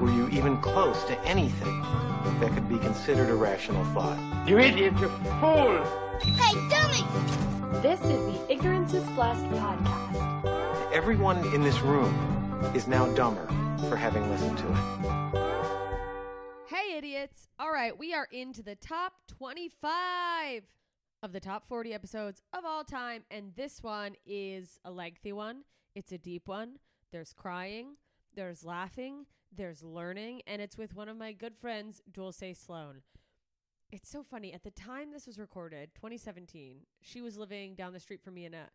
were you even close to anything that could be considered a rational thought. You idiot, you fool! Hey, dummy! This is the Ignorance is Blessed podcast. Everyone in this room is now dumber for having listened to it. Hey, idiots. All right, we are into the top 25 of the top 40 episodes of all time. And this one is a lengthy one, it's a deep one. There's crying, there's laughing, there's learning, and it's with one of my good friends, Dulce Sloan. It's so funny. At the time this was recorded, 2017, she was living down the street from me in a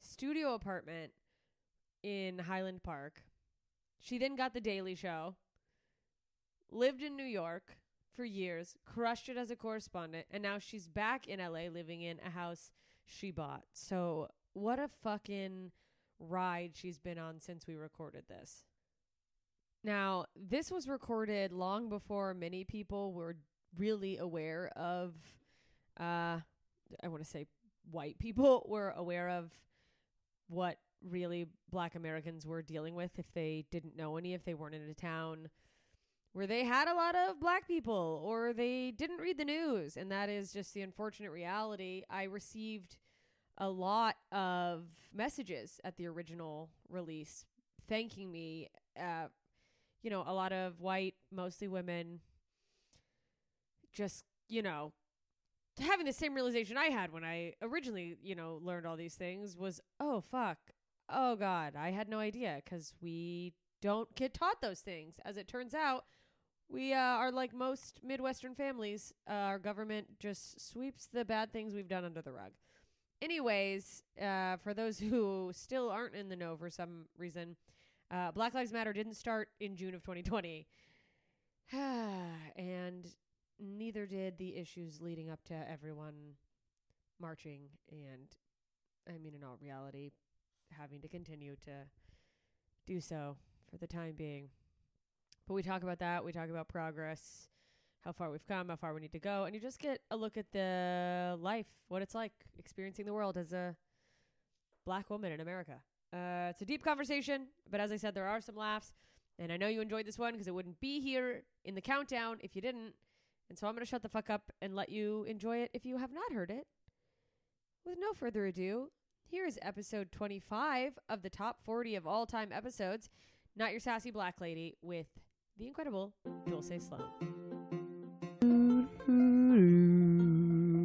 studio apartment in Highland Park. She then got The Daily Show, lived in New York for years, crushed it as a correspondent, and now she's back in LA living in a house she bought. So, what a fucking ride she's been on since we recorded this. Now, this was recorded long before many people were really aware of uh I want to say white people were aware of what really black Americans were dealing with if they didn't know any, if they weren't in a town where they had a lot of black people or they didn't read the news. And that is just the unfortunate reality. I received a lot of messages at the original release thanking me. Uh, you know, a lot of white, mostly women, just, you know, having the same realization I had when I originally, you know, learned all these things was, oh fuck, oh god, I had no idea because we don't get taught those things. As it turns out, we uh, are like most Midwestern families. Uh, our government just sweeps the bad things we've done under the rug. Anyways, uh, for those who still aren't in the know for some reason, uh, Black Lives Matter didn't start in June of 2020. and neither did the issues leading up to everyone marching and I mean in all reality having to continue to do so for the time being. But we talk about that, we talk about progress, how far we've come, how far we need to go, and you just get a look at the life, what it's like experiencing the world as a black woman in America. Uh, it's a deep conversation, but as I said, there are some laughs, and I know you enjoyed this one because it wouldn't be here in the countdown if you didn't. And so I'm going to shut the fuck up and let you enjoy it if you have not heard it. With no further ado, here is episode 25 of the top 40 of all time episodes Not Your Sassy Black Lady with the incredible Dulce Sloan.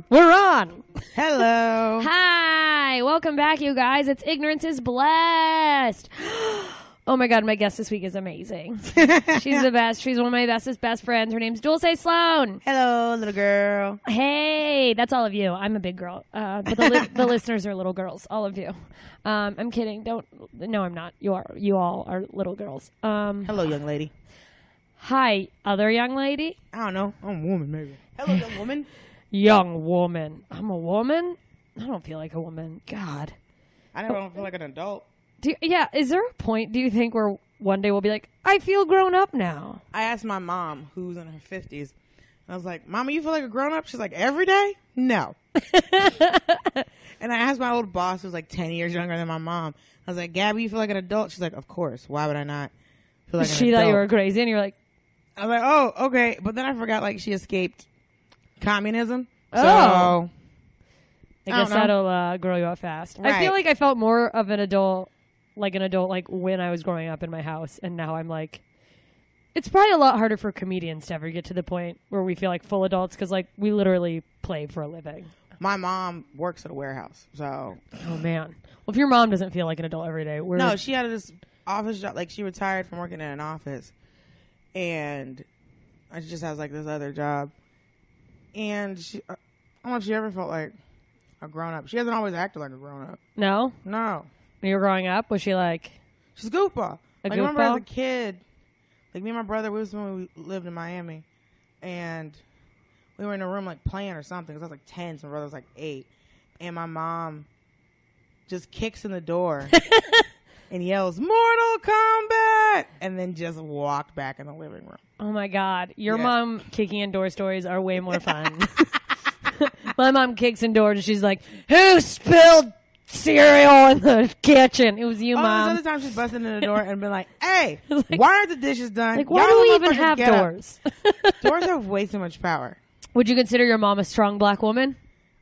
We're on! Hello. Hi! Welcome back, you guys. It's Ignorance is Blessed! Oh my god, my guest this week is amazing. She's the best. She's one of my bestest best friends. Her name's Dulce Sloan. Hello, little girl. Hey, that's all of you. I'm a big girl, uh, but the, li- the listeners are little girls. All of you. Um, I'm kidding. Don't. No, I'm not. You are. You all are little girls. Um, Hello, young lady. hi, other young lady, I don't know. I'm a woman, maybe. Hello, young woman. young woman. I'm a woman. I don't feel like a woman. God. I never don't feel like an adult. Do yeah. Is there a point? Do you think where one day we'll be like, I feel grown up now? I asked my mom, who's in her 50s, and I was like, Mama, you feel like a grown up? She's like, Every day? No. and I asked my old boss, who's like 10 years younger than my mom, I was like, Gabby, you feel like an adult? She's like, Of course. Why would I not feel like an she adult? thought you were crazy, and you're like, I was like, Oh, okay. But then I forgot, like, she escaped communism. Oh. So, I I don't guess know. that'll uh, grow you up fast. I Right. feel like I felt more of an adult, like an adult, like when I was growing up in my house, and now I'm like, it's probably a lot harder for comedians to ever get to the point where we feel like full adults because like we literally play for a living. my mom works at a warehouse. So, Oh man, well if your mom doesn't feel like an adult every day, we're No, she had this office job. Like she retired from working in an office, and uh, she just has like this other job. And she, uh, I don't know if she ever felt like a grown up. She hasn't always acted like a grown up. no. No, When you were growing up, was she like, she's a goofball. A like I remember as a goofball? kid, like me and my brother, we was when we lived in Miami, and we were in a room like playing or something. 'cause I was like ten, so my brother was like eight, and my mom just kicks in the door and yells "Mortal Kombat," and then just walked back in the living room. oh my god, your Yeah. mom kicking in door stories are way more fun. my mom kicks in doors and she's like, who spilled cereal in the kitchen? It was you, Oh, mom. there's other times she's busted in the door and been like, "Hey, why aren't the dishes done? Like, why Y'all do we even motherfuckers have get up." doors? doors have way too much power. Would you consider your mom a strong black woman?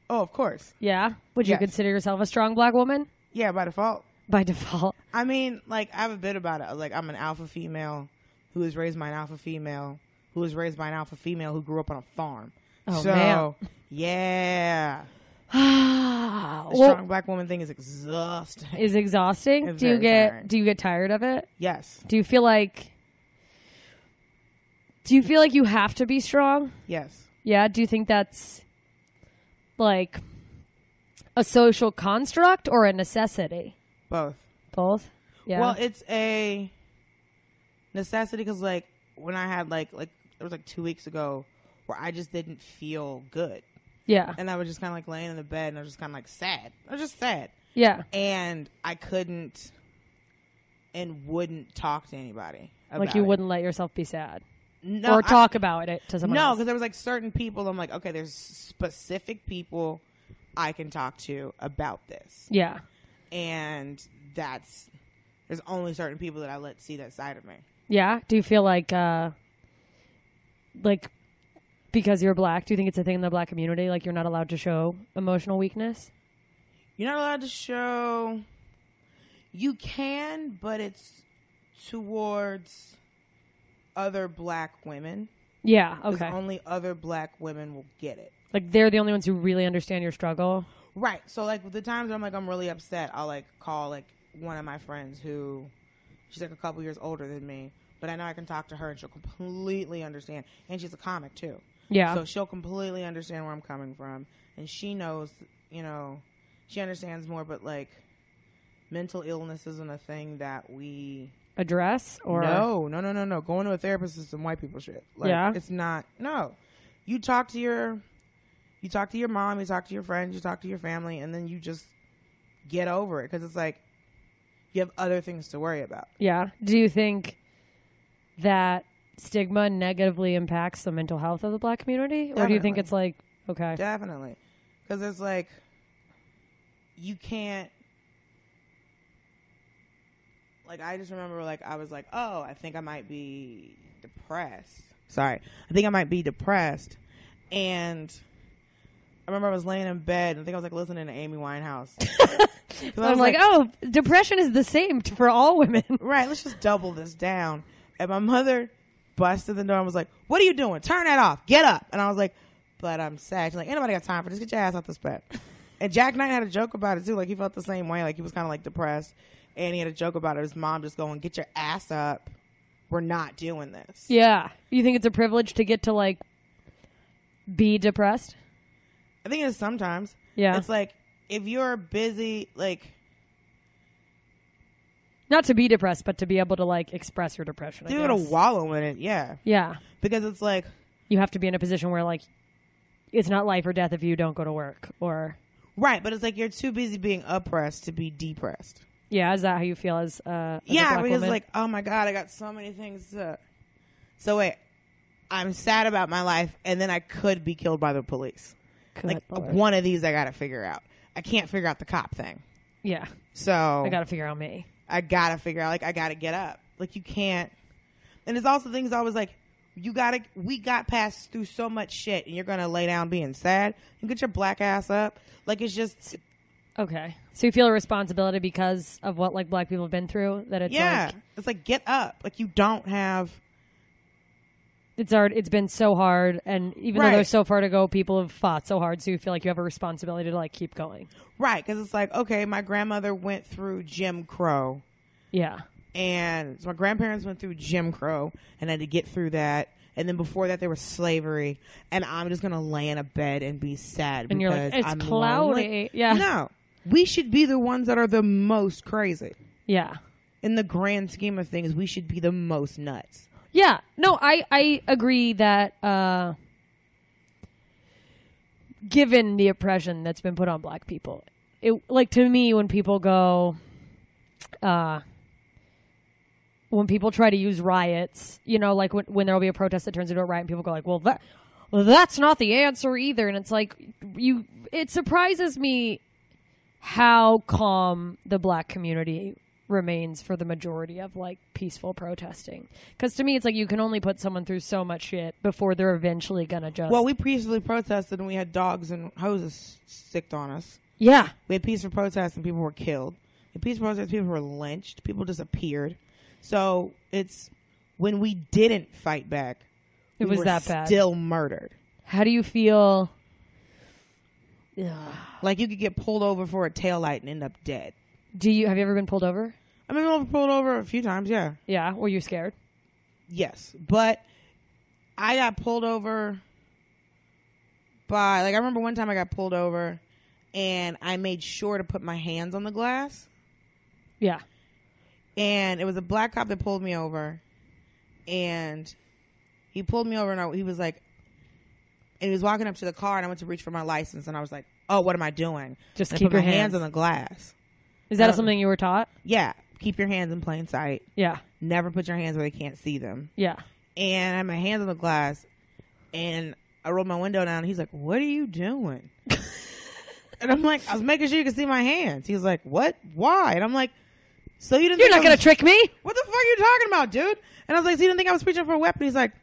Oh, of course. Yeah. Would you Yes. consider yourself a strong black woman Yeah, by default. by default? I mean, like I have a bit about it. I was Like I'm an alpha female who was raised by an alpha female who was raised by an alpha female who grew up on a farm. Oh, so man. yeah, Ah, the well, strong black woman thing is exhausting. is exhausting. It's do you very get tiring. do you get tired of it? Yes, Do you feel like do you feel like you have to be strong? yes. Yeah. Do you think that's like a social construct or a necessity? Both. Both. Yeah. Well, it's a necessity because like when I had like like it was like two weeks ago where I just didn't feel good, Yeah. and I was just kind of like laying in the bed and I was just kind of like sad. I was just sad, Yeah. and I couldn't and wouldn't talk to anybody. About Like you it. wouldn't let yourself be sad no, or I- talk about it to someone no, else. because there was like certain people. I'm like, okay, there's specific people I can talk to about this, Yeah. and that's there's only certain people that I let see that side of me. Yeah. Do you feel like, uh, like, because you're black, do you think it's a thing in the black community? Like, you're not allowed to show emotional weakness? You're not allowed to show. You can, but it's towards other black women. Yeah. 'Cause Okay. Only other black women will get it. like, they're the only ones who really understand your struggle. Right. So like the times I'm like I'm really upset, I'll like call like one of my friends who she's like a couple years older than me, but I know I can talk to her and she'll completely understand. And she's a comic too. Yeah. So she'll completely understand where I'm coming from and she knows, you know, she understands more but like mental illness isn't a thing that we Address or no, no, no, no, no. Going to a therapist is some white people shit. Like, Yeah. it's not. No, you talk to your, you talk to your mom, you talk to your friends, you talk to your family, and then you just get over it because it's like you have other things to worry about. Yeah. Do you think that stigma negatively impacts the mental health of the black community? Or do you think Definitely. it's like, okay. Definitely, because it's like you can't. Like I just remember, like I was like, oh, I think I might be depressed. Sorry, I think I might be depressed, and I remember I was laying in bed. And I think I was like listening to Amy Winehouse. 'Cause I I'm was like, oh, depression is the same t- for all women. right, let's just double this down. And my mother busted the door and was like, What are you doing? Turn that off. Get up. And I was like, But I'm sad. She's like, Ain't nobody got time for this. Get your ass off this bed. And Jack Knight had a joke about it too. Like he felt the same way. Like he was kind of like depressed. And he had a joke about it. His mom just going, Get your ass up. We're not doing this. yeah. You think it's a privilege to get to like be depressed? I think it's sometimes. Yeah. It's like if you're busy, like Not to be depressed, but to be able to like express your depression. I dude, to guess. wallow in it. Yeah. Yeah. Because it's like, You have to be in a position where like it's not life or death if you don't go to work or right. But it's like you're too busy being oppressed to be depressed. yeah, is that how you feel as uh as a yeah, black because woman? like, oh my god, I got so many things. To... So wait, I'm sad about my life, and then I could be killed by the police. Good like Lord. one of these, I got to figure out. I can't figure out the cop thing, Yeah. so I gotta figure out me. I gotta figure out. Like I gotta get up. Like you can't. And it's also things always like you gotta. We got passed through so much shit, and you're gonna lay down being sad and get your black ass up. Like it's just Okay. So you feel a responsibility because of what like black people have been through that it's yeah. like it's like get up. Like you don't have. it's hard it's been so hard and even Right. though there's so far to go people have fought so hard so you feel like you have a responsibility to like keep going Right, because it's like, okay, my grandmother went through Jim Crow, yeah and so my grandparents went through Jim Crow, and had to get through that. And then before that, there was slavery, and I'm just gonna lay in a bed and be sad. And you're like, because "It's I'm cloudy." lonely." Yeah. No, we should be the ones that are the most crazy. yeah In the grand scheme of things, we should be the most nuts. yeah no i i agree that uh given the oppression that's been put on black people it like to me when people go uh when people try to use riots you know like when, when there'll be a protest that turns into a riot and people go like well that well, that's not the answer either and it's like you it surprises me how calm the black community remains for the majority of like peaceful protesting because to me it's like you can only put someone through so much shit before they're eventually gonna just Well, we peacefully protested, and we had dogs and hoses sicked on us. yeah We had peaceful protests and people were killed. In peaceful protests, people were lynched. People disappeared. So it's when we didn't fight back, It we was were that bad. Still murdered. How do you feel? Like you could get pulled over for a taillight and end up dead. Do you have you ever been pulled over? I mean, I've been pulled over a few times. Yeah, Yeah. Were you scared? yes, but I got pulled over by like I remember one time I got pulled over, and I made sure to put my hands on the glass. Yeah. and it was a black cop that pulled me over and he pulled me over and I, he was like, and he was walking up to the car and I went to reach for my license and I was like, oh, what am I doing? Just And I keep put your my hands. hands. on the glass. Is that Um, something you were taught? Yeah, keep your hands in plain sight. Yeah. Never put your hands where they can't see them. Yeah. And I had my hands on the glass and I rolled my window down. He's like, what are you doing? and I'm like, I was making sure you could see my hands. He's like, what? Why? And I'm like, so you didn't You're think not I going was- to trick me. what the fuck are you talking about, dude? And I was like, so you didn't think I was preaching for a weapon? He's like,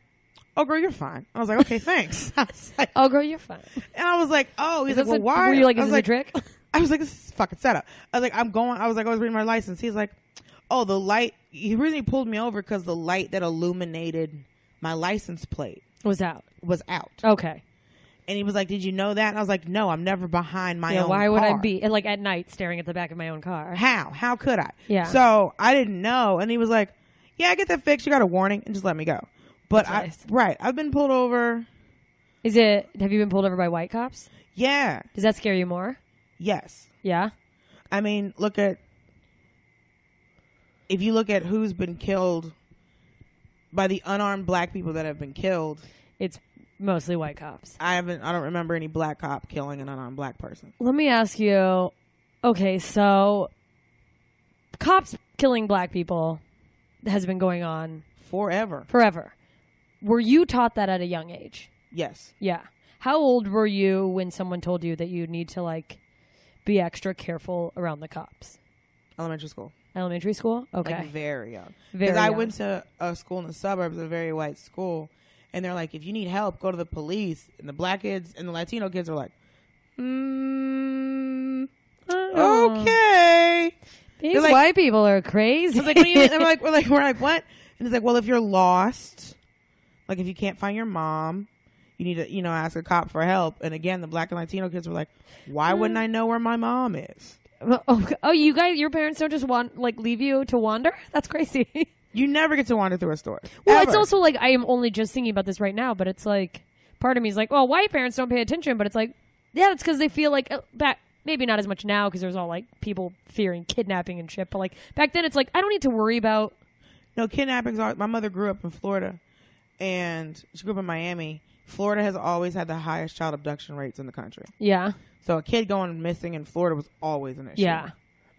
oh, girl, you're fine. I was like, okay, thanks. I was like, Oh, girl, you're fine. and I was like, oh, he's Is like, this well, a- why? Were you like, I is was this like, a trick? I was like, this is fucking setup. I was like, I'm going. I was like, I was reading my license. He's like, oh, the light. He really pulled me over because the light that illuminated my license plate was out. was out. Okay. And he was like, did you know that? And I was like, no, I'm never behind my Yeah. own Why would I car." be and like at night staring at the back of my own car? How? How could I? Yeah. So I didn't know. And he was like, Yeah, I get that fixed. You got a warning and just let me go. But I, nice. right. I've been pulled over. Is it? Have you been pulled over by white cops? Yeah. Does that scare you more? Yes. Yeah. I mean, look at, if you look at who's been killed by the unarmed black people that have been killed, It's mostly white cops. I haven't, I don't remember any black cop killing an unarmed black person. Let me ask you. Okay, so cops killing black people has been going on Forever. forever. Were you taught that at a young age? Yes. Yeah. How old were you when someone told you that you need to like be extra careful around the cops? Elementary school. Elementary school? Okay. Like very young. Very Because I young. went to a school in the suburbs, a very white school, and they're like, if you need help, go to the police. And the black kids and the Latino kids are like, mm, Oh. okay. These They're like- white people are crazy. I was like, what do you mean? And we're like, we're like, we're like, what? And it's like, well, if you're lost, like if you can't find your mom, you need to, you know, ask a cop for help. And again, the black and Latino kids were like, why wouldn't I know where my mom is? oh, oh, you guys, your parents don't just want like leave you to wander? That's crazy. You never get to wander through a store. Well, it's Ever. also like I am only just thinking about this right now, but it's like part of me is like, well, white parents don't pay attention, but it's like, yeah, that's because they feel like uh, back maybe not as much now because there's all like people fearing kidnapping and shit, but like back then it's like I don't need to worry about No, kidnappings are. My mother grew up in Florida, and she grew up in Miami. Florida has always had the highest child abduction rates in the country. yeah, So a kid going missing in Florida was always an issue. yeah,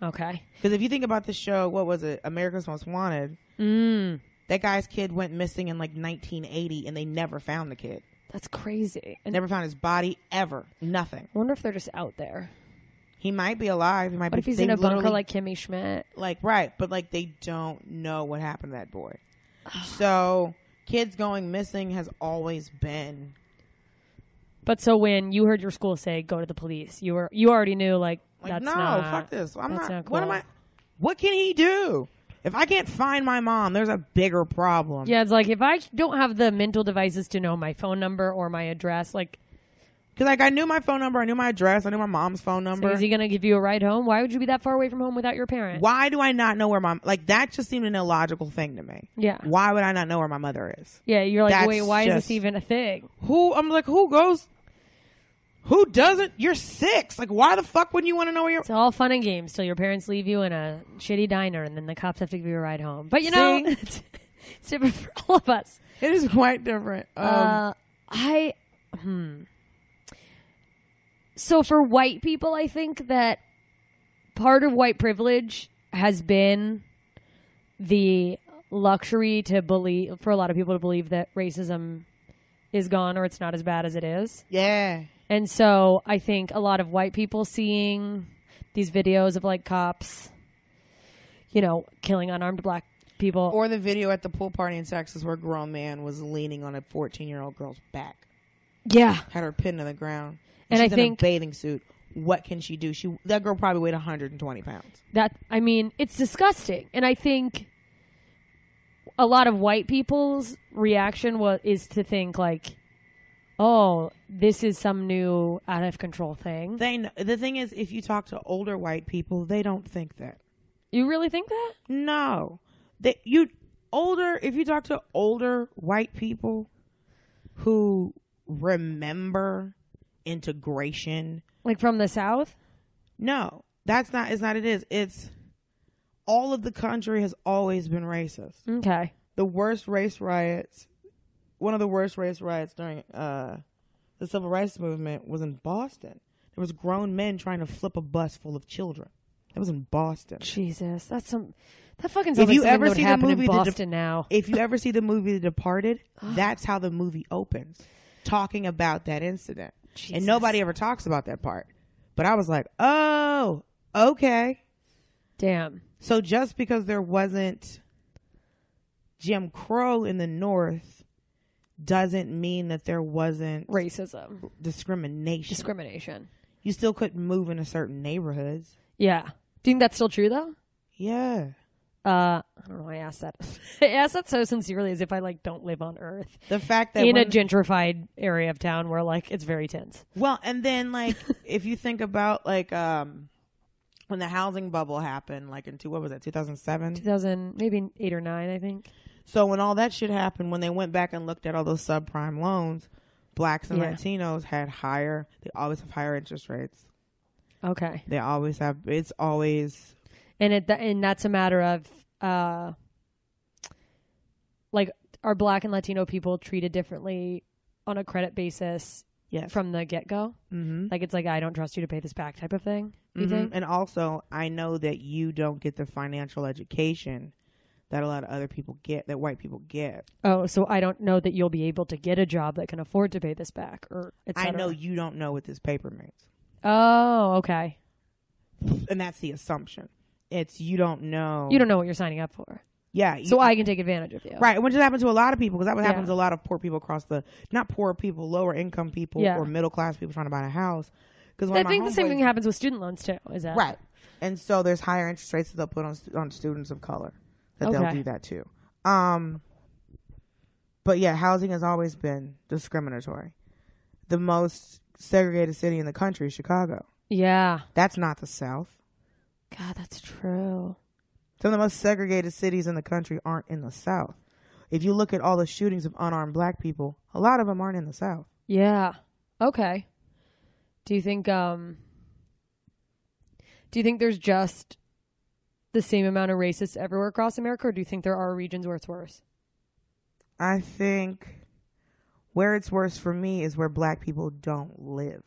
okay, Because if you think about the show, what was it? America's Most Wanted. mm, That guy's kid went missing in like 1980, and they never found the kid. that's crazy. And Never found his body ever. Nothing. I wonder if they're just out there. He might be alive. He might What be. if he's they in a bunker literally- like Kimmy Schmidt? like right, but like they don't know what happened to that boy. so kids going missing has always been But so when you heard your school say go to the police, you were you already knew like, Like, that's no, not fuck this. I'm that's not. What am cool. I? What can he do? If I can't find my mom, there's a bigger problem. Yeah, it's like if I don't have the mental devices to know my phone number or my address, like Because like I knew my phone number, I knew my address, I knew my mom's phone so number. is he gonna give you a ride home? Why would you be that far away from home without your parent? Why do I not know where my like that? Just seemed an illogical thing to me. Yeah, Why would I not know where my mother is? yeah. You're like, That's wait, why is just- this even a thing? Who I'm like, who goes? Who doesn't? You're six. Like, why the fuck wouldn't you want to know where you're? It's all fun and games till your parents leave you in a shitty diner, and then the cops have to give you a ride home. But you know, See? it's different for all of us. It is quite different. Um, uh, I hmm. So for white people, I think that part of white privilege has been the luxury to believe for a lot of people to believe that racism is gone or it's not as bad as it is. yeah, And so I think a lot of white people seeing these videos of like cops you know killing unarmed black people or the video at the pool party in Texas where a grown man was leaning on a 14 year old girl's back. yeah had her pinned to the ground. And I she's think- in a bathing suit. What can she do? She that girl probably weighed 120 pounds. that i mean it's disgusting and i think a lot of white people's reaction was is to think like oh this is some new out of control thing They kn- the thing is, if you talk to older white people, they don't think that. you really think that No, they you older. If you talk to older white people who remember integration, like from the south no, that's not. It's not. It is. It's all of the country has always been racist. okay the worst race riots, one of the worst race riots during uh, the civil rights movement was in Boston. There was grown men trying to flip a bus full of children. That was in Boston. Jesus, that's some. That fucking sounds If you like something ever that would see the happen movie in The Dep- Boston now. If you ever see the movie The Departed, that's how the movie opens, talking about that incident. Jesus. And nobody ever talks about that part. But I was like, oh, okay. Damn. So just because there wasn't Jim Crow in the North doesn't mean that there wasn't Racism. discrimination. Discrimination. you still couldn't move into certain neighborhoods. Yeah. Do you think that's still true though? Yeah. Uh, I don't know. I asked that. I asked that so sincerely, as if I like don't live on Earth The fact that in a when- gentrified area of town where like it's very tense. Well, and then like if you think about like um when the housing bubble happened, like in two what was that, two thousand Two seven? thousand, maybe eight or nine, I think. So when all that shit happened, when they went back and looked at all those subprime loans, blacks and Yeah. Latinos had higher they always have higher interest rates. Okay, They always have it's always and it and that's a matter of uh, like are Black and Latino people treated differently on a credit basis yes. from the get go? mm-hmm. Like it's like I don't trust you to pay this back type of thing. You think? And also I know that you don't get the financial education that a lot of other people get that white people get. Oh, so I don't know that you'll be able to get a job that can afford to pay this back, or et I cetera. know you don't know what this paper means. Oh, okay. and that's the assumption. It's you don't know. You don't know what you're signing up for. Yeah. You, So I can take advantage of you. Right, which has happened to a lot of people because that what happens Yeah. to a lot of poor people across the not poor people, lower income people Yeah. or middle class people trying to buy a house. Because I think the same thing happens with student loans too. Is that Right, and so there's higher interest rates that they'll put on stu- on students of color that they'll Okay. do that too. Um, but yeah, housing has always been discriminatory. The most segregated city in the country is Chicago. Yeah. That's not the South. God, that's true. Some of the most segregated cities in the country aren't in the South. If you look at all the shootings of unarmed black people, a lot of them aren't in the South. Yeah. Okay. Do you think um do you think there's just the same amount of racists everywhere across America, or do you think there are regions where it's worse? I think where it's worse for me is where black people don't live.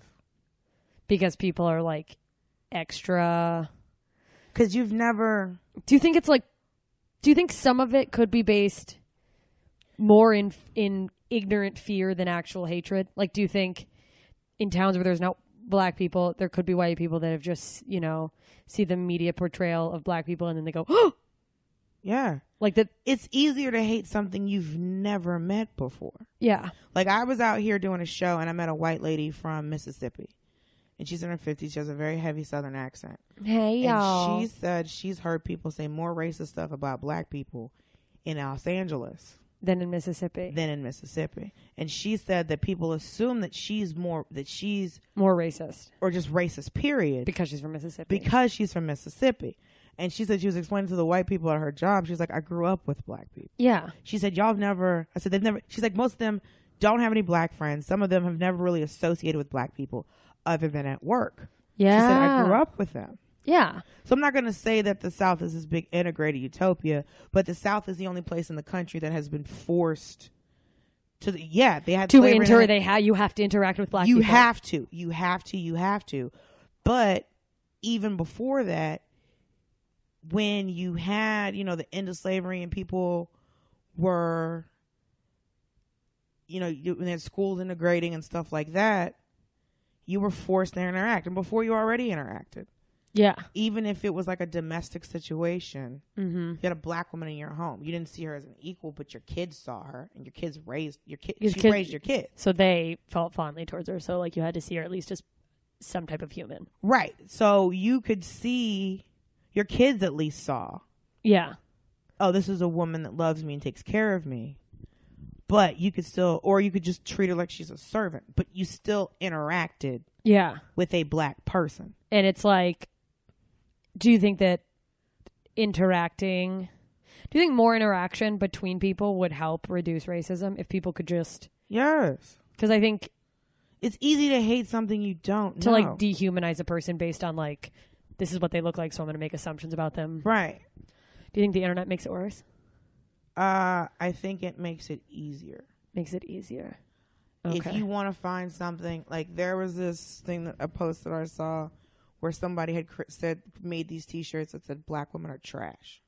Because people are like extra Because you've never. do you think it's like do you think some of it could be based more in in ignorant fear than actual hatred like do you think in towns where there's no black people there could be white people that have just you know see the media portrayal of black people and then they go oh Yeah. like that It's easier to hate something you've never met before. yeah Like, I was out here doing a show and I met a white lady from Mississippi. And she's in her 50s. She has a very heavy Southern accent. hey y'all And she said she's heard people say more racist stuff about black people in Los Angeles then in mississippi than in Mississippi. And she said that people assume that she's more that she's more racist or just racist period because she's from mississippi because she's from Mississippi. And she said she was explaining to the white people at her job. She's like, I grew up with black people. yeah She said, Y'all have never I said they've never she's like most of them don't have any black friends. Some of them have never really associated with black people other than at work. yeah She said, I grew up with them. yeah So I'm not going to say that the South is this big integrated utopia, but the South is the only place in the country that has been forced to. The, yeah, they had to slavery and enter everything. they ha- you have to interact with black you people have to, you have to, you have to. But even before that, when you had you know the end of slavery and people were, you know, you- when they had schools integrating and stuff like that, you were forced to interact, and before you already interacted yeah even if it was like a domestic situation, mm-hmm you had a black woman in your home. You didn't see her as an equal, but your kids saw her, and your kids raised your kid. Your she kid- raised your kids, So they felt fondly towards her. So like you had to see her at least as some type of human. right? So you could see your kids at least saw, Yeah. oh, this is a woman that loves me and takes care of me. But you could still, or you could just treat her like she's a servant. But you still interacted Yeah. with a black person. And it's like do you think that interacting do you think more interaction between people would help reduce racism if people could just Yes, cuz I think it's easy to hate something you don't to know. like dehumanize a person based on like this is what they look like so I'm going to make assumptions about them. right. Do you think the internet makes it worse? Uh, I think it makes it easier. Makes it easier. If you want to find something, like there was this thing that a post that I saw where somebody had cr- said made these T-shirts that said "Black women are trash."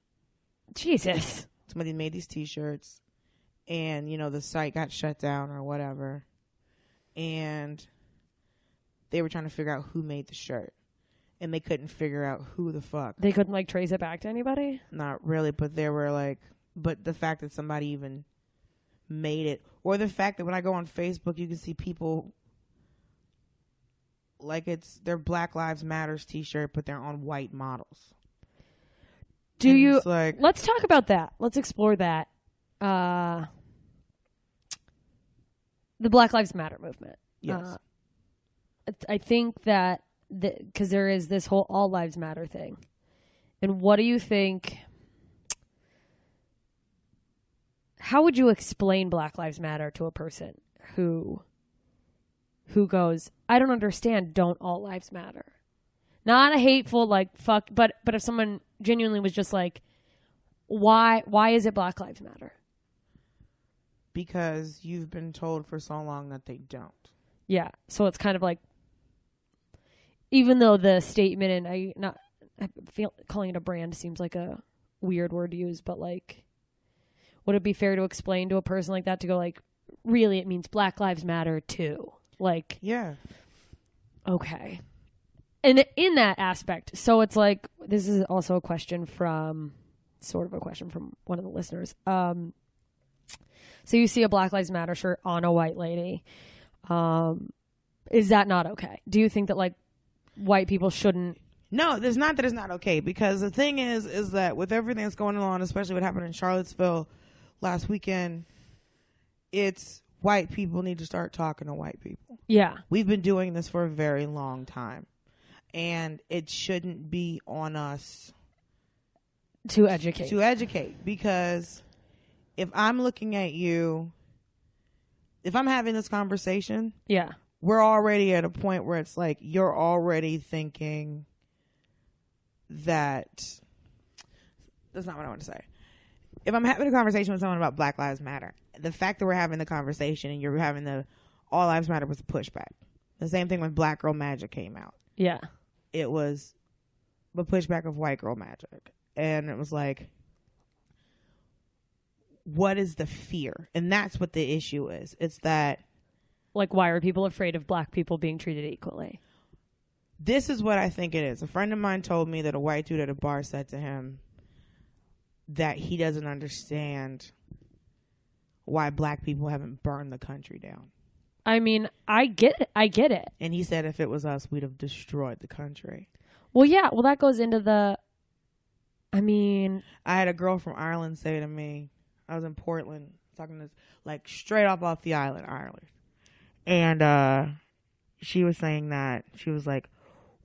Jesus. Somebody made these T-shirts, and you know the site got shut down or whatever, and they were trying to figure out who made the shirt, and they couldn't figure out who the fuck. They couldn't like trace it back to anybody? not really, but there were like, but the fact that somebody even made it, or the fact that when I go on Facebook, you can see people like it's their Black Lives Matters T-shirt, but they're on white models. Do And you It's like Let's talk about that. Let's explore that. Uh the Black Lives Matter movement. yes, uh, I think that because there is this whole all lives matter thing. And what do you think? How would you explain Black Lives Matter to a person who who goes, I don't understand, don't all lives matter? Not a hateful like fuck, but but if someone genuinely was just like why why is it Black Lives Matter? because you've been told for so long that they don't. Yeah. So it's kind of like, even though the statement and I not I feel calling it a brand seems like a weird word to use, but like, would it be fair to explain to a person like that to go like, really, it means Black Lives Matter too? Like, Yeah, okay. And in that aspect, so it's like this is also a question from sort of a question from one of the listeners. Um, so you see a Black Lives Matter shirt on a white lady. Um, is that not okay? Do you think that like white people shouldn't? No, there's not that it's not okay because the thing is, is that with everything that's going on, especially what happened in Charlottesville last weekend, it's white people need to start talking to white people. Yeah, We've been doing this for a very long time, and it shouldn't be on us to educate. to educate because if I'm looking at you, if I'm having this conversation, yeah, we're already at a point where it's like you're already thinking that that's not what I want to say. If I'm having a conversation with someone about Black Lives Matter, the fact that we're having the conversation and you're having the All Lives Matter was pushback. The same thing when Black Girl Magic came out. yeah, It was the pushback of White Girl Magic. And it was like, what is the fear? And that's what the issue is. It's that like why are people afraid of black people being treated equally? this is what I think it is. A friend of mine told me that a white dude at a bar said to him that he doesn't understand why black people haven't burned the country down. I mean, I get it. I get it. And he said if it was us, we'd have destroyed the country. Well, yeah. Well, that goes into the. I mean, I had a girl from Ireland say to me, I was in Portland talking to this, like straight off off the island, Ireland. And uh, she was saying that she was like,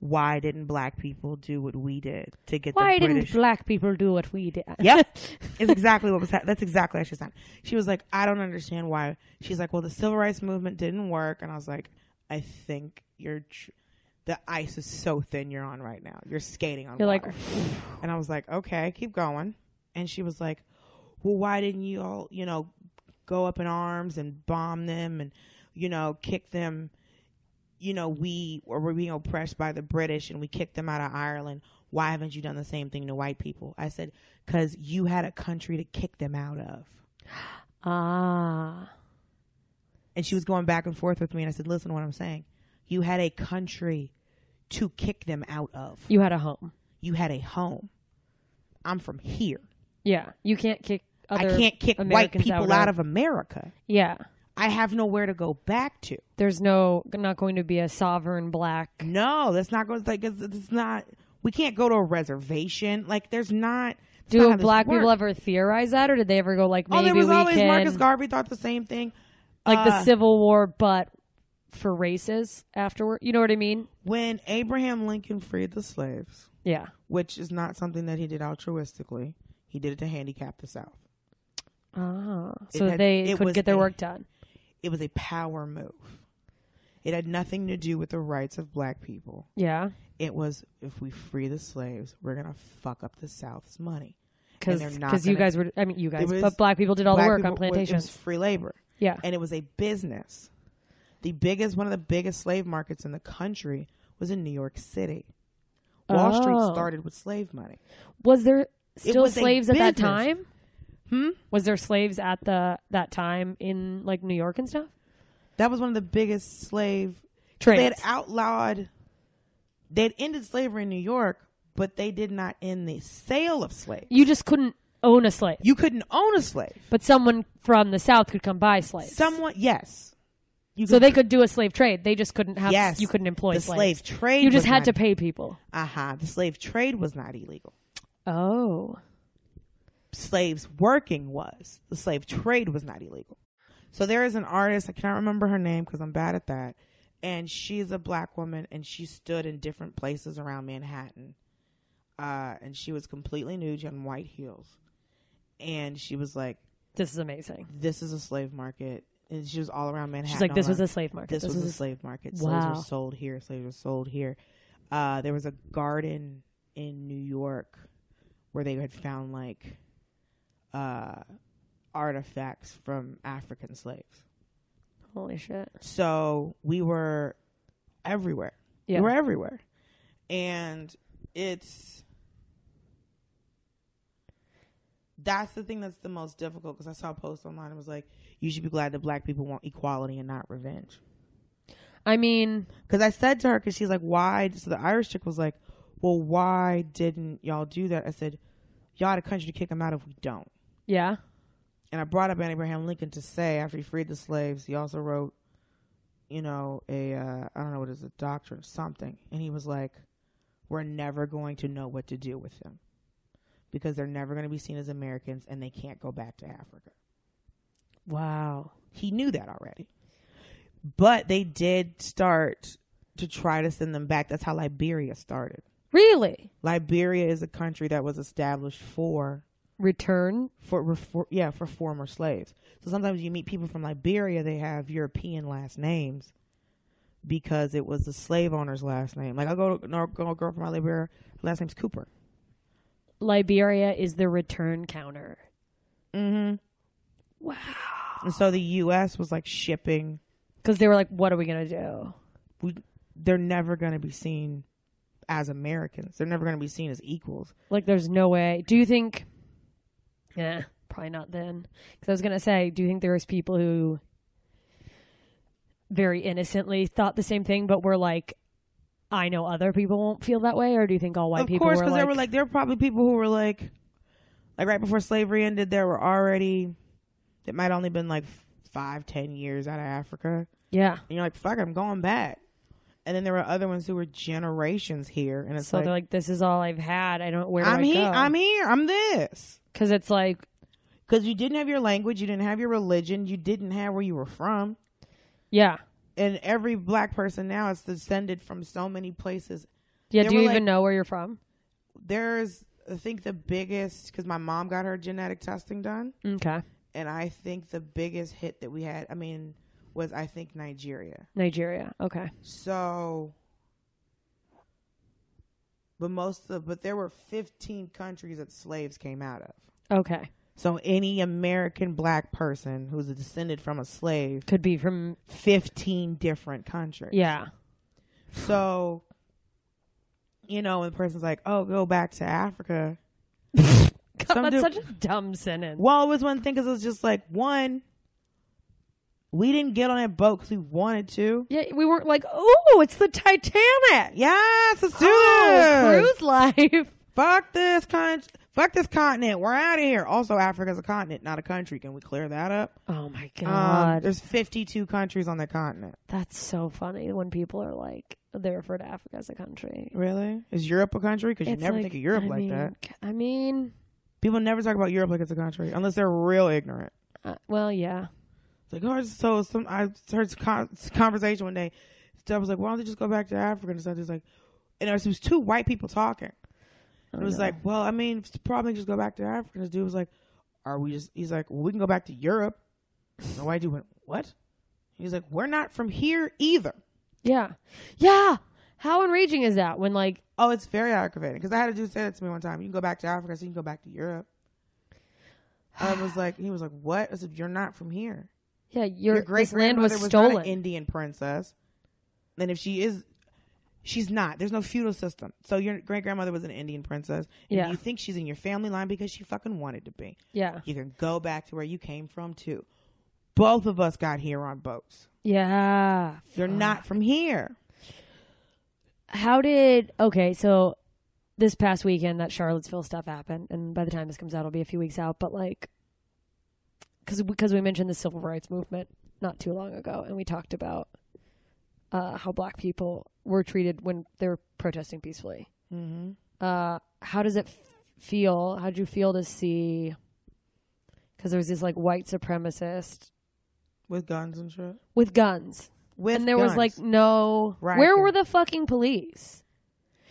why didn't black people do what we did to get Why the didn't British black people do what we did? Yep. It's exactly what was hap That's exactly what she said. She was like, I don't understand why. She's like, well, the civil rights movement didn't work. And I was like, I think you're, tr- the ice is so thin you're on right now. You're skating on You're like, water. and I was like, okay, keep going. And she was like, well, why didn't you all, you know, go up in arms and bomb them and, you know, kick them? You know, we or were being oppressed by the British and we kicked them out of Ireland. Why haven't you done the same thing to white people? I said, because you had a country to kick them out of. ah, And she was going back and forth with me. And I said, listen to what I'm saying. You had a country to kick them out of, you had a home. you had a home. I'm from here. Yeah, you can't kick. Other I can't kick Americans white people out of America. Yeah, I have nowhere to go back to. there's no not going to be a sovereign black. No, that's not going. Like, it's, it's not. We can't go to a reservation. Like, there's not. that's not Do how this black people works. ever theorize that, or did they ever go like Oh, maybe there was we always can Marcus Garvey thought the same thing. like the uh, Civil War, but for races afterward? You know what I mean? When Abraham Lincoln freed the slaves, Yeah, which is not something that he did altruistically, he did it to handicap the South. ah, It so had- they it could was get their a- work done. It was a power move. It had nothing to do with the rights of black people. Yeah, It was if we free the slaves, we're gonna fuck up the South's money. because they're not you gonna- guys were. I mean, you guys, was- but black people did all the Black work people on were- It plantations. was free labor. yeah, and it was a business. The biggest, one of the biggest slave markets in the country was in New York City. Wall Oh. Street started with slave money. was there still was a slaves at that business. time? Hmm. Was there slaves at the that time in like New York and stuff? That was one of the biggest slave. Trades. They had outlawed. They had ended slavery in New York, but they did not end the sale of slaves. You just couldn't own a slave, You couldn't own a slave. but someone from the south could come buy slaves. Someone, yes. You so they could do a slave trade. They just couldn't have. Yes. you couldn't employ The slaves. slave trade You just was had not- to pay people. Aha, the slave trade was not illegal. Oh, slaves working was. The slave trade was not illegal. So there is an artist, I cannot remember her name because I'm bad at that. And she's a black woman and she stood in different places around Manhattan. Uh, and she was completely nude on white heels. And she was like, this is amazing. This is a slave market. And she was all around Manhattan. She's like, all this was around- a slave market. this, was, a slave. slave market. Wow. Slaves were sold here. Slaves were sold here. Uh, there was a garden in New York where they had found like uh, artifacts from African slaves. Holy shit. So we were everywhere. Yeah. We were everywhere, and it's that's the thing that's the most difficult because I saw a post online. It was like, you should be glad that black people want equality and not revenge. I mean, Because I said to her, because she's like, why? So the Irish chick was like, well, why didn't y'all do that? I said, y'all had a country to kick them out if we don't. yeah. And I brought up Abraham Lincoln to say, after he freed the slaves, he also wrote, you know, a, uh, I don't know what it is, a doctrine, something. And he was like, we're never going to know what to do with them because they're never going to be seen as Americans and they can't go back to Africa. Wow. He knew that already. But they did start to try to send them back. That's how Liberia started. Really? Liberia is a country that was established for Return? for, for yeah, for former slaves. So sometimes you meet people from Liberia, they have European last names because it was the slave owner's last name. Like I go to no, go a girl from Liberia, her last name's Cooper. Liberia is the return counter. Mhm. Wow. And so the US was like shipping Because they were like, what are we going to do? we they're never going to be seen as Americans. They're never going to be seen as equals. Like, there's no way. Do you think. Yeah, probably not then. Because I was going to say, do you think there was people who very innocently thought the same thing, but were like, I know other people won't feel that way? Or do you think all white of people course, were because like, there were like there were probably people who were like, like right before slavery ended, there were already it might only been like five, ten years out of Africa, yeah. and you're like, fuck, I'm going back. And then there were other ones who were generations here, and it's So like, they're like, this is all I've had. I don't, where do I'm I here, go? I'm here, I'm this. Because it's like, Because you didn't have your language, you didn't have your religion, you didn't have where you were from, yeah. and every black person now is descended from so many places Yeah, They do you were even like- know where you're from? there's I think the biggest because my mom got her genetic testing done, Okay. and I think the biggest hit that we had, I mean, was I think Nigeria. Nigeria. Okay. So, but most of but there were 15 countries that slaves came out of. Okay. So any American black person who's a descended from a slave, Could be from 15 different countries. yeah. So, you know, when the person's like, "Oh, go back to Africa." Some That's dude- such a dumb sentence. Well, it was one thing because it was just like one. We didn't get on that boat because we wanted to. Yeah, we weren't like, oh, it's the Titanic. Yes, let's do Oh, this. cruise life. Fuck this con- Fuck this continent. We're out of here. Also, Africa's a continent, not a country. Can we clear that up? Oh my Um, god, there's 52 countries on that continent. that's so funny when people are like they refer to Africa as a country. Really? Is Europe a country? Because you It's never like, think of Europe I like mean, that. c- I mean, People never talk about Europe like it's a country unless they're real ignorant. uh, well, yeah, It's like, oh, it's so some I heard this con- this conversation one day. Deb was like, why don't they just go back to Africa? And stuff. He's like, and there was, it was two white people talking. And it was like, well, I mean, it's probably just go back to Africa. And this dude was like, are we just? He's like, well, we can go back to Europe. And the white dude went, what? He's like, we're not from here either. yeah, yeah. How enraging is that when like Oh, it's very aggravating because I had a dude say that to me one time. You can go back to Africa, so you can go back to Europe. I was like, he was like, what? I said, you're not from here. Yeah, your, great this land grandmother was not an stolen. Indian princess. And if she is, she's not. There's no feudal system. So your great grandmother was an Indian princess. And Yeah. You think she's in your family line because she fucking wanted to be. yeah, You can go back to where you came from too. Both of us got here on boats. yeah. You're not from here. How did okay? So this past weekend, that Charlottesville stuff happened, and by the time this comes out, it'll be a few weeks out. But like, because because we mentioned the civil rights movement not too long ago, and we talked about uh, how black people were treated when they were protesting peacefully. Mm-hmm. uh, how does it f- feel? How'd you feel to see? Because there was this like white supremacist With guns and shit. with guns, With and there was like guns. no. Right. Where were the fucking police?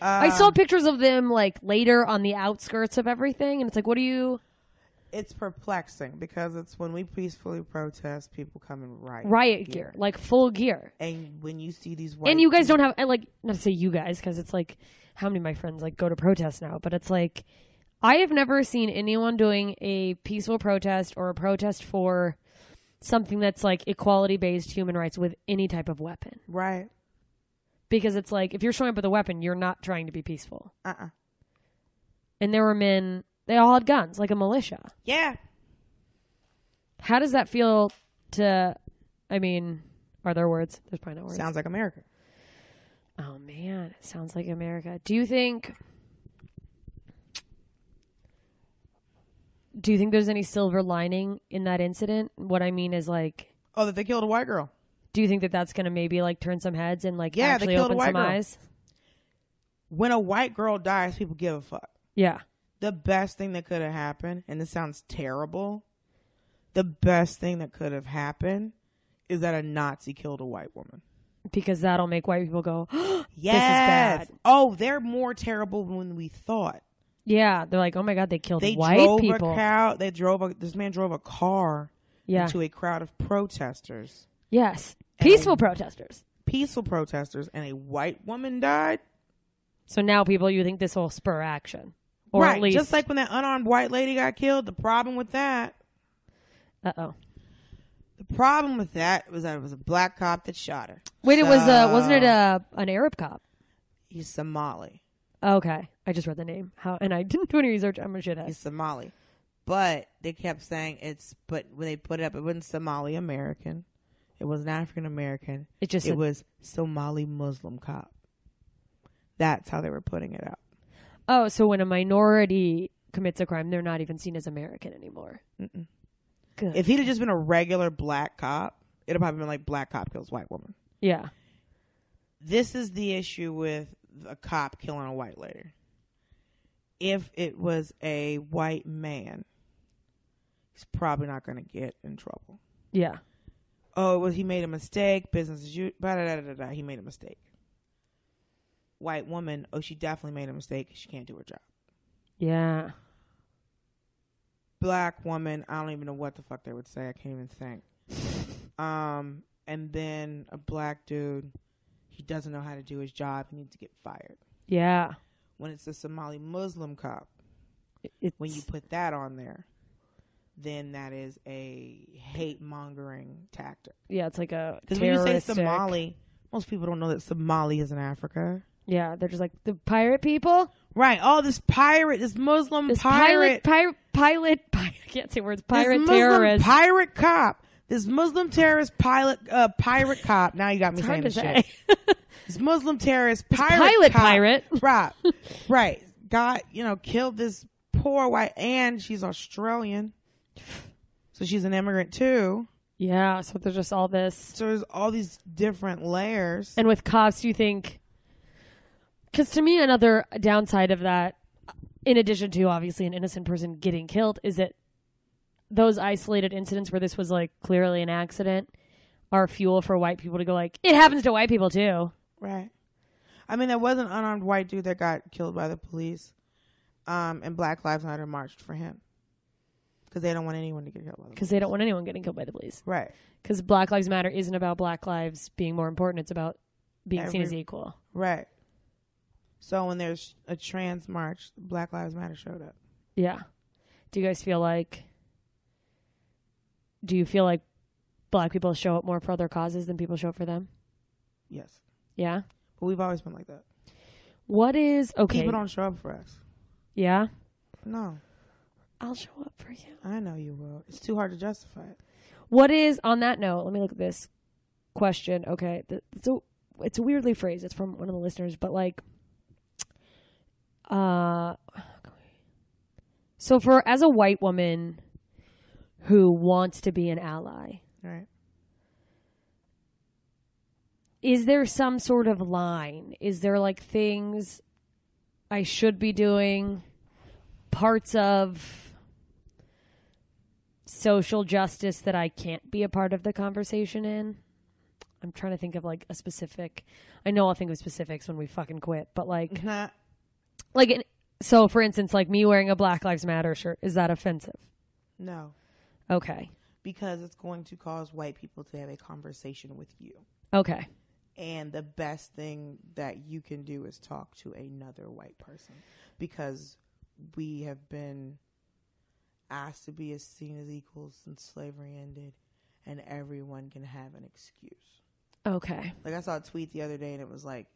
I saw Um, pictures of them like later on the outskirts of everything, and it's like, what do you? it's perplexing because it's when we peacefully protest, people come in riot Riot gear, like full gear, and when you see these white and you guys people- don't have and, like not to say you guys because it's like how many of my friends like go to protests now, but it's like I have never seen anyone doing a peaceful protest or a protest for something that's like equality based human rights with any type of weapon. right. Because it's like if you're showing up with a weapon, you're not trying to be peaceful. Uh uh And there were men, they all had guns, like a militia. Yeah. How does that feel to, I mean, are there words? There's probably not words. Sounds like America. Oh man, it sounds like America. Do you think Do you think there's any silver lining in that incident? What I mean is like Oh, that they killed a white girl. do you think that that's going to maybe like turn some heads and like Yeah, they actually killed a open white some girl. eyes? When a white girl dies, people give a fuck. Yeah. The best thing that could have happened, and this sounds terrible, the best thing that could have happened is that a Nazi killed a white woman. Because that'll make white people go, Yes. bad. Oh, they're more terrible than we thought. yeah. They're like, oh my god, they killed They white drove people. a crowd. They drove a, this man drove a car yeah. into a crowd of protesters, Yes. Peaceful protesters. peaceful protesters, and a white woman died. So now people, you think this will spur action, or right, at least just like when that unarmed white lady got killed. The problem with that, uh oh. the problem with that was that it was a black cop that shot her. Wait, it was uh, So- wasn't it uh, an Arab cop? He's Somali. Okay, I just read the name. How and I didn't do any research. I'm a shithead. He's Somali, but they kept saying it's. But when they put it up, it wasn't Somali American. It wasn't African American. It just It said- was Somali Muslim cop. That's how they were putting it out. Oh, so when a minority commits a crime, they're not even seen as American anymore. Good. If he'd have just been a regular black cop, it'd have probably been like black cop kills white woman. yeah, This is the issue with a cop killing a white lady. If it was a white man, he's probably not going to get in trouble. yeah, Oh, well, he made a mistake. Business as usual. Da, da, da, da, da. He made a mistake. White woman. Oh, she definitely made a mistake. She can't do her job. yeah. black woman. I don't even know what the fuck they would say. I can't even think. Um, and then a black dude. He doesn't know how to do his job. He needs to get fired. Yeah. When it's a Somali Muslim cop, It's, when you put that on there, then that is a hate mongering tactic. yeah, it's like a Because when you say terroristic- Somali, most people don't know that Somali is in Africa. yeah, they're just like the pirate people. Right. Oh, this pirate, this Muslim This pirate. pirate, pirate, pirate. I can't say words. Pirate this Muslim terrorist. pirate cop, this Muslim terrorist pilot, uh, pirate cop. Now you got me It's saying hard to this say. shit. This Muslim terrorist pirate pilot cop, pirate. right? Right. Got you know killed this poor white and she's Australian, so she's an immigrant too. yeah. So there's just all this. So there's all these different layers. And with cops, you think, because to me, another downside of that, in addition to obviously an innocent person getting killed, is that those isolated incidents where this was like clearly an accident are fuel for white people to go like, it happens to white people too. Right. I mean, there was an unarmed white dude that got killed by the police, um, and Black Lives Matter marched for him because they don't want anyone to get killed by the police. Because they don't want anyone getting killed by the police. Right. Because Black Lives Matter isn't about Black lives being more important. It's about being seen Every- as equal. Right. So when there's a trans march, Black Lives Matter showed up. Yeah. Do you guys feel like do you feel like black people show up more for other causes than people show up for them? Yes. Yeah. But we've always been like that. What is okay? People don't show up for us. yeah, No, I'll show up for you. I know you will. It's too hard to justify it. What is on that note? Let me look at this question. Okay, th- it's a it's weirdly phrased. It's from one of the listeners, but like, uh, so for as a white woman who wants to be an ally, Right. is there some sort of line? Is there like things I should be doing, parts of social justice that I can't be a part of the conversation in? I'm trying to think of like a specific. I know I'll think of specifics when we fucking quit, but like, Nah, like, in, so for instance, like me wearing a Black Lives Matter shirt is that offensive? no, Okay, because it's going to cause white people to have a conversation with you. okay, And the best thing that you can do is talk to another white person because we have been asked to be as seen as equals since slavery ended, and everyone can have an excuse. okay. Like I saw a tweet the other day, and it was like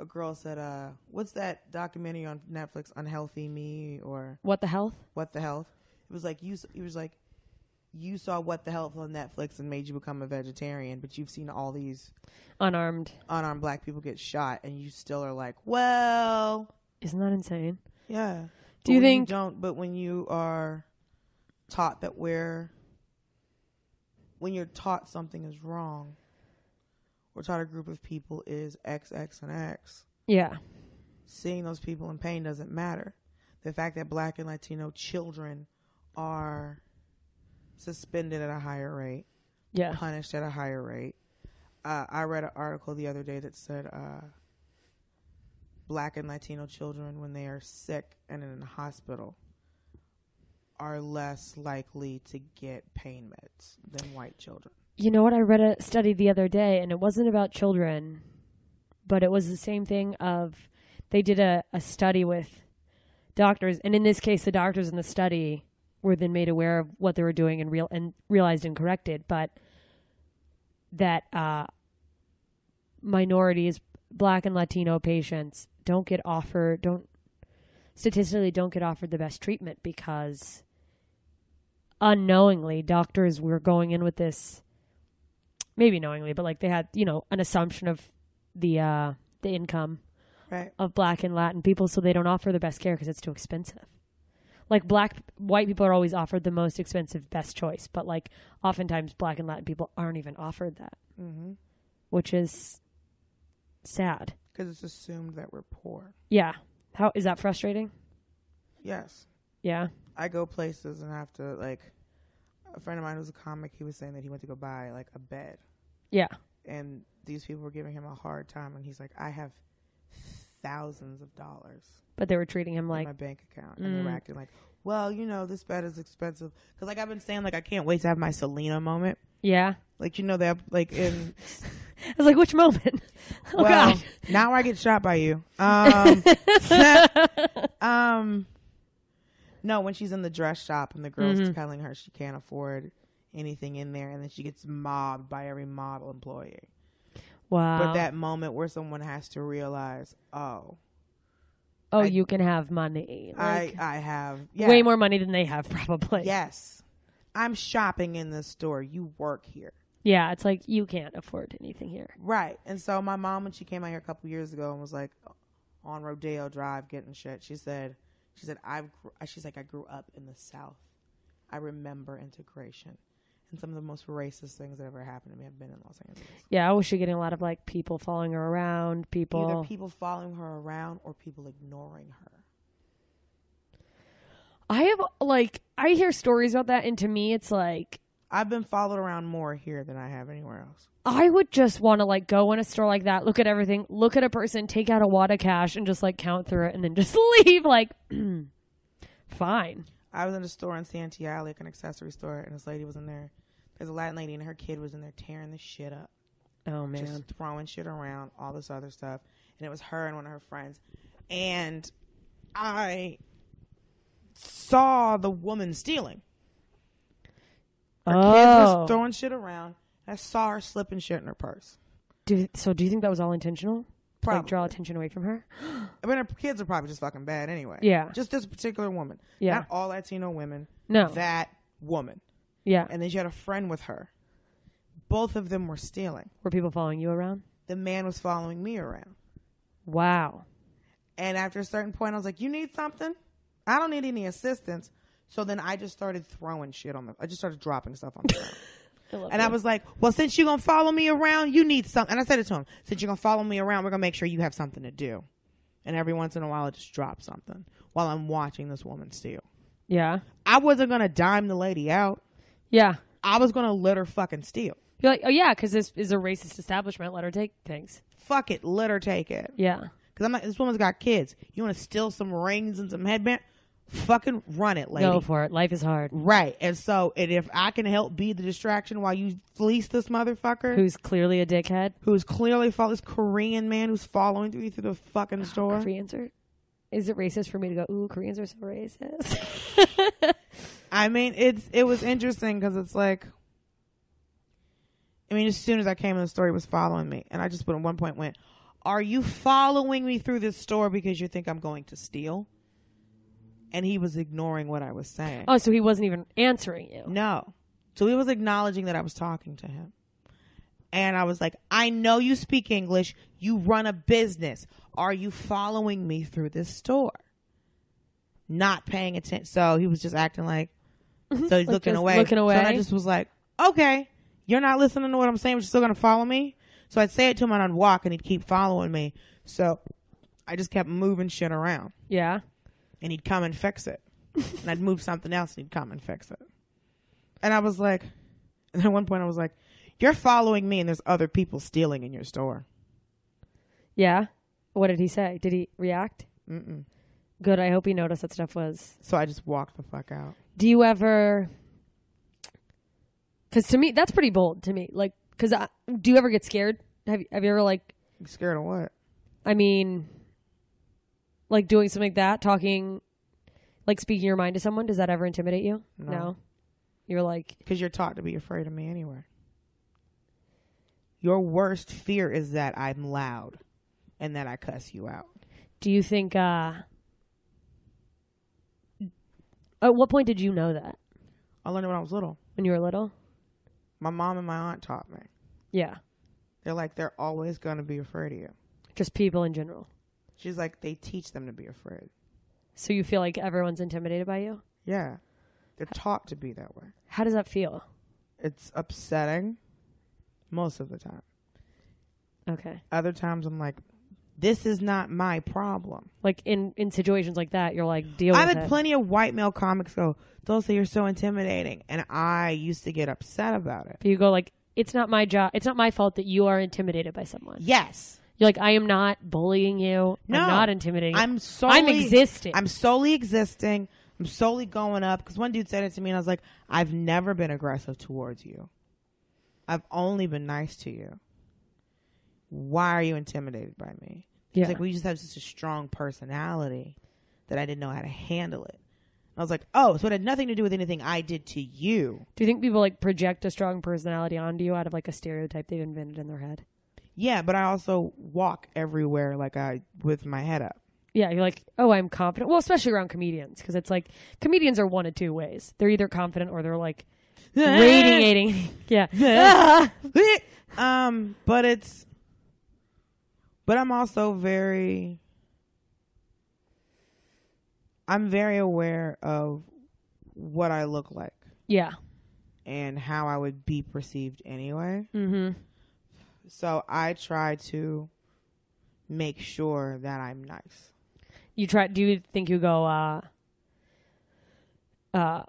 a girl said, uh, "What's that documentary on Netflix, Unhealthy Me or What the health? What the Health?" It was like you. s- It was like you saw What the Health on Netflix and made you become a vegetarian, but you've seen all these Unarmed. unarmed black people get shot, and you still are like, "Well, Isn't that insane? yeah." Do you when think- don't? But when you are taught that we're when you're taught something is wrong, or taught a group of people is X, X, and X. Yeah, seeing those people in pain doesn't matter. The fact that black and Latino children are suspended at a higher rate, yeah. punished at a higher rate. Uh, I read an article the other day that said uh, black and Latino children, when they are sick and in a hospital, are less likely to get pain meds than white children. You know what? I read a study the other day, and it wasn't about children, but it was the same thing of they did a, a study with doctors, and in this case, the doctors in the study were then made aware of what they were doing and real and realized and corrected, but that uh, minorities, black and Latino patients, don't get offered don't statistically don't get offered the best treatment because unknowingly doctors were going in with this maybe knowingly but like they had you know an assumption of the uh the income Right. of black and latin people so they don't offer the best care because it's too expensive like black white people are always offered the most expensive best choice but like oftentimes black and latin people aren't even offered that Mm-hmm. which is sad Because it's assumed that we're poor. yeah how is that frustrating Yes. yeah I go places and have to like a friend of mine who's a comic, he was saying that he went to go buy like a bed yeah and these people were giving him a hard time and he's like, I have thousands of dollars but they were treating him in like my bank account and they were acting like, Well, you know, this bed is expensive because like I've been saying like I can't wait to have my Selena moment. yeah Like you know that like in i was like which moment oh well, god now I get shot by you. Um, um, no, when she's in the dress shop and the girl's Mm-hmm. telling her she can't afford anything in there, and then she gets mobbed by every model employee. wow But that moment where someone has to realize, oh, oh, I- you can have money. Like, I I have yeah, Way more money than they have, probably. Yes, I'm shopping in this store. You work here. Yeah, it's like you can't afford anything here. Right. And so my mom, when she came out here a couple years ago and was like on Rodeo Drive getting shit, she said, she said, I've, gr- she's like, I grew up in the South. I remember integration. And some of the most racist things that ever happened to me have been in Los Angeles. Yeah, I was she getting a lot of like people following her around, people. Either people following her around or people ignoring her. I have like I hear stories about that and to me it's like I've been followed around more here than I have anywhere else. I would just want to like go in a store like that, look at everything, look at a person, take out a wad of cash and just like count through it and then just leave like fine. I was in a store in Santiago, like an accessory store, and this lady was in there. There's a Latin lady, and her kid was in there tearing the shit up. Oh man. just throwing shit around, all this other stuff. And it was her and one of her friends. And I saw the woman stealing. Her kids Oh. was throwing shit around. I saw her slipping shit in her purse. Do, so do you think that was all intentional? To, Like draw Probably. attention away from her? I mean, her kids are probably just fucking bad anyway. Yeah. Just this particular woman. Yeah. Not all Latino women. No. That woman. yeah. And then she had a friend with her. Both of them were stealing. Were people following you around? The man was following me around. Wow. And after a certain point, I was like, "You need something? I don't need any assistance." So then I just started throwing shit on the. I just started dropping stuff on the ground. and I was like, "Well, since you're gonna follow me around, you need something." And I said it to him, "Since you're gonna follow me around, we're gonna make sure you have something to do." And every once in a while, I just drop something while I'm watching this woman steal. Yeah. I wasn't gonna dime the lady out. Yeah. I was gonna let her fucking steal. You're like, oh yeah, because this is a racist establishment. Let her take things. Fuck it, let her take it. Yeah. Because I'm like, this woman's got kids. You want to steal some rings and some headband? Fucking run it, lady. Go for it. Life is hard. Right. And so, and if I can help be the distraction while you fleece this motherfucker Who's clearly a dickhead? who's clearly follow this Korean man who's following through you through the fucking store. Koreans are. Is it racist for me to go? Ooh, Koreans are so racist. I mean, it's it was interesting because it's like, I mean, as soon as I came in, the store, he was following me, and I just at one point went, "Are you following me through this store because you think I'm going to steal?" And he was ignoring what I was saying. oh, so he wasn't even answering you. No. So he was acknowledging that I was talking to him. And I was like, I know you speak English. You run a business. Are you following me through this store? Not paying attention. So he was just acting like, so he's Mm-hmm. Like looking just away. looking So then I away. just was like, okay, you're not listening to what I'm saying, but you're still going to follow me? So I'd say it to him and I'd walk and he'd keep following me. So I just kept moving shit around Yeah. and he'd come and fix it. and I'd move something else and he'd come and fix it. And I was like, and at one point I was like, you're following me and there's other people stealing in your store. Yeah. What did he say? Did he react? Mm-mm. Good. I hope he noticed that stuff was. So I just walked the fuck out. Do you ever? Because to me, that's pretty bold. To me, like, because do you ever get scared? Have you, have you ever like? You scared of what? I mean, like doing something like that, talking, like speaking your mind to someone, does that ever intimidate you? No. You're like, Because you're taught to be afraid of me anyway. Your worst fear is that I'm loud and that I cuss you out. do you think, uh, at what point did you know that I learned it when I was little. when you were little? My mom and my aunt taught me. Yeah. They're like, they're always going to be afraid of you. Just people in general. She's like, they teach them to be afraid. So you feel like everyone's intimidated by you? Yeah. They're taught to be that way. How does that feel? it's upsetting most of the time. Okay. Other times I'm like, this is not my problem. Like in, in situations like that, you're like, deal I've with had it. plenty of white male comics go, Dulce, you're so intimidating. And I used to get upset about it. But you go like, it's not my job. It's not my fault that you are intimidated by someone. Yes. You're like, I am not bullying you. No. I'm not intimidating. I'm solely I'm existing. I'm solely existing. I'm solely going up. Because one dude said it to me and I was like, I've never been aggressive towards you. I've only been nice to you. Why are you intimidated by me? yeah. It's like we just have such a strong personality that I didn't know how to handle it. I was like, oh, so it had nothing to do with anything I did to you. Do you think people like project a strong personality onto you out of like a stereotype they've invented in their head? Yeah, but I also walk everywhere like I with my head up. Yeah, you're like, oh, I'm confident. Well, especially around comedians, because it's like comedians are one of two ways. They're either confident or they're like radiating. yeah. um, but it's but I'm also very I'm very aware of what I look like Yeah. and how I would be perceived anyway. Mm-hmm. So I try to make sure that I'm nice. You try. Do you think you go, uh, uh,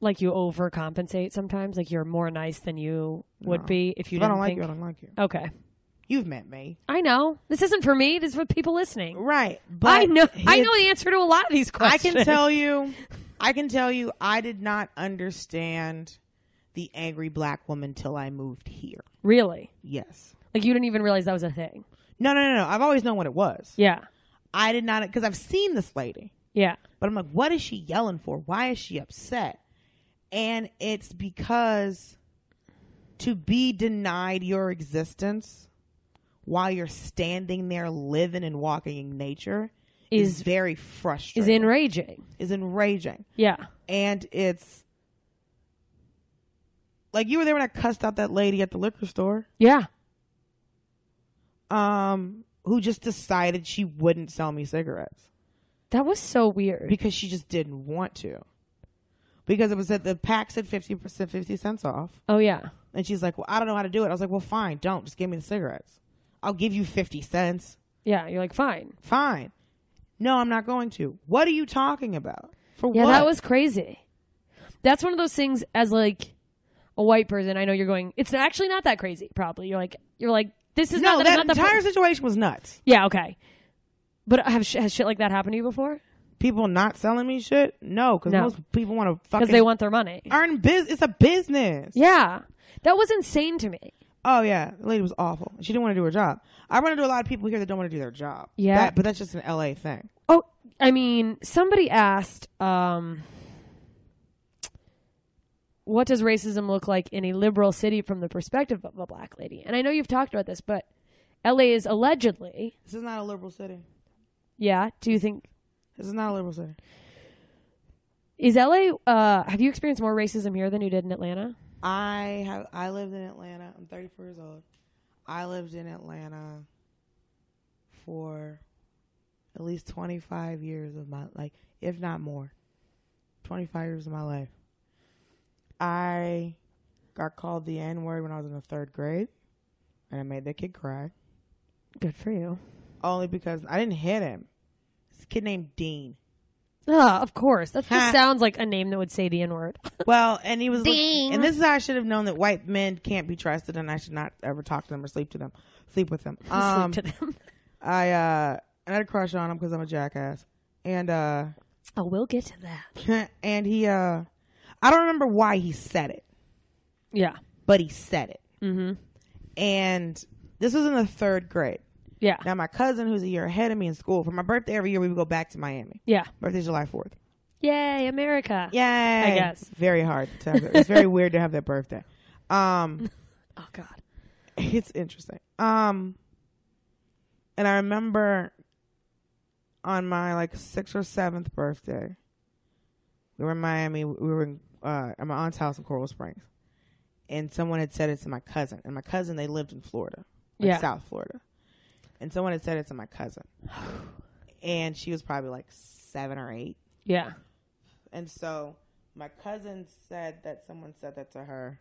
like you overcompensate sometimes? Like you're more nice than you would No. be if you If didn't I don't like think. you, I don't like you. Okay. You've met me. I know this isn't for me. This is for people listening. Right. But I know. I here's- know the answer to a lot of these I questions. can tell you I can tell you I did not understand the angry black woman till I moved here. Really? Yes. Like you didn't even realize that was a thing. No, no, no, no. I've always known what it was. Yeah. I did not because I've seen this lady. Yeah. But I'm like, what is she yelling for? Why is she upset? and it's because to be denied your existence while you're standing there living and walking in nature is, Is- very is frustrating. enraging. is enraging, Yeah. and it's like you were there when I cussed out that lady at the liquor store, Yeah. um, who just decided she wouldn't sell me cigarettes. That was so weird. because she just didn't want to. Because it was that the pack said fifty percent, fifty cents off, Oh yeah. and she's like, "Well, I don't know how to do it." I was like, "Well, fine, don't. Just give me the cigarettes. I'll give you fifty cents. Yeah, you're like fine. Fine." No, I'm not going to. What are you talking about? For Yeah, what? that was crazy. That's one of those things as like a white person, I know you're going, it's actually not that crazy, probably. You're like you're like this is no. not, That not the entire situation was nuts. Yeah, okay. But have sh- has shit like that happened to you before? People not selling me shit. No, because No. most people want to Because fucking they want their money. earn biz. It's a business. Yeah. That was insane to me. Oh yeah, the lady was awful. She didn't want to do her job. I run into a lot of people here that don't want to do their job. Yeah. That- but that's just an LA thing. Oh, I mean, somebody asked, um, what does racism look like in a liberal city from the perspective of a black lady? And I know you've talked about this, but LA is allegedly, This is not a liberal city. yeah. Do you think This is not a liberal city. is LA? Uh, have you experienced more racism here than you did in Atlanta? I have I lived in Atlanta. I'm 34 years old. I lived in Atlanta for at least 25 years of my like if not more. 25 years of my life. I got called the N-word when I was in the 3rd grade and I made that kid cry Good for you. only because I didn't hit him. This kid named Dean. Ah, of course. That Ha. just sounds like a name that would say the N word. Well, and he was, and this is how I should have known that white men can't be trusted, and I should not ever talk to them or sleep to them, sleep with them. Um, to them. I uh, I had a crush on him because I'm a jackass, and uh, Oh, we'll get to that. and he uh, I don't remember why he said it, Yeah. but he said it. Mm-hmm. And this was in the third grade. Yeah. Now my cousin, who's a year ahead of me in school, for my birthday every year we would go back to Miami. Yeah. Birthday's July fourth. Yay, America. Yay! I guess. very hard. To have that. It's very weird to have that birthday. Um. Oh God. it's interesting. Um, and I remember on my like sixth or seventh birthday, we were in Miami. We were in, uh, at my aunt's house in Coral Springs, and someone had said it to my cousin. And my cousin, they lived in Florida, like Yeah. South Florida, and someone had said it to my cousin, and she was probably like seven or eight. Yeah. And so my cousin said that someone said that to her,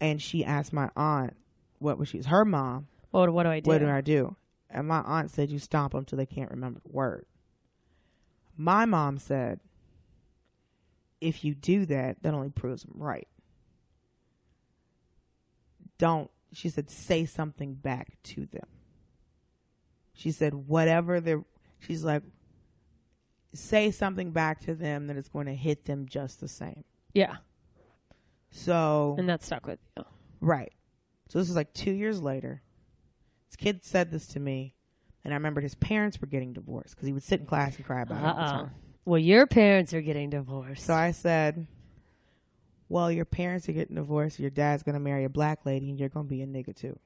and she asked my aunt what was she's her mom. What What do I do? What do I do? And my aunt said, "You stomp them till they can't remember the word." My mom said, "If you do that, that only proves them right. Don't." She said, "Say something back to them." She said, "Whatever they're," she's like, "Say something back to them that it's going to hit them just the same." yeah. So And that stuck with you. Right. So this was like two years later. This kid said this to me, and I remembered his parents were getting divorced because he would sit in class and cry about it. All the Uh oh. time. Well, your parents are getting divorced. So I said, "Well, your parents are getting divorced. Your dad's gonna marry a black lady, and you're gonna be a nigga too."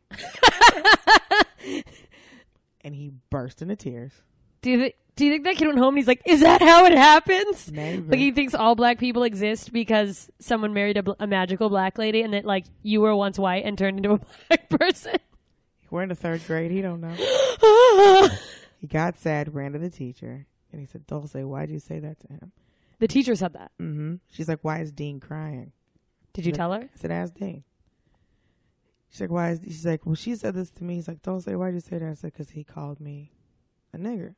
and he burst into tears. do you thi- Do you think that kid went home and he's like, "Is that how it happens?" Maybe. Like he thinks all black people exist because someone married a, bl- a magical black lady, and that like you were once white and turned into a black person. We're in the third grade. He don't know. He got sad, ran to the teacher, and he said, "Dulce, why'd you say that to him?" the teacher said that. Mm-hmm. She's like, "Why is Dean crying?" Did you tell her? I said, ask Dane. She's like, why is she's like, well, she said this to me. He's like, don't say why'd you say that? I said, because he called me a nigger.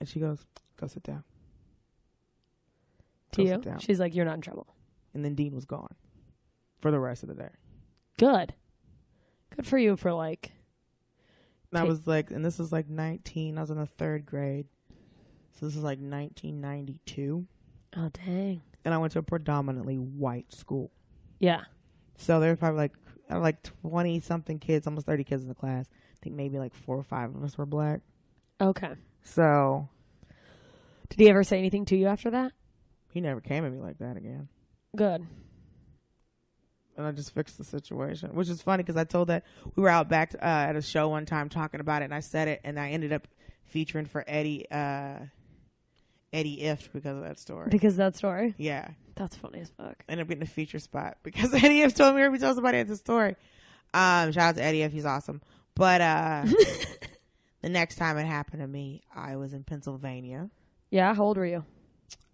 And she goes, go sit down. To Go you? sit down. She's like, "You're not in trouble." And then Dean was gone for the rest of the day. Good. Good for you for like. And I Ta- was like, and this was like 19. I was in the third grade. So this is like 1992. Oh dang. And I went to a predominantly white school. Yeah. So there were probably like, uh, like 20 something kids, almost 30 kids in the class. I think maybe like four or five of us were black. Okay. So Did he ever say anything to you after that? he never came at me like that again. Good. and I just fixed the situation, which is funny because I told that we were out back uh, at a show one time talking about it, and I said it, and I ended up featuring for Eddie uh, Eddie Ift because of that story. Because that story. yeah, That's funny as fuck. ended up getting a feature spot because Eddie Ift told me or he told somebody at the story. Um, shout out to Eddie Ift, he's awesome. But uh, the next time it happened to me, I was in Pennsylvania. Yeah, how old were you?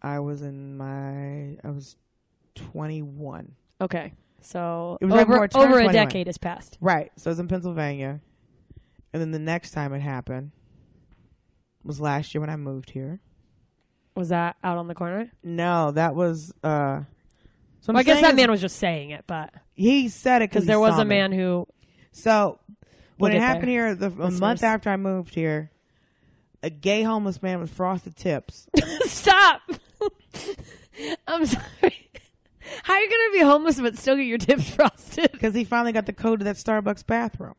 I was in my I was twenty one. Okay. So It was right before I over, turned over a 21. decade has passed. Right. So I was in Pennsylvania. And then the next time it happened was last year when I moved here. Was that out on the corner? No, that was uh so I'm Well, I guess saying that is- man was just saying it, but he said it because there was a man. man who So when We'll it get happened there. here, the, a month Listeners. after I moved here, a gay homeless man with frosted tips. stop. I'm sorry. How are you gonna be homeless but still get your tips frosted? Because he finally got the code to that Starbucks bathroom.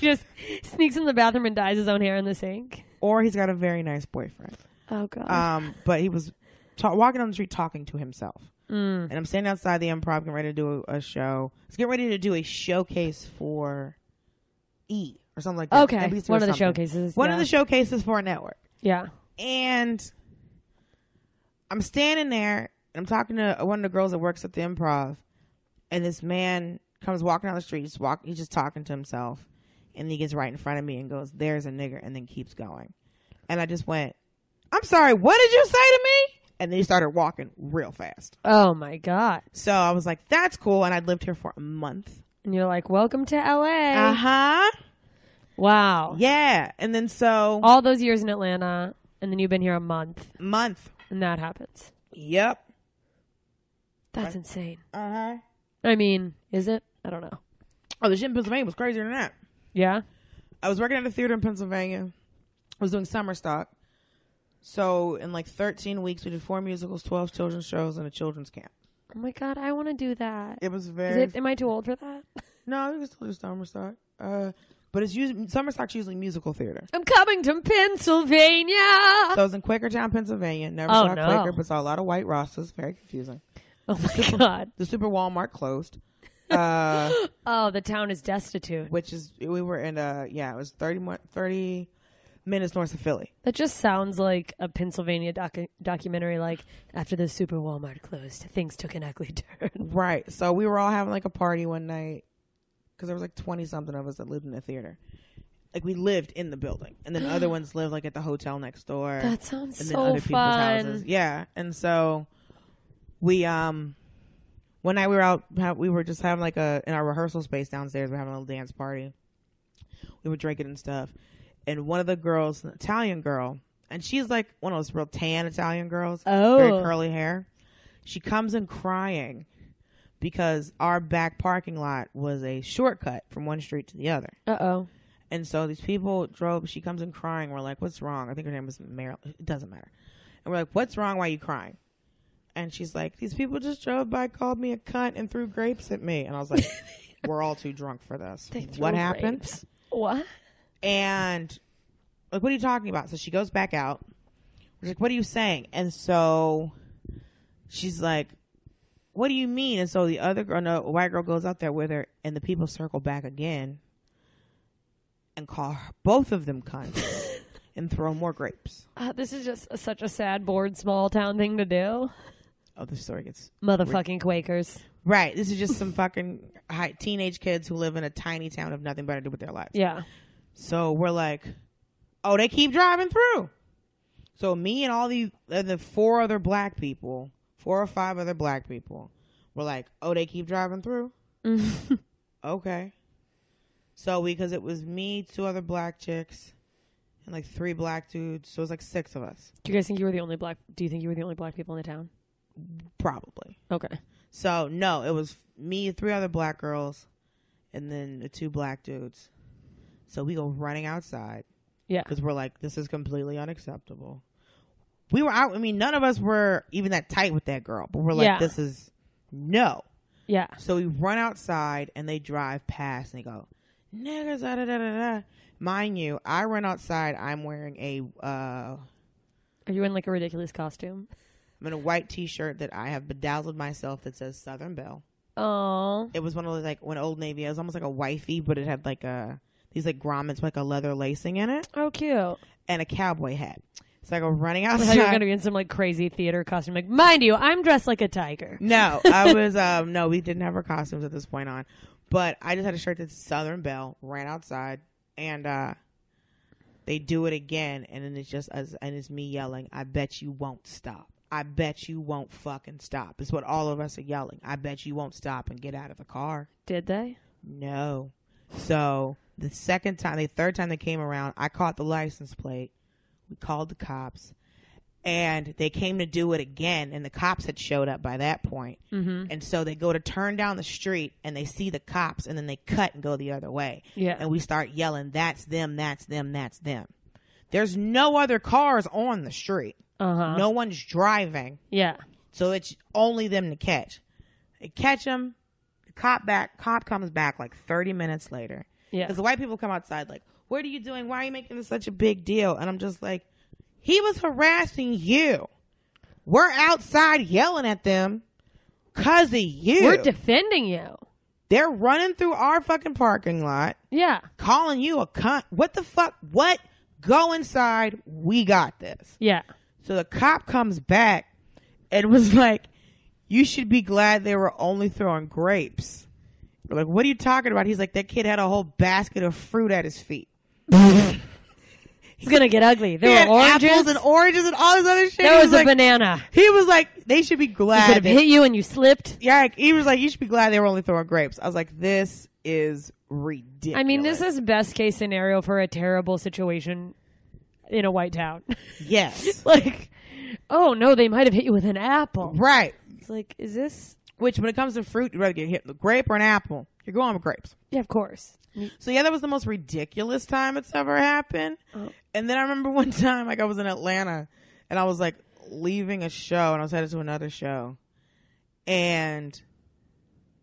just sneaks in the bathroom and dyes his own hair in the sink. Or he's got a very nice boyfriend. Oh god. Um, but he was ta- walking on the street talking to himself. Mm. And I'm standing outside the improv, getting ready to do a, a show. Let's get ready to do a showcase for E or something like that. Okay, NBC or one of something. the showcases, One of yeah. the showcases for a network. yeah. And I'm standing there and I'm talking to one of the girls that works at the improv. And this man comes walking down the street. He's, walk- he's just talking to himself. And he gets right in front of me and goes, There's a nigger. And then keeps going. And I just went, I'm sorry, what did you say to me? And then he started walking real fast. Oh my god. So I was like, That's cool. And I'd lived here for a month. And you're like, welcome to L.A. Uh huh. wow. Yeah. And then so, All those years in Atlanta, and then you've been here a month, month. and that happens. Yep. That's insane. Uh huh. I mean, is it? I don't know. Oh, the shit in Pennsylvania was crazier than that. Yeah. I was working at a theater in Pennsylvania. I was doing summer stock. So in like 13 weeks, we did four musicals, 12 children's shows, and a children's camp. Oh my god, I want to do that. It was Is very it? Am I too old for that? no, you can still do summer stock. Uh, but it's usually summer stock's usually musical theater. I'm coming to Pennsylvania. So I was in Quakertown, Pennsylvania. Never Oh, saw no. Quaker, but saw a lot of white Rosses. Very confusing. Oh my god. The Super Walmart closed, uh, Oh, the town is destitute. which is we were in uh yeah it was 30, mo- 30 minutes north of Philly. That just sounds like a Pennsylvania docu- documentary. Like after the Super Walmart closed, things took an ugly turn. Right. So we were all having like a party one night because there was like twenty something of us that lived in the theater. Like we lived in the building, and then other ones lived like at the hotel next door. That sounds and so fun. Yeah, and so we um one night we were out ha- we were just having like a in our rehearsal space downstairs. We are having a little dance party. We were drinking and stuff, and one of the girls, an Italian girl, and she's like one of those real tan Italian girls, very Oh. curly hair. She comes in crying because our back parking lot was a shortcut from one street to the other. Uh oh. And so these people drove. She comes in crying. We're like, "What's wrong?" I think her name was Meryl. It doesn't matter. And we're like, "What's wrong? Why are you crying?" And she's like, "These people just drove by, called me a cunt, and threw grapes at me." And I was like, "We're all too drunk for this. What happened?" What? And like, what are you talking about? So she goes back out. We're like, what are you saying? And so she's like, what do you mean? And so the other girl, no, a white girl goes out there with her, and the people circle back again and call her, both of them cunts and throw more grapes. Uh, this is just such a sad, bored, small town thing to do. Oh, this story gets Motherfucking Quakers. right. This is just some fucking high, teenage kids who live in a tiny town have nothing better to do with their lives. Yeah. So we're like, oh, they keep driving through. So me and all the and the four other black people, four or five other black people, were like, oh, they keep driving through. okay. So because it was me, two other black chicks, and like three black dudes, so it was like six of us, Do you guys think you were the only black? Do you think you were the only black people in the town? probably. Okay. So no, it was me, three other black girls, and then the two black dudes. So we go running outside. Yeah. because we're like, this is completely unacceptable. We were out. I mean, none of us were even that tight with that girl, but we're like, Yeah. this is no. Yeah. So we run outside and they drive past and they go, niggas, da da da da. da." Mind you, I run outside. I'm wearing a uh, Are you in like a ridiculous costume? I'm in a white T-shirt that I have bedazzled myself that says Southern Belle. Oh, It was one of those like when Old Navy. It was almost like a wifey, but it had like a these like grommets with like a leather lacing in it how cute! and a cowboy hat. So I go running I thought you were outside. gonna be in some like crazy theater costume. Like, mind you, I'm dressed like a tiger. No, I was um no, we didn't have our costumes at this point on. But I just had a shirt that's Southern Belle, ran outside and uh they do it again and then it's just us and it's me yelling, I bet you won't stop. I bet you won't fucking stop. It's what all of us are yelling. I bet you won't stop and get out of the car. Did they? No. So the second time, the third time they came around, I caught the license plate. We called the cops, and they came to do it again. And the cops had showed up by that point, mm-hmm. and so they go to turn down the street, and they see the cops, and then they cut and go the other way. Yeah. and we start yelling, "That's them! That's them! That's them!" There's no other cars on the street. Uh huh. No one's driving. Yeah. So it's only them to catch. They catch them. The cop back. Cop comes back like thirty minutes later. Yeah. Because the white people come outside like, "What are you doing? Why are you making this such a big deal?" And I'm just like, "He was harassing you. We're outside yelling at them because of you. We're defending you. They're running through our fucking parking lot, Yeah. calling you a cunt. What the fuck? What? Go inside. We got this." Yeah. So the cop comes back and was like, You should be glad they were only throwing grapes. We're like, what are you talking about? He's like, That kid had a whole basket of fruit at his feet. It's gonna get ugly. He There had were oranges. apples and oranges and all this other shit. there He was, a like, banana. He was like, They should be He could glad. have They, hit you and you slipped. yeah, like, he was like, You should be glad they were only throwing grapes. I was like, This is ridiculous. I mean, this is best case scenario for a terrible situation in a white town. Yes. like, oh no, they might have hit you with an apple. right. It's like, is this? Which, when it comes to fruit, you'd rather get hit with a grape or an apple. You're going with grapes. Yeah, of course. So yeah, that was the most ridiculous time it's ever happened. Oh. And then I remember one time, like I was in Atlanta, and I was like leaving a show, and I was headed to another show, and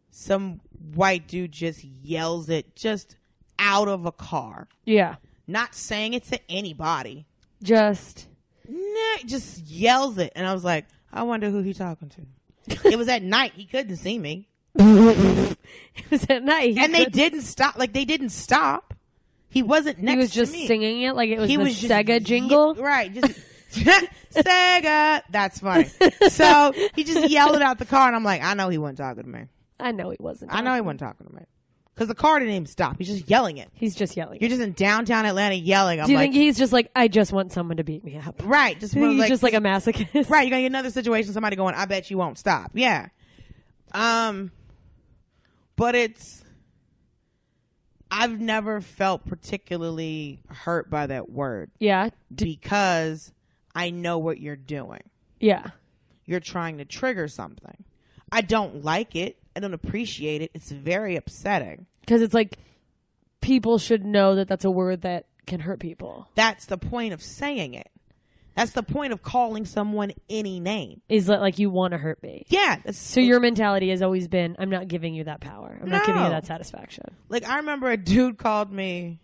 some white dude just yells it just out of a car, Yeah, not saying it to anybody, just nah, just yells it, and I was like, I wonder who he talking to. it was at night; he couldn't see me, it was at night. He and they could- didn't stop. Like they didn't stop. He wasn't next. He was just to me. singing it like it was he the was just ye- Sega jingle. right? Just Sega. That's funny. So he just yelled it out the car, and I'm like, I know he wasn't talking to me. I know he wasn't. I know he wasn't talking to me because the car didn't even stop. He's just yelling it. He's just yelling. You're just in downtown Atlanta yelling. I'm Do you like, think he's just like, I just want someone to beat me up? right? Just Do you one think of he's like, just like a masochist? right. You're gonna get another situation. Somebody going, I bet you won't stop. Yeah. Um, but it's. I've never felt particularly hurt by that word Yeah. D- because I know what you're doing. yeah. you're trying to trigger something. I don't like it. I don't appreciate it. It's very upsetting. Because it's like people should know that that's a word that can hurt people. That's the point of saying it. That's the point of calling someone any name. Is that like you want to hurt me? Yeah. That's, So your mentality has always been, I'm not giving you that power. I'm not giving you No. that satisfaction. like I remember a dude called me.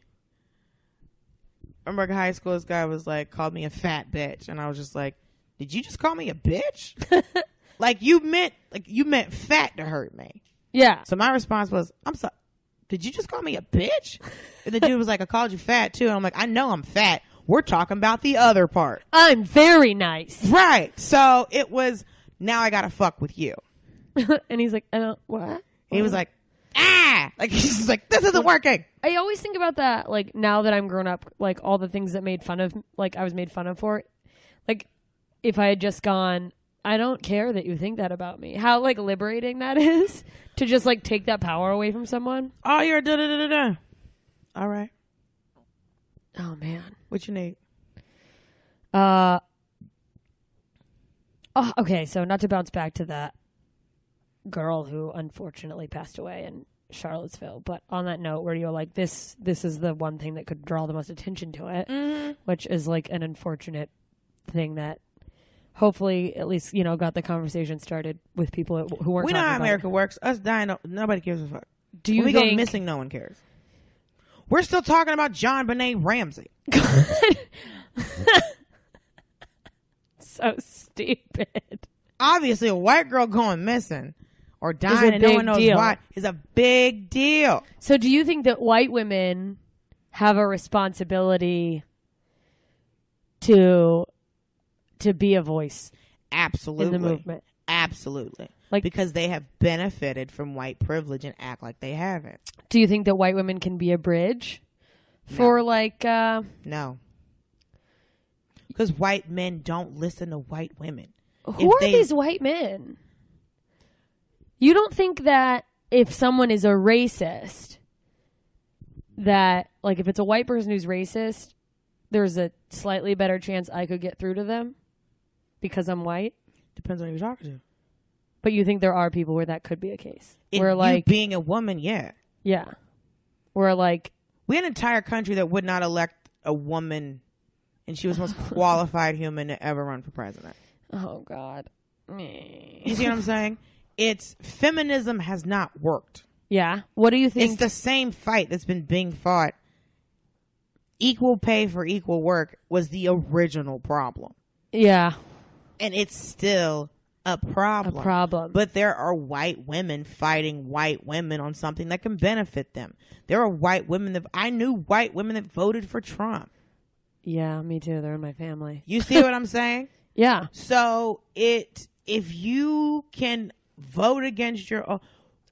I remember in high school. This guy was like called me a fat bitch, and I was just like, "Did you just call me a bitch? like you meant like you meant fat to hurt me." Yeah. So my response was, I'm sorry. Did you just call me a bitch? And the dude was like, I called you fat too. And I'm like, I know I'm fat. We're talking about the other part. I'm very nice. Right. So it was, now I gotta fuck with you. and he's like, I don't, what? He was like, ah! Like, he's just like, this isn't working. I always think about that, like now that I'm grown up, like all the things that made fun of, like I was made fun of for, like if I had just gone, I don't care that you think that about me. How like liberating that is to just like take that power away from someone. Oh, you're da da da da da. All right. Oh man. What you need? Uh. Oh, okay. So not to bounce back to that girl who unfortunately passed away in Charlottesville, but on that note, where you're like, this, this is the one thing that could draw the most attention to it. Mm-hmm. which is like an unfortunate thing that hopefully at least you know got the conversation started with people who weren't We know talking how about America works. Us dying, no- nobody gives a fuck. it. do you when we think go missing, no one cares. We're still talking about John Benet Ramsey. so stupid. Obviously, a white girl going missing or dying and no big one knows deal. why is a big deal. So, do you think that white women have a responsibility to to be a voice Absolutely. in the movement? Absolutely. Like- because they have benefited from white privilege and act like they haven't. Do you think that white women can be a bridge for like uh, No. Because white men don't listen to white women. who If are they- these white men? You don't think that if someone is a racist, that like if it's a white person who's racist, there's a slightly better chance I could get through to them because I'm white. Depends on who you're talking to. But you think there are people where that could be a case If where you like being a woman, yeah. yeah, where like We had an entire country that would not elect a woman, and she was the most qualified human to ever run for president. oh god, You see what I'm saying? It's feminism has not worked. yeah. What do you think? It's the same fight that's been being fought. Equal pay for equal work was the original problem, yeah, and it's still a a problem. problem. But there are white women fighting white women on something that can benefit them. There are white women that I knew white women that voted for Trump. yeah, me too. They're in my family. You see what I'm saying? Yeah, So it if you can vote against your own,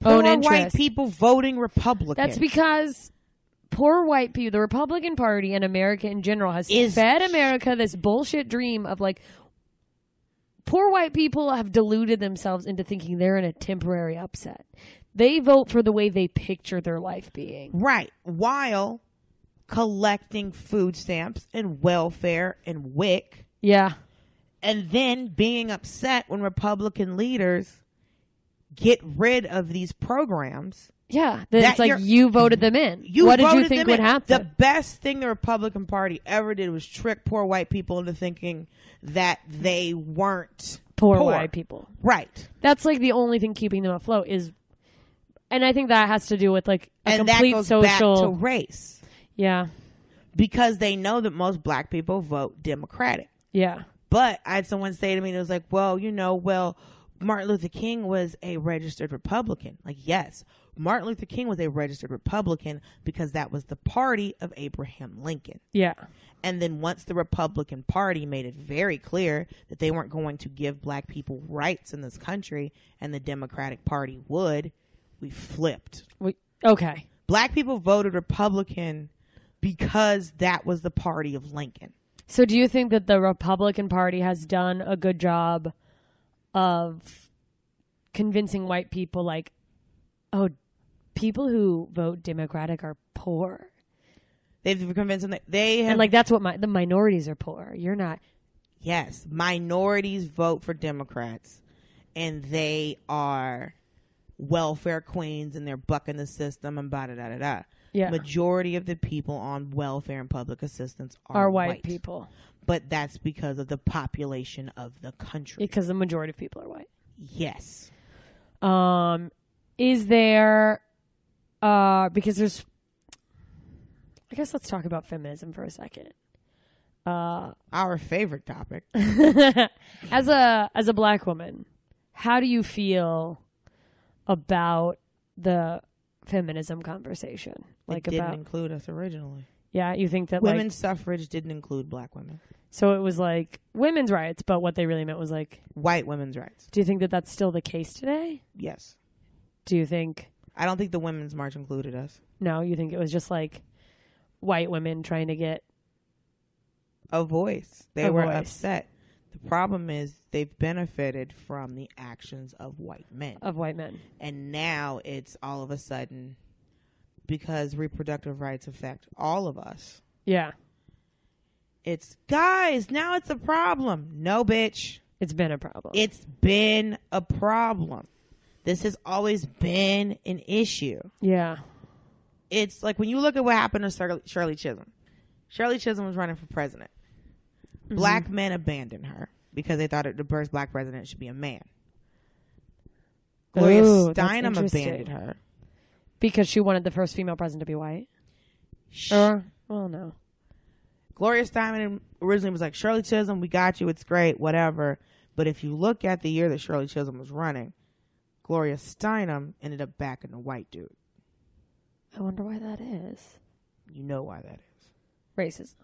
Own poor white interest. people voting Republican. that's because poor white people, the Republican Party, and America in general has Is- fed America this bullshit dream of like. Poor white people have deluded themselves into thinking they're in a temporary upset. They vote for the way they picture their life being. right while collecting food stamps and welfare and WIC, Yeah. and then being upset when Republican leaders get rid of these programs. Yeah, that it's That like you're- you voted them in. You what did you voted think them would in. happen? The best thing the Republican Party ever did was trick poor white people into thinking that they weren't poor, white people. Right. That's like the only thing keeping them afloat is, and I think that has to do with like a and that complete goes social. back to race yeah, because they know that most black people vote Democratic. yeah, But I had someone say to me, it was like, well, you know, well, Martin Luther King was a registered Republican. Like, yes, Martin Luther King was a registered Republican because that was the party of Abraham Lincoln. yeah, And then once the Republican Party made it very clear that they weren't going to give black people rights in this country and the Democratic Party would, we flipped. we, okay, Black people voted Republican because that was the party of Lincoln. So do you think that the Republican Party has done a good job of convincing white people like oh people who vote Democratic are poor. They've convinced them that they have And like that's what my the minorities are poor. You're not Yes, minorities vote for Democrats, and they are welfare queens, and they're bucking the system and da da da da da. Yeah. Majority of the people on welfare and public assistance are, are white, people but that's because of the population of the country. because the majority of people are white. yes, Um is there uh because there's I guess let's talk about feminism for a second. Uh, our favorite topic. as a as a black woman, how do you feel about the feminism conversation? Like it didn't about include us originally. yeah, you think that like Women's suffrage didn't include black women. so it was like women's rights, but what they really meant was like, White women's rights. do you think that that's still the case today? Yes, Do you think I don't think the women's march included us. no? You think it was just like white women trying to get a voice. They A were voice. upset. The problem is they've benefited from the actions of white men. of white men? And now it's all of a sudden because reproductive rights affect all of us. Yeah, It's guys, now it's a problem. No, bitch. it's been a problem. It's been a problem. This has always been an issue. yeah, It's like when you look at what happened to Shirley, Shirley Chisholm. Shirley Chisholm was running for president. Mm-hmm. Black men abandoned her because they thought that the first black president should be a man. Gloria Ooh, that's Steinem interesting. Uh. abandoned her. because she wanted the first female president to be white. Sh- Or well, Uh, no, Gloria Steinem originally was like, Shirley Chisholm, we got you. It's great, whatever. But if you look at the year that Shirley Chisholm was running, Gloria Steinem ended up backing the white dude. I wonder why that is. You know why that is. Racism.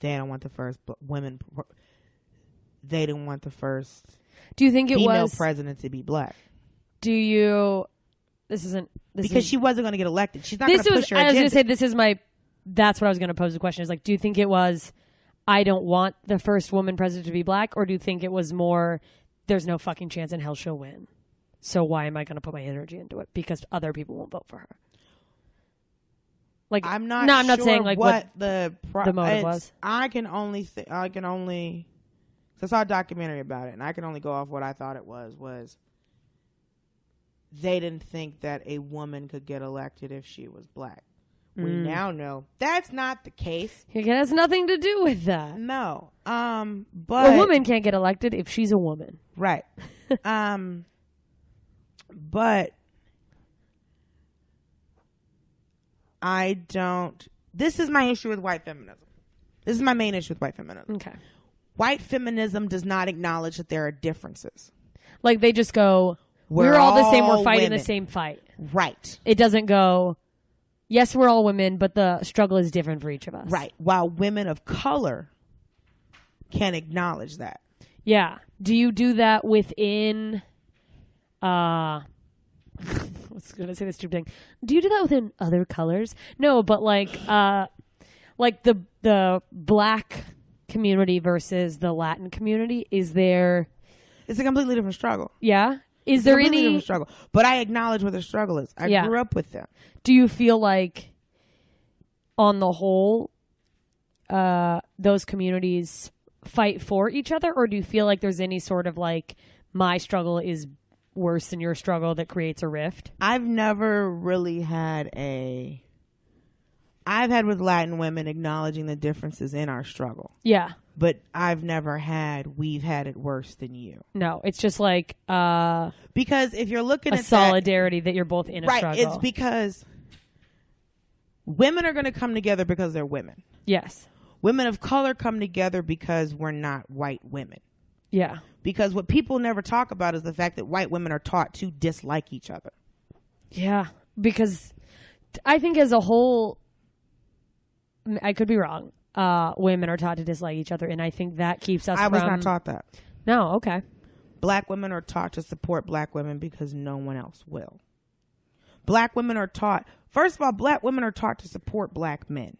They don't want the first bl- women. pr- They didn't want the first Do you think it female was? president to be black do you? This isn't this because is, she wasn't going to get elected. She's not going This to was. push her I was agenda. gonna say this is my. That's what I was gonna pose the question is like, do you think it was? I don't want the first woman president to be black, or do you think it was more? There's no fucking chance in hell she'll win. So why am I gonna put my energy into it? Because other people won't vote for her. Like I'm not. No, I'm not sure saying like what, the pro- the motive it's- was. I can only. Th- I can only. 'cause I saw a documentary about it, and I can only go off what I thought it was. Was they didn't think that a woman could get elected if she was black. We Hmm. now know that's not the case. It has nothing to do with that. No. Um. But a woman can't get elected if she's a woman. Right. um but I don't this is my issue with white feminism. This is my main issue with white feminism. Okay. White feminism does not acknowledge that there are differences. Like they just go, we're, We're all the same. We're all fighting the women." same fight. Right. It doesn't go, yes, we're all women, but the struggle is different for each of us. Right. While women of color can acknowledge that. Yeah. Do you do that within, uh, I was going to say this stupid thing. Do you do that within other colors? No, but like, uh, like the, the black community versus the Latin community, is there, It's a completely different struggle. yeah? Is there completely any, different struggle? But I acknowledge where the struggle is. I Yeah. grew up with them. do you feel like on the whole uh those communities fight for each other or do you feel like there's any sort of like my struggle is worse than your struggle that creates a rift I've never really had a. I've had with Latin women acknowledging the differences in our struggle, yeah but I've never had we've had it worse than you. no it's just like uh Because if you're looking a at solidarity that, you're both in that, a right? struggle It's because women are going to come together because they're women. yes Women of color come together because we're not white women. yeah Because what people never talk about is the fact that white women are taught to dislike each other. Yeah, because I think as a whole, I could be wrong. Uh, women are taught to dislike each other, and I think that keeps us. I was from- not taught that. No, okay. black women are taught to support black women because no one else will. Black women are taught, first of all, black women are taught to support black men.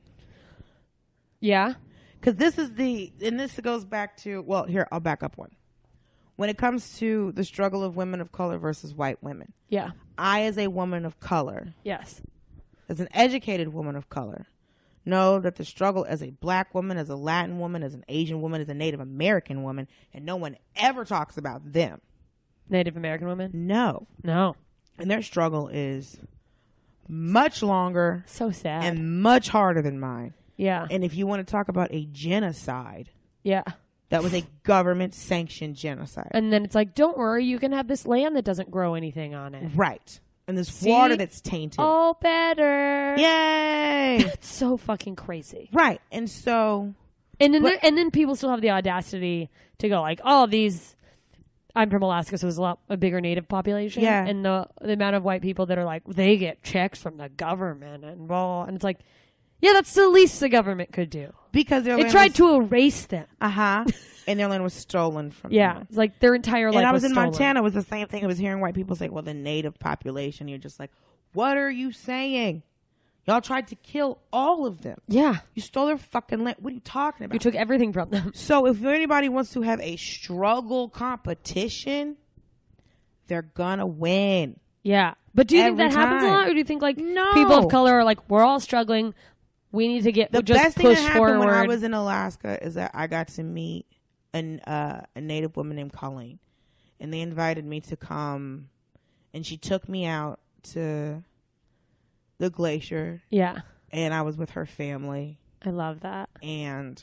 Yeah, Because this is the, and this goes back to, well, here, I'll back up one. When it comes to the struggle of women of color versus white women, yeah, I, as a woman of color, yes, as an educated woman of color, know that the struggle as a black woman, as a Latin woman, as an Asian woman, as a Native American woman, and no one ever talks about them. Native American women. No. No, and their struggle is much longer so sad. and much harder than mine. yeah, And if you want to talk about a genocide, yeah. that was a government sanctioned genocide. And then it's like, don't worry, you can have this land that doesn't grow anything on Mm-hmm. it. right. And this See? Oh. water that's tainted. All better. Yay! It's so fucking crazy. right. And so And then, But- there, and then people still have the audacity to go like, "Oh, these." I'm from Alaska, so there's a lot a bigger Native population, Yeah. and the the amount of white people that are like they get checks from the government and blah, and it's like, yeah, that's the least the government could do. because their It land tried was, to erase them. uh huh, and their land was stolen from Yeah, them. it's like their entire life. And I was, was in stolen. Montana. It was the same thing. I was hearing white people say, "Well, the native population." You're just like, "What are you saying? Y'all tried to kill all of them. Yeah, You stole their fucking land. What are you talking about? you took everything from them. So if anybody wants to have a struggle competition, they're gonna win. Yeah, but do you Every think that happens a time. lot, or do you think like No. people of color are like we're all struggling? We need to get The just best thing push that happened forward. when I was in Alaska is that I got to meet an uh, a native woman named Colleen, and they invited me to come, and she took me out to the glacier, yeah, and I was with her family, I love that. and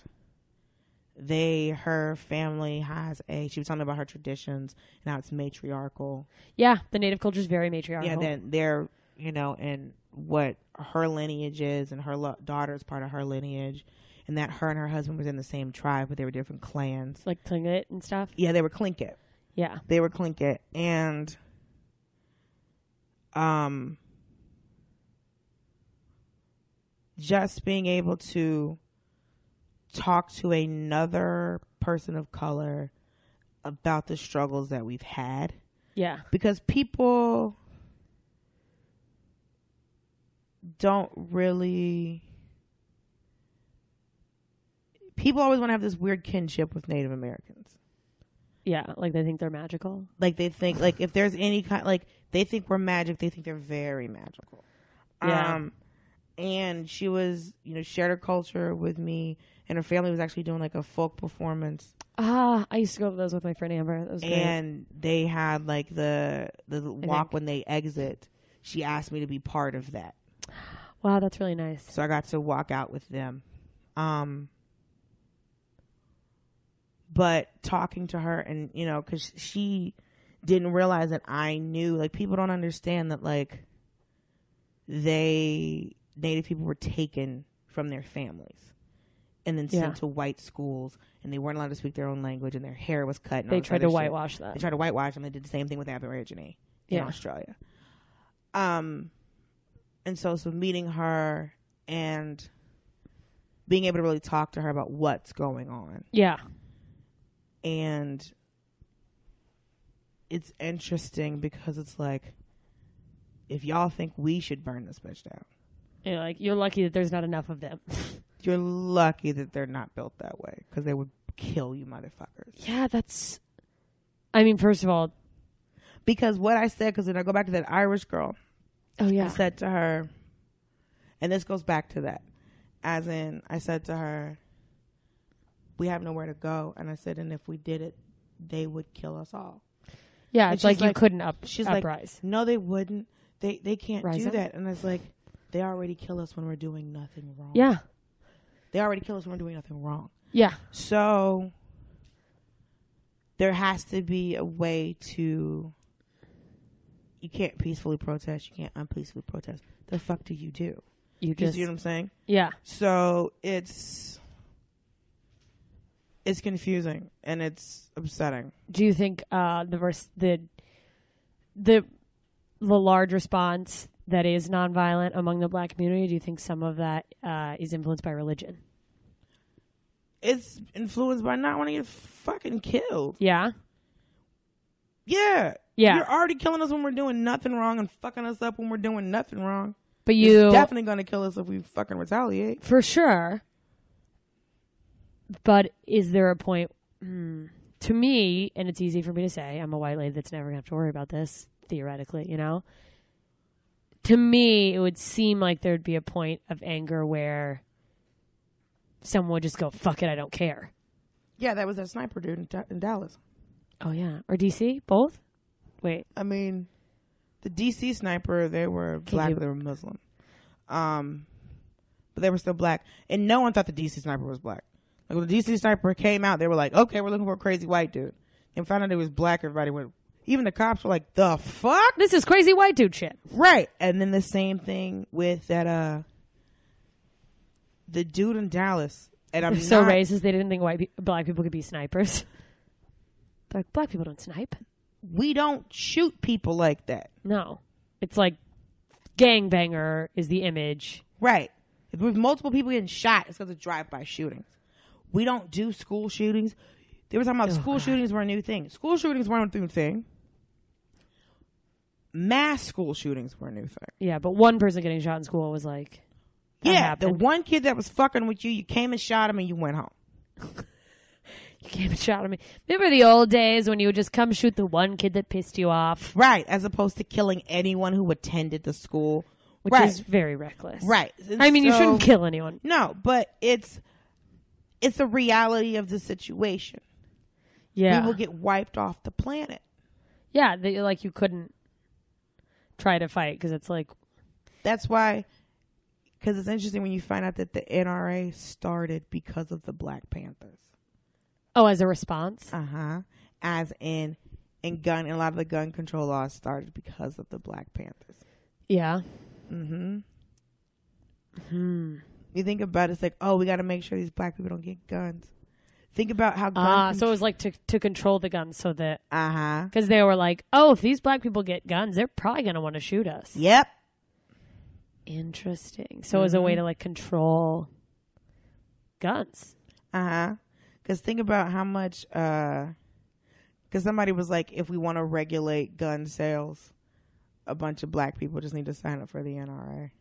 they her family has a she was telling me about her traditions and how it's matriarchal Yeah, the Native culture is very matriarchal. yeah, then they're you know, and what her lineage is, and her lo- daughter's part of her lineage, and that her and her husband was in the same tribe, but they were different clans. like Tlingit and stuff. Yeah, they were Tlingit. Yeah. They were Tlingit, and um, just being able to talk to another person of color about the struggles that we've had Yeah. because people don't really people always want to have this weird kinship with native americans Yeah. Like they think they're magical. like they think like if there's any kind like they think we're magic they think they're very magical Yeah. um and she was you know shared her culture with me and her family was actually doing like a folk performance Ah, I used to go to those with my friend Amber. That was great. and they had like the the walk when they exit she asked me to be part of that wow, that's really nice. so I got to walk out with them. Um, but talking to her and you know, because she didn't realize that I knew. Like people don't understand that like they Native people were taken from their families and then Yeah. sent to white schools, and they weren't allowed to speak their own language, and their hair was cut. And all They this tried to other shit. whitewash They that. tried to whitewash them. They did the same thing with Aborigine in Yeah. Australia. Um, and so, so meeting her and being able to really talk to her about what's going on, Yeah. and it's interesting because it's like, if y'all think we should burn this bitch down, You're like you're lucky that there's not enough of them. you're lucky that they're not built that way because they would kill you, motherfuckers. yeah, that's. I mean, first of all, Because what I said, because then I go back to that Irish girl. oh I yeah, said to her, and this goes back to that, as in, I said to her, we have nowhere to go. And I said, and if we did it, they would kill us all. yeah. and It's like, she's you like- couldn't up She's uprise. like, no, they wouldn't. They, they can't Rise do up. that. And I was like, they already kill us when we're doing nothing wrong. yeah, They already kill us when we're doing nothing wrong. yeah, So there has to be a way to. You can't peacefully protest. You can't unpeacefully protest. The fuck do you do? you You just see what I'm saying? yeah, So it's it's confusing and it's upsetting. do you think uh, the vers- the the the large response that is nonviolent among the black community? Do you think some of that uh, is influenced by religion? It's influenced by not wanting to get fucking killed. Yeah, Yeah. Yeah. You're already killing us when we're doing nothing wrong and fucking us up when we're doing nothing wrong. but You're you definitely gonna kill us if we fucking retaliate. for sure. But is there a point Hmm. to me? And it's easy for me to say I'm a white lady that's never gonna have to worry about this theoretically, you know. To me, it would seem like there'd be a point of anger where someone would just go, "Fuck it, I don't care." Yeah, that was that sniper dude in, Da- in Dallas. Oh yeah, or DC, both. Wait, I mean, the DC sniper, they were black, you- they were Muslim. Um, but they were still black. And no one thought the DC sniper was black. Like when the DC sniper came out, they were like, okay, we're looking for a crazy white dude. And found out it was black, everybody went, even the cops were like, the fuck? this is crazy white dude shit. Right. And then the same thing with that, uh, the dude in Dallas. And I'm They're so not, racist. They didn't think white pe- black people could be snipers. They're like black people don't snipe. we don't shoot people like that. No. It's like gangbanger is the image. Right. If there's multiple people getting shot, it's because of drive-by shootings. We don't do school shootings. They were talking Oh, about school shootings were a new thing. School shootings weren't a new thing. Mass school shootings were a new thing. Yeah, but one person getting shot in school was like That yeah, happened. the one kid that was fucking with you, you came and shot him and you went home. you came and shot at me. Remember the old days when you would just come shoot the one kid that pissed you off? Right, as opposed to killing anyone who attended the school. Which right. is very reckless. right. And I mean you so- shouldn't kill anyone. No, but it's it's a reality of the situation. Yeah. We will get wiped off the planet. yeah, that, like you couldn't try to fight because it's like that's why because it's interesting when you find out that the nra started because of the black panthers oh, as a response. uh-huh as in and gun and a lot of the gun control laws started because of the black panthers Yeah. mm-hmm You think about it, it's like, oh, we got to make sure these black people don't get guns. Think about how guns. Ah, so it was like to to control the guns so that uh huh. because they were like, oh, if these black people get guns, they're probably gonna want to shoot us. Yep. Interesting. So it was a way to like control guns. Uh huh. Because think about how much. Because somebody was like, if we want to regulate gun sales, a bunch of black people just need to sign up for the NRA.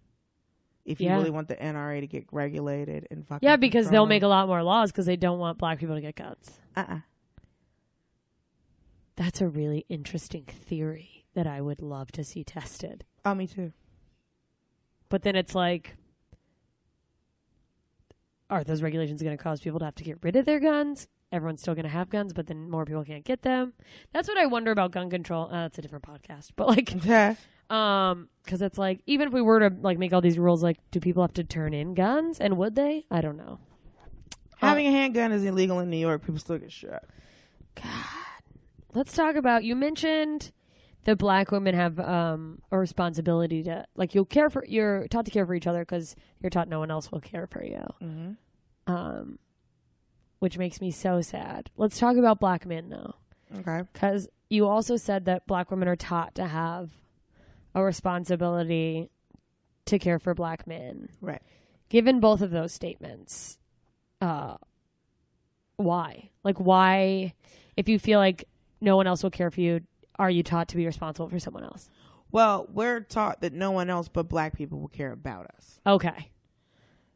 If you Yeah. really want the NRA to get regulated and fucking Yeah, because they'll make a lot more laws because they don't want black people to get guns. uh That's a really interesting theory that I would love to see tested. Oh, me too. But then it's like, are those regulations going to cause people to have to get rid of their guns? Everyone's still going to have guns, but then more people can't get them. That's what I wonder about gun control. Uh, that's a different podcast, but like, Yeah. um, because it's like, even if we were to like make all these rules, like, do people have to turn in guns, and would they? I don't know. Having a handgun is illegal in New York. People still get shot. Let's talk about. You mentioned that black women have um, a responsibility to, like, you'll care for. You're taught to care for each other because you're taught no one else will care for you. Um, which makes me so sad. Let's talk about black men now, Okay. because you also said that black women are taught to have a responsibility to care for black men. Right. Given both of those statements, uh, why? Like, why? If you feel like no one else will care for you, are you taught to be responsible for someone else? Well, we're taught that no one else but black people will care about us. Okay.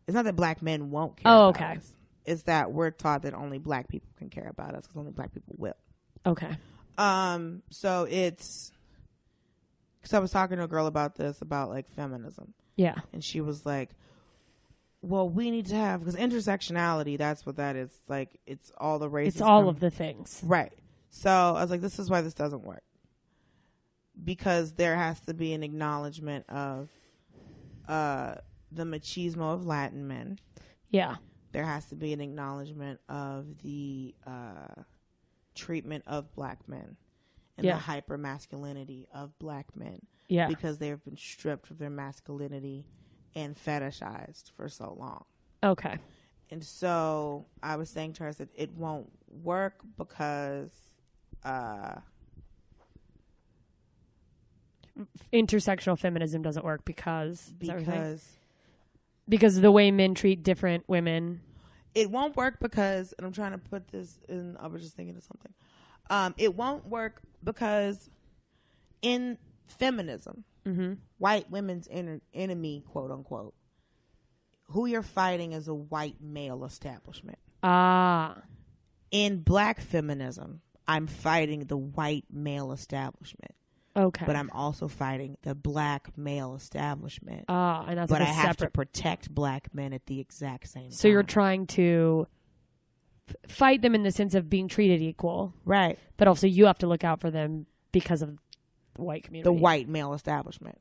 It's not that black men won't care. Oh, about okay. us. It's that we're taught that only black people can care about us because only black people will. Okay. Um, so it's because I was talking to a girl about this about like feminism, Yeah. and she was like, "Well, we need to have because intersectionality—that's what that is. Like, it's all the races. It's all come- of the things. Right. So I was like, this is why this doesn't work. Because there has to be an acknowledgement of uh, the machismo of Latin men. Yeah. There has to be an acknowledgement of the uh, treatment of black men and Yeah. the hyper masculinity of black men Yeah. because they have been stripped of their masculinity and fetishized for so long. Okay. And so I was saying to her, I said, it won't work because uh, intersectional feminism doesn't work because is that what you're saying? because because of the way men treat different women. it won't work because and I'm trying to put this in I was just thinking of something. Um, it won't work because in feminism, Mm-hmm. white women's en- enemy, quote unquote, who you're fighting is a white male establishment. Ah, In black feminism, I'm fighting the white male establishment, okay. but I'm also fighting the black male establishment. ah, and that's but I like a have to Ah. separate. protect black men at the exact same time. so you're trying to f- fight them in the sense of being treated equal, right. but also you have to look out for them because of the white community. the white male establishment.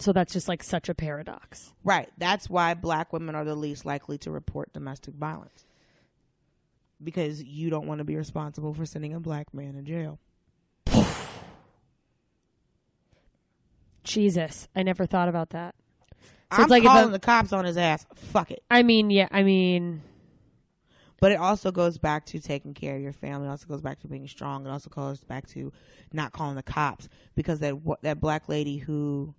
So that's just like such a paradox. Right. That's why black women are the least likely to report domestic violence. Because you don't want to be responsible for sending a black man to jail. Jesus, I never thought about that. So I'm it's like if calling a- the cops on his ass. Fuck it. I mean, yeah, I mean, But it also goes back to taking care of your family. It also goes back to being strong. It also goes back to not calling the cops because that wa- that black lady who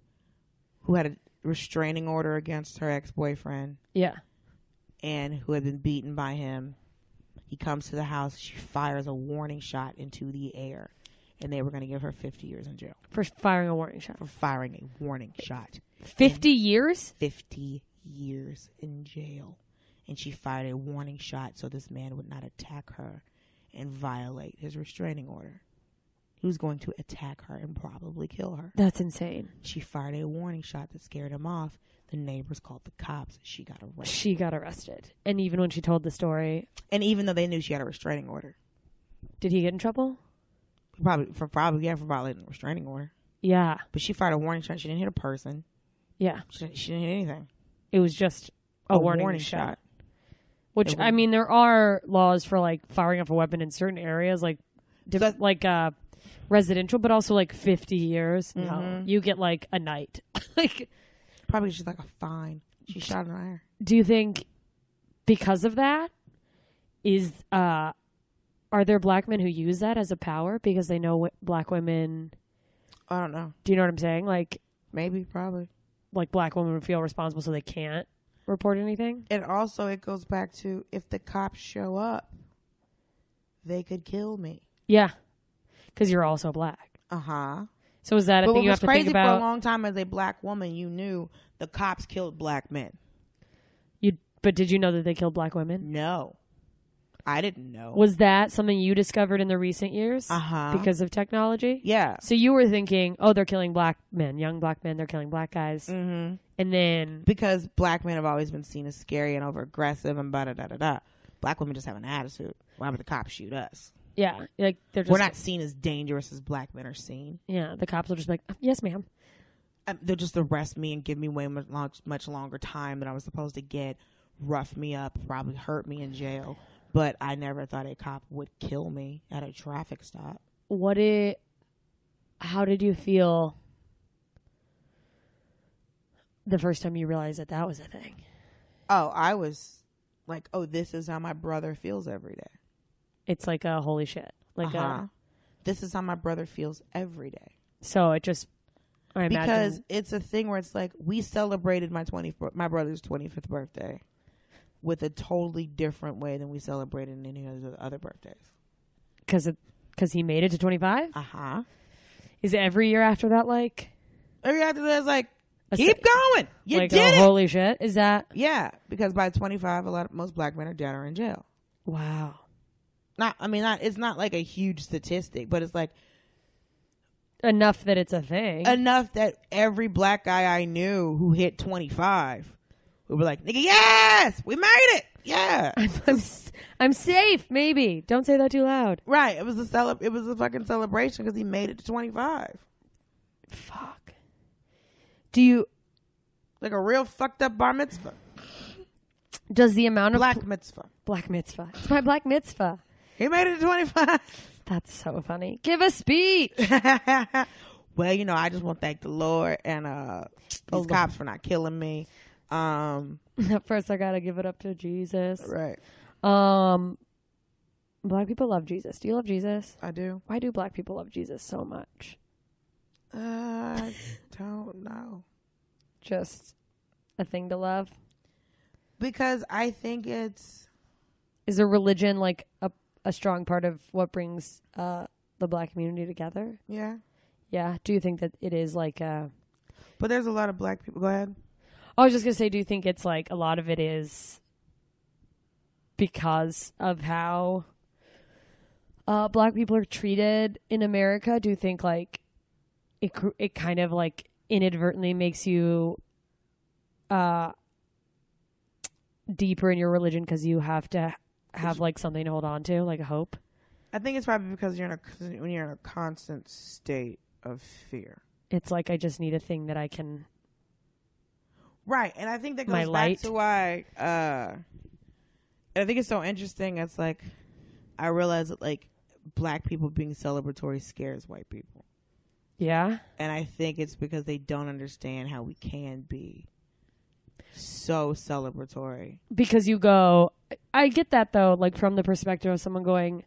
who had a restraining order against her ex boyfriend yeah, and who had been beaten by him. He comes to the house. She fires a warning shot into the air, and they were going to give her 50 years in jail for firing a warning shot. for firing a warning shot. Fifty years? 50 years in jail. And she fired a warning shot so this man would not attack her and violate his restraining order. He was going to attack her and probably kill her. That's insane. She fired a warning shot that scared him off. The neighbors called the cops. She got arrested. She got arrested, and even when she told the story, And even though they knew she had a restraining order, did he get in trouble? Probably for probably yeah for violating the restraining order. Yeah, But she fired a warning shot. She didn't hit a person. yeah. She didn't, she didn't hit anything. It was just a, warning, shot. Which It I mean, there are laws for like firing off a weapon in certain areas, like diff- That- like uh, residential, but also like fifty years. Mm-hmm. No, you get like a night. like Probably just like a fine. She shot in the air. do you think because of that is uh are there black men who use that as a power because they know what black women I don't know. do you know what i'm saying like Maybe, probably. like black women would feel responsible so they can't report anything And also, it goes back to if the cops show up, they could kill me. yeah because you're also black Uh huh. so is that a But thing what you have was to crazy think for a about long time as a black woman, you knew the cops killed black men. you but did you know that they killed black women No, I didn't know. was that something you discovered in the recent years Uh-huh. because of technology yeah. so you were thinking oh they're killing black men young black men they're killing black guys Mm-hmm. and then Because black men have always been seen as scary and over aggressive and da da da da da. Black women just have an attitude. Why would the cops shoot us? yeah like they're just We're not seen as dangerous as black men are seen. yeah the cops will just be like yes ma'am um, they'll just arrest me and give me way much, long, much longer time than I was supposed to get, rough me up, probably hurt me in jail. But I never thought a cop would kill me at a traffic stop. what it how did you feel the first time you realized that that was a thing Oh, I was like, oh, this is how my brother feels every day. it's like a holy shit like Uh-huh. a, This is how my brother feels every day. so it just i imagine because it's a thing where it's like we celebrated my 24 my brother's 25th birthday with a totally different way than we celebrated any of the other birthdays. because because he made it to 25 Uh-huh. is every year after that like Every after that, it's like, A keep se- going. You like did a it. holy shit is that yeah, because by 25, a lot of most black men are dead or in jail. wow Not, I mean, not, it's not like a huge statistic, but it's like enough that it's a thing enough that every black guy I knew who hit 25, who were like, nigga, yes, we made it. Yeah. I'm, s- I'm safe maybe don't say that too loud right. It was a cele- It was a fucking celebration because he made it to 25. fuck do you Like a real fucked up bar mitzvah, does the amount of black mitzvah. black mitzvah it's my black mitzvah He made it to 25. That's so funny. Give a speech. well, you know, I just want to thank the Lord and uh these Lord. cops for not killing me. Um First, I gotta give it up to Jesus. Right. Um, black people love Jesus. Do you love Jesus? I do. Why do black people love Jesus so much? Uh, I don't know. Just a thing to love. Because I think it's Is a religion like a a strong part of what brings uh the black community together? yeah. Yeah. Do you think that it is like uh But there's a lot of black people go ahead. I was just gonna say, do you think it's like a lot of it is because of how uh, black people are treated in America? Do you think like it cr- it kind of like inadvertently makes you uh deeper in your religion because you have to have like something to hold on to, like a hope? I think it's probably because you're in a when you're in a constant state of fear. It's like I just need a thing that I can. Right. And I think that goes My back light. to why uh I think it's so interesting. It's like I realize that like black people being celebratory scares white people. Yeah, and I think it's because they don't understand how we can be so celebratory. because you go. I get that though, like from the perspective of someone going,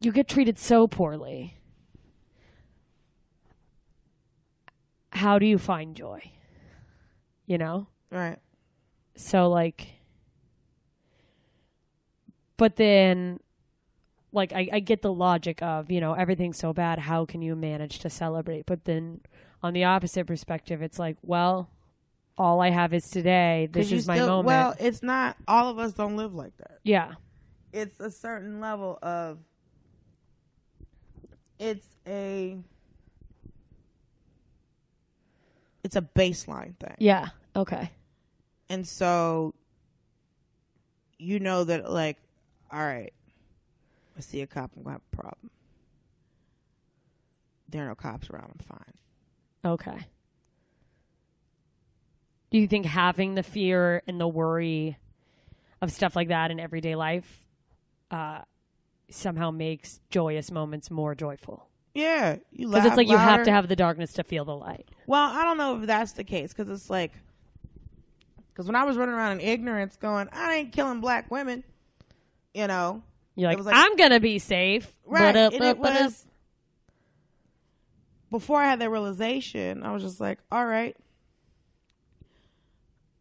you get treated so poorly. How do you find joy? You know? Right. So like but then like I, I get the logic of, you know, everything's so bad, how can you manage to celebrate? But then on the opposite perspective, it's like, well, all I have is today. This is my moment. Well, it's not all of us don't live like that. yeah. It's a certain level of it's a it's a baseline thing. Yeah. Okay. And so you know that like, all right, I see a cop, I'm gonna have a problem. There are no cops around, I'm fine. Okay. Do you think having the fear and the worry of stuff like that in everyday life uh, somehow makes joyous moments more joyful? Yeah, you Because laugh it's like you have louder. to have the darkness to feel the light. Well, I don't know if that's the case because it's like Because when I was running around in ignorance, going, I ain't killing black women, you know, You're It like, was like- I'm gonna be safe. right? But up, and up, it but up. was before I had that realization. I was just like, all right,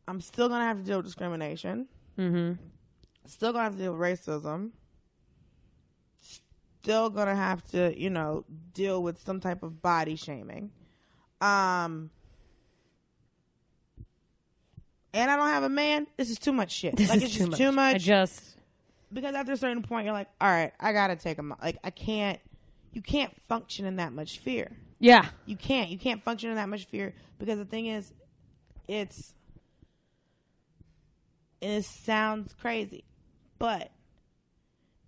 I'm still gonna have to deal with discrimination. Mhm. Still gonna have to deal with racism. Still gonna have to, you know, deal with some type of body shaming. Um. And I don't have a man. This is too much shit. This like is it's too just much. too I much just because after a certain point you're like all right i gotta take them like i can't you can't function in that much fear yeah. you can't you can't function in that much fear because the thing is it's and it sounds crazy but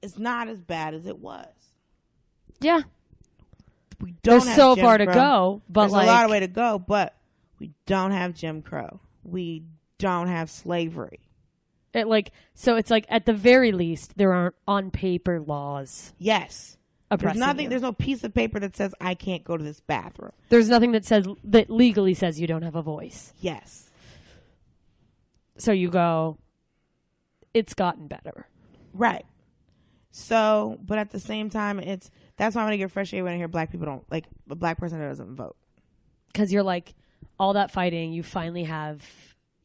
it's not as bad as it was Yeah. we don't There's have so Jim far to Crow. go, but There's like a lot of way to go but we don't have jim crow we don't have slavery it like so it's like at the very least there aren't on paper laws yes there's oppressing nothing you. there's no piece of paper that says i can't go to this bathroom There's nothing that says that legally says you don't have a voice. yes So you go it's gotten better. Right. So, but at the same time, it's that's why I'm gonna get frustrated when I hear black people don't like a black person that doesn't vote. Cuz you're like all that fighting you finally have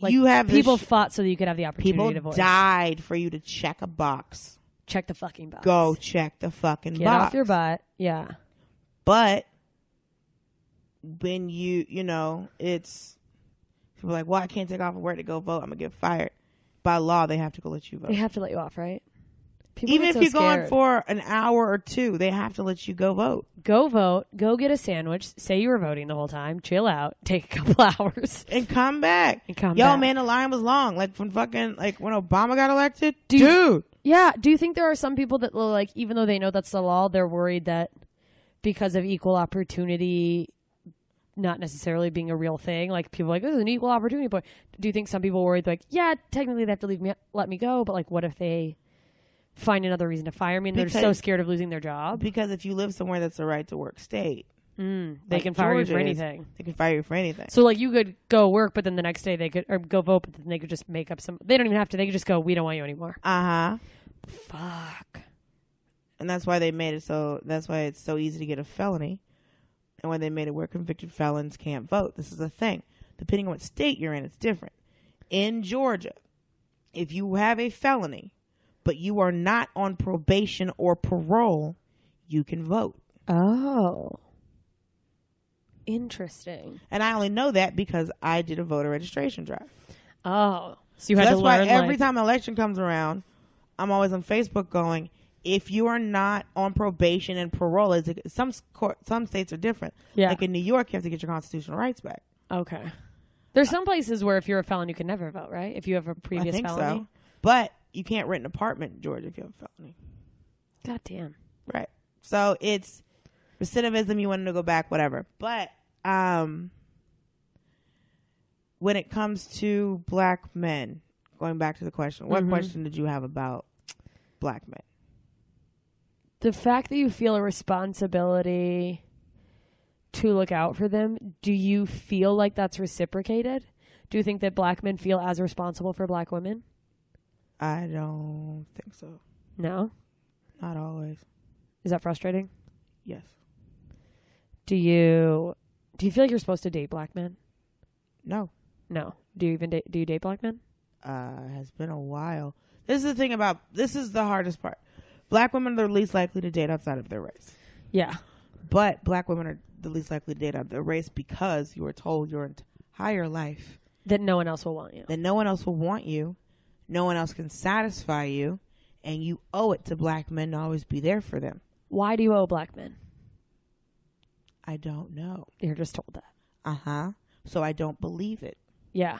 like You have the people sh- fought so that you could have the opportunity People to vote. died for you to check a box. Check the fucking box. Go check the fucking Get box. off your butt. Yeah. But when you you know it's people are like, well, I can't take off of work to go vote. I'm gonna get fired. By law, they have to go let you vote. They have to let you off, right? People Even get if so you're scared. going for an hour or two, they have to let you go vote. go vote, go get a sandwich, say you were voting the whole time, chill out, take a couple hours. and come back. And come Yo, back. man, the line was long. Like when fucking like when Obama got elected, Do dude. you- Yeah. Do you think there are some people that will, like, even though they know that's the law, they're worried that because of equal opportunity not necessarily being a real thing, like people are like, this is an equal opportunity but Do you think some people worried like, yeah, technically they have to leave me let me go, but like what if they find another reason to fire me and they're so Because- scared of losing their job? because if you live somewhere that's a right to work state, Mm, they like can fire Georgia you for is, anything. they can fire you for anything. So like you could go work, but then the next day they could or go vote, but then they could just make up some. They don't even have to. They could just go. We don't want you anymore. Uh huh. Fuck. And that's why they made it so. That's why it's so easy to get a felony. And when they made it where convicted felons can't vote, this is a thing. Depending on what state you're in, it's different. In Georgia, if you have a felony, but you are not on probation or parole, you can vote. Oh. Interesting. And I only know that because I did a voter registration drive. Oh, so you So had that's to why learn. every like, time an election comes around, I'm always on Facebook going, if you are not on probation and parole, is it, some s- court, some states are different. Yeah. Like in New York, you have to get your constitutional rights back. Okay. There's some places where if you're a felon, you can never vote, right? If you have a previous I think felony. so. But you can't rent an apartment in Georgia if you have a felony. God damn. Right. So it's recidivism, you wanted to go back, whatever. But um when it comes to black men, going back to the question, what question did you have about black men? The fact that you feel a responsibility to look out for them, do you feel like that's reciprocated? Do you think that black men feel as responsible for black women? I don't think so. No. Not always. Is that frustrating? Yes. Do you do you feel like you're supposed to date black men? No. No. Do you even date do you date black men? Uh has been a while. This is the thing about this is the hardest part. Black women are the least likely to date outside of their race. Yeah. But black women are the least likely to date out of their race because you were told your entire life That no one else will want you. that no one else will want you, no one else can satisfy you, and you owe it to black men to always be there for them. Why do you owe black men? I don't know. You're just told that. Uh huh. So I don't believe it. Yeah.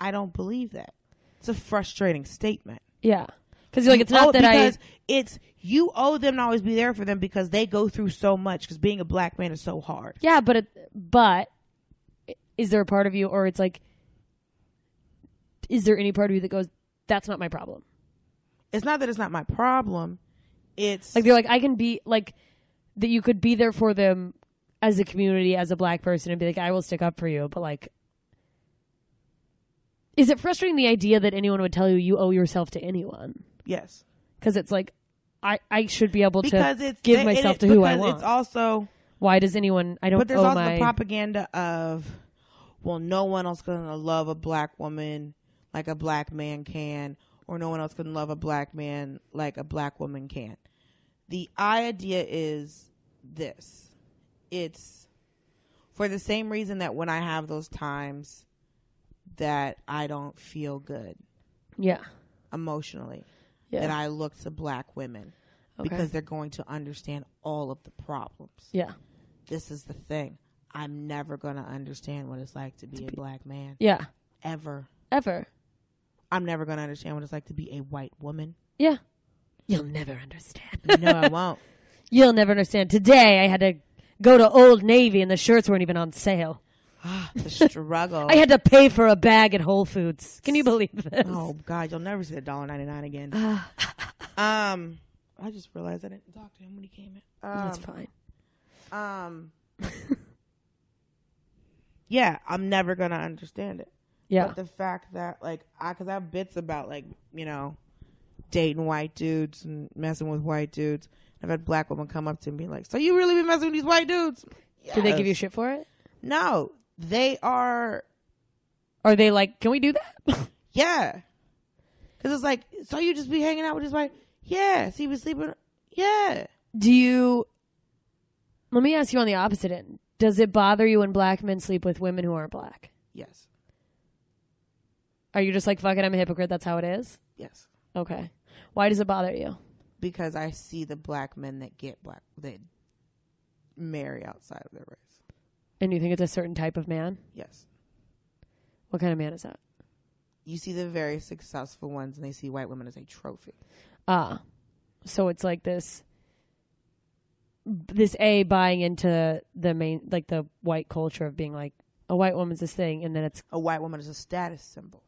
I don't believe that. It's a frustrating statement. Yeah. Because you're like, it's not Oh, that I. because It's you owe them to always be there for them because they go through so much. Because being a black man is so hard. Yeah, but it, but is there a part of you, or it's like, is there any part of you that goes, that's not my problem? It's not that it's not my problem. It's Like they're like, I can be like that. You could be there for them as a community, as a black person, and be like, I will stick up for you. But like, Is it frustrating the idea that anyone would tell you you owe yourself to anyone? Yes. Because it's like, I, I should be able Because to it's give and myself it- to who I because want. It's also Why does anyone? I don't. But there's owe also Oh, my, the propaganda of, well, no one else gonna love a black woman like a black man can, or no one else can love a black man like a black woman can. The idea is this: it's for the same reason that when I have those times that I don't feel good Yeah. emotionally, Yeah. that I look to black women Okay. because they're going to understand all of the problems yeah. this is the thing. I'm never going to understand what it's like to be a black man Yeah. ever. Ever. I'm never going to understand what it's like to be a white woman. Yeah. You'll never understand. No, I won't. You'll never understand. Today I had to go to Old Navy and the shirts weren't even on sale. The struggle. Ah. I had to pay for a bag at Whole Foods. Can you believe this? oh God, you'll never see the dollar ninety nine again. Ah. um, I just realized I didn't talk to him when he came in. Um, That's fine. um, yeah, I'm never going to understand it. Yeah. But the fact that like I cuz I have bits about like, you know, dating white dudes and messing with white dudes. I've had black women come up to me and be like, "So you really be messing with these white dudes?" Do they give you Yes. shit for it? No. They are Are they like, can we do that? yeah. Cuz it's like, "So you just be hanging out with this white?" Yeah. So you be sleeping Yeah. do you. Let me ask you on the opposite end. Does it bother you when black men sleep with women who aren't black? Yes. Are you just like, fuck it, I'm a hypocrite, that's how it is? Yes. Okay. Why does it bother you? Because I see the black men that get black that marry outside of their race. And you think it's a certain type of man? Yes. What kind of man is that? You see the very successful ones and they see white women as a trophy. Ah. So it's like this this A buying into the main like the white culture of being like a white woman's this thing and then it's a white woman is a status symbol.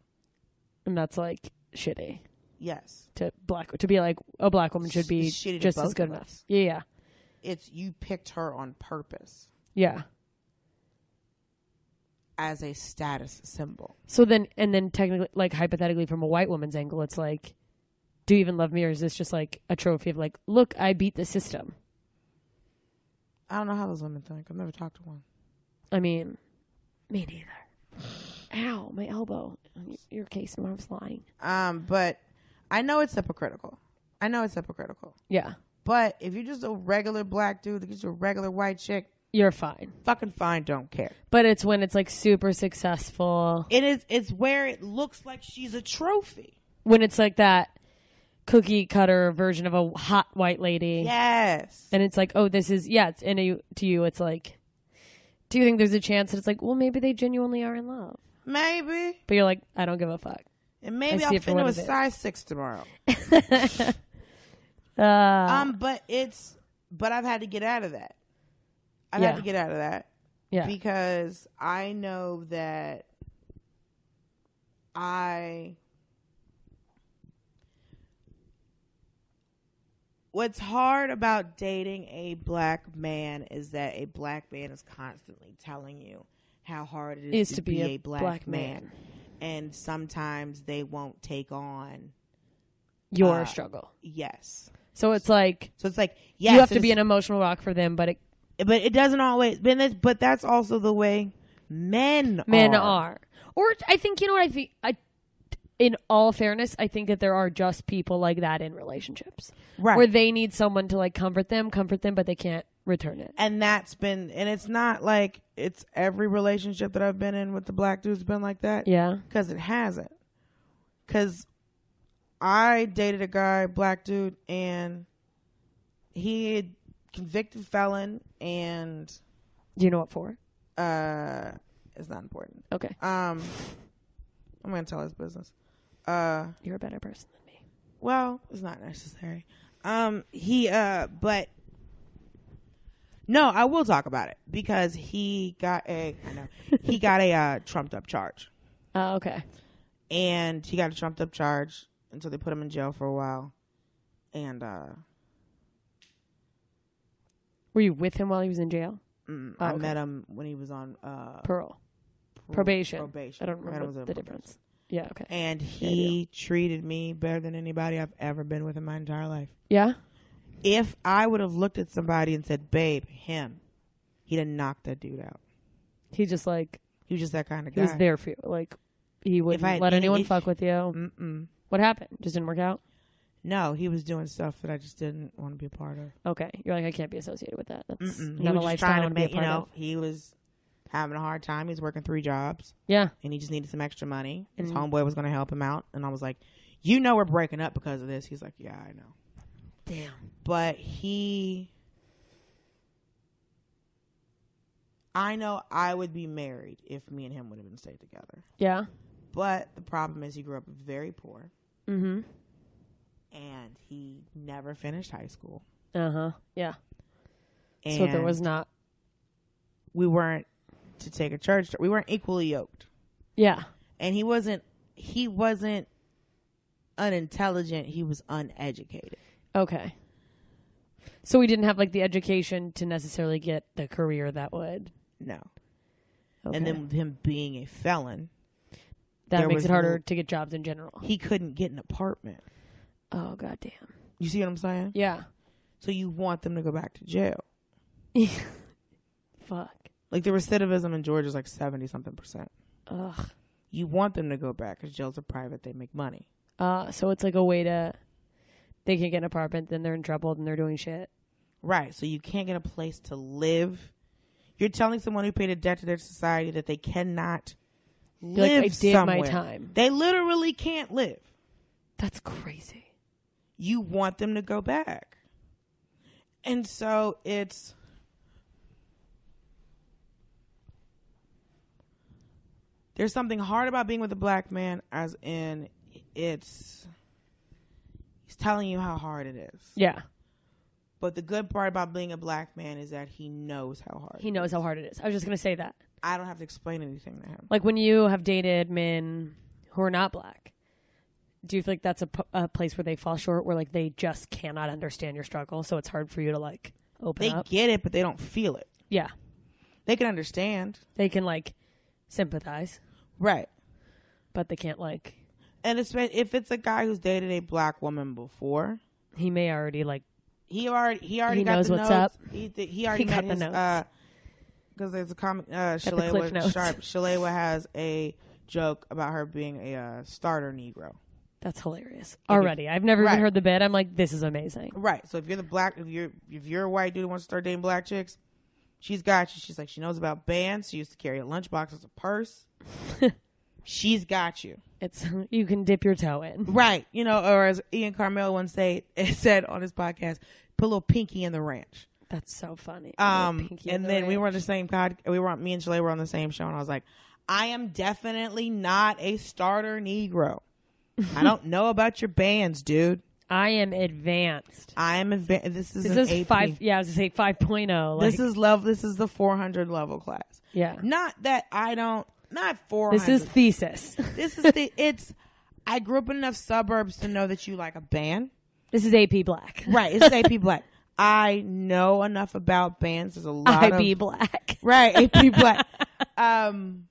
and that's like shitty Yes. to black to be like a black woman should be It's shitty to just both as good of enough. us. Yeah, yeah. It's you picked her on purpose Yeah. as a status symbol. So then and then technically like hypothetically from a white woman's angle it's like do you even love me or is this just like a trophy of like look I beat the system. I don't know how those women think. I've never talked to one. I mean, me neither. Ow, my elbow. Your- Your case, Marv's lying. Um, but I know it's hypocritical. I know it's hypocritical. Yeah, But if you're just a regular black dude that gets you a regular white chick, you're fine. fucking fine, don't care. But it's when it's like super successful, It is it's where it looks like she's a trophy. when it's like that cookie cutter version of a hot white lady. Yes. And it's like, oh, this is, yeah, it's, and you, to you, it's like, do you think there's a chance that it's like, well, maybe they genuinely are in love? Maybe. But you're like, I don't give a fuck. And I maybe see I'll it for fit into what a it is. size six tomorrow. Uh, um, but it's but I've had to get out of that. I've Yeah. had to get out of that. yeah. because I know that I What's hard about dating a black man is that a black man is constantly telling you how hard it is, to, be, a black, man. man. And sometimes they won't take on your uh, struggle. yes. So it's like, So it's like yes, you have to it's- be an emotional rock for them, but it, but it doesn't always but that's, but that's also the way men men are. are. Or I think you know what I think. I, in all fairness, I think that there are just people like that in relationships Right. where they need someone to like comfort them, comfort them, but they can't return it. and that's been and it's not like it's every relationship that I've been in with the black dude's been like that. Yeah, Cuz it hasn't. Cuz I dated a guy, black dude, and he had convicted felon and do you know what for? uh it's not important. Okay, Um I'm going to tell his business. Uh you're a better person than me. well, it's not necessary. Um, he, uh, but no, I will talk about it because he got a, I know, he got a uh, trumped up charge, Oh, okay. and he got a trumped up charge, and so they put him in jail for a while, and uh, Were you with him while he was in jail? mm, Oh, I okay. met him when he was on uh Parole, pro- probation. Probation. I don't met him remember when he was on the probation. difference. Yeah. Okay. and he treated me better than anybody I've ever been with in my entire life. Yeah. If I would have looked at somebody and said, "Babe, him," he'd have knocked that dude out. He just like He was just that kind of he guy. was there for you. Like he wouldn't I had let any anyone issue- fuck with you. Mm-mm. What happened? Just didn't work out. No, he was doing stuff that I just didn't want to be a part of. Okay. You're like I can't be associated with that. That's Mm-mm. He not was a just lifestyle I trying to want to be a make, you part know, of. he was having a hard time. He was working three jobs Yeah. and he just needed some extra money. His And- homeboy was going to help him out. And I was like, You know, we're breaking up because of this. He's like, Yeah, I know. Damn. But he. I know I would be married if me and him would have been stayed together. Yeah. But the problem is, he grew up very poor Mm-hmm. and he never finished high school. Uh huh. Yeah. And so there was not. we weren't to take a church. We weren't equally yoked. Yeah. and he wasn't he wasn't unintelligent he was uneducated Okay. So we didn't have like the education to necessarily get the career that would. no Okay. and then with him being a felon that there makes was it harder no- to get jobs in general. he couldn't get an apartment Oh goddamn. you see what i'm saying Yeah. so you want them to go back to jail Fuck. like the recidivism in georgia is like 70 something percent Ugh. you want them to go back because jails are private they make money Uh, so it's like a way to they can get an apartment, then they're in trouble, then they're doing shit. right so you can't get a place to live you're telling someone who paid a debt to their society that they cannot Be like, live I did somewhere. my time. they literally can't live That's crazy. you want them to go back. And so it's there's something hard about being with a black man as in it's he's telling you how hard it is. Yeah. But the good part about being a black man is that he knows how hard. He knows how hard it is. I was just gonna say that. I don't have to explain anything to him. Like when you have dated men who are not black, do you feel like that's a, p- a place where they fall short, where like they just cannot understand your struggle, so it's hard for you to like open They up? get it but they don't feel it. yeah, They can understand. they can like sympathize, Right. but they can't like. And it's if it's a guy who's dated a black woman before, He may already like. he already he already He got knows the what's notes. up. He th- he already He met got the his, notes. because there's a comic. Uh, the cliff Shalewa notes. Sharp. Shalewa has a joke about her being a uh, starter Negro. That's hilarious. Already, I've never Right. even heard the bit. I'm like, this is amazing. Right. So if you're the black, if you're if you're a white dude who wants to start dating black chicks, she's got you. She's like she knows about bands. She used to carry a lunchbox as a purse. she's got you. It's you can dip your toe in. Right. You know, or as Ian Carmel once say, said on his podcast, put a little pinky in the ranch. That's so funny. Um, Pinky in and the then we ring. were on the same pod. We were on me and Shalay were on the same show, and I was like, I am definitely not a starter Negro. I don't know about your bands, dude. I am advanced. I am. Ev- this is This an is AP. five. Yeah, I was gonna say five point oh. Like, This is love. This is the four hundred level class. yeah. Not that I don't. Not four This hundred. is thesis. this is the. It's. I grew up in enough suburbs to know that you like a band. This is AP Black. Right. It's AP Black. I know enough about bands. There's a lot of IB Black. Right, AP Black. um,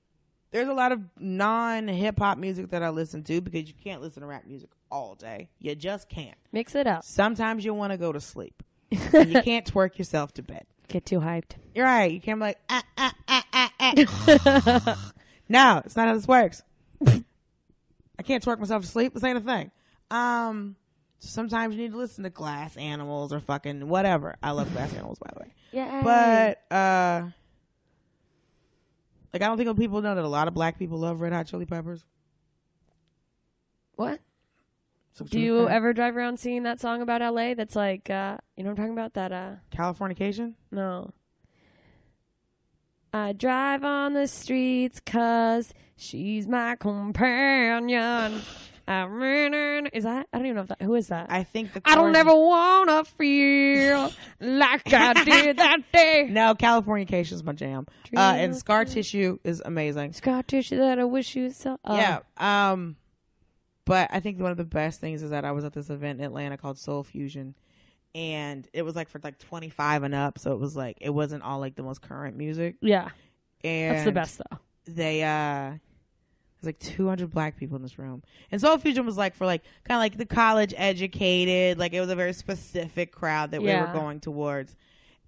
there's a lot of non hip hop music that I listen to because you can't listen to rap music all day. You just can't. Mix it up. Sometimes you want to go to sleep. and you can't twerk yourself to bed. Get too hyped. You're right. You can't be like ah ah ah ah ah. no, it's not how this works. I can't twerk myself to sleep. This ain't a thing. Um, sometimes you need to listen to Glass Animals or fucking whatever. I love Glass Animals, by the way. Yeah. But uh like I don't think people know that a lot of black people love red hot chili peppers. what? So Do you ever drive around singing that song about LA that's like uh you know what I'm talking about? That uh Californication? no. I drive on the streets cause she's my companion. I'm running. Is that? I don't even know if that. Who is that? I think the I don't chorus- ever wanna feel like I did that day. No, Californication is my jam. Uh and scar tissue is amazing. Scottish that I wish you saw. Uh, yeah. Um but I think one of the best things is that I was at this event in Atlanta called Soul Fusion and it was like for like 25 and up, so it was like it wasn't all like the most current music. Yeah. And That's the best though. they uh there's There's like 200 black people in this room. And Soul Fusion was like for like kind of like the college educated, like it was a very specific crowd that we Yeah. were going towards.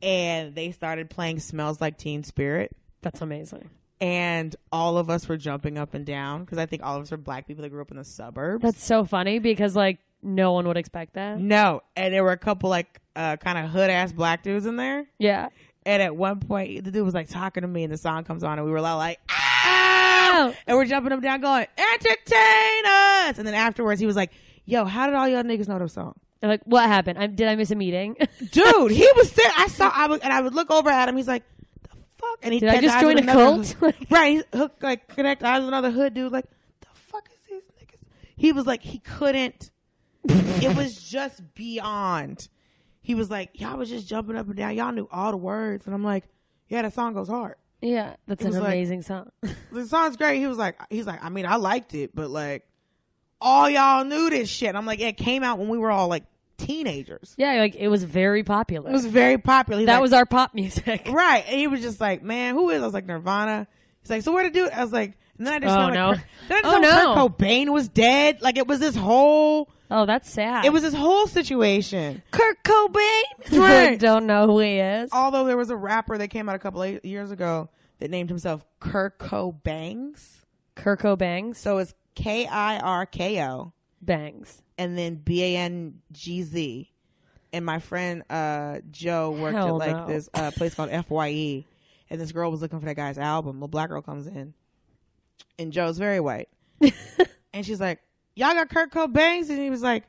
And they started playing Smells Like Teen Spirit. That's amazing. And all of us were jumping up and down because I think all of us were black people that grew up in the suburbs. That's so funny because like no one would expect that. no. And there were a couple like uh, kind of hood ass black dudes in there. Yeah. And at one point, the dude was like talking to me, and the song comes on, and we were all like, ah! And we're jumping up and down, going, entertain us! And then afterwards, he was like, yo, how did all y'all niggas know the song? They're like, what happened? I, did I miss a meeting? Dude, he was there. I saw, I was, and I would look over at him. He's like, the fuck? And he Did I kept just eyes join with a another cult? hood- right. He hooked, like, connect eyes with another hood dude, like, the fuck is these niggas? He was like, he couldn't. it was just beyond. He was like, y'all was just jumping up and down. Y'all knew all the words. And I'm like, yeah, that song goes hard. yeah, that's It an was like- amazing song. the song's great. He was like, he's like, I mean, I liked it, but like, all y'all knew this shit. I'm like, it came out when we were all like teenagers. yeah, like it was very popular. It was very popular. He's that like, was our pop music. right. And he was just like, man, who is? I was like, Nirvana. He's like, so where to do? it? I was like, and then I just Oh, found, no. like, Kurt- then I just Oh, found no. Kurt Cobain was dead. Like it was this whole, Oh, that's sad. it was this whole situation. Kurt Cobain. Right. Don't know who he is. Although there was a rapper that came out a couple of years ago that named himself Kirko Bangs. Kurt Cobangs. So it's K I R K O. Bangs. and then B A N G Z. And my friend uh, Joe worked at Hell like no. this uh, place called FYE, and this girl was looking for that guy's album. A black girl comes in, and Joe's very white, and she's like, "Y'all got Kurt Cobain's?" And he was like,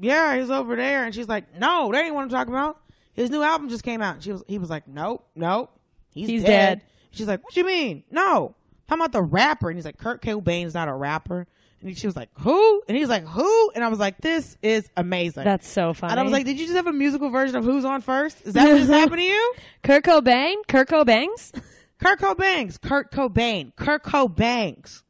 "Yeah, he's over there." And she's like, "No, that ain't what I'm talking about. His new album just came out." And she was, he was like, "Nope, nope, he's, He's dead. dead. She's like, "What you mean? No, talking about the rapper." And he's like, "Kurt Cobain's not a rapper." And she was like, "Who?" And he's like, "Who?" And I was like, "This is amazing." That's so funny. and I was like, "Did you just have a musical version of Who's on First? Is that what just happened to you?" Kurt Cobain? Kurt Cobangs? Kurt Cobain's, Kurt Cobain, Kurt Cobain's,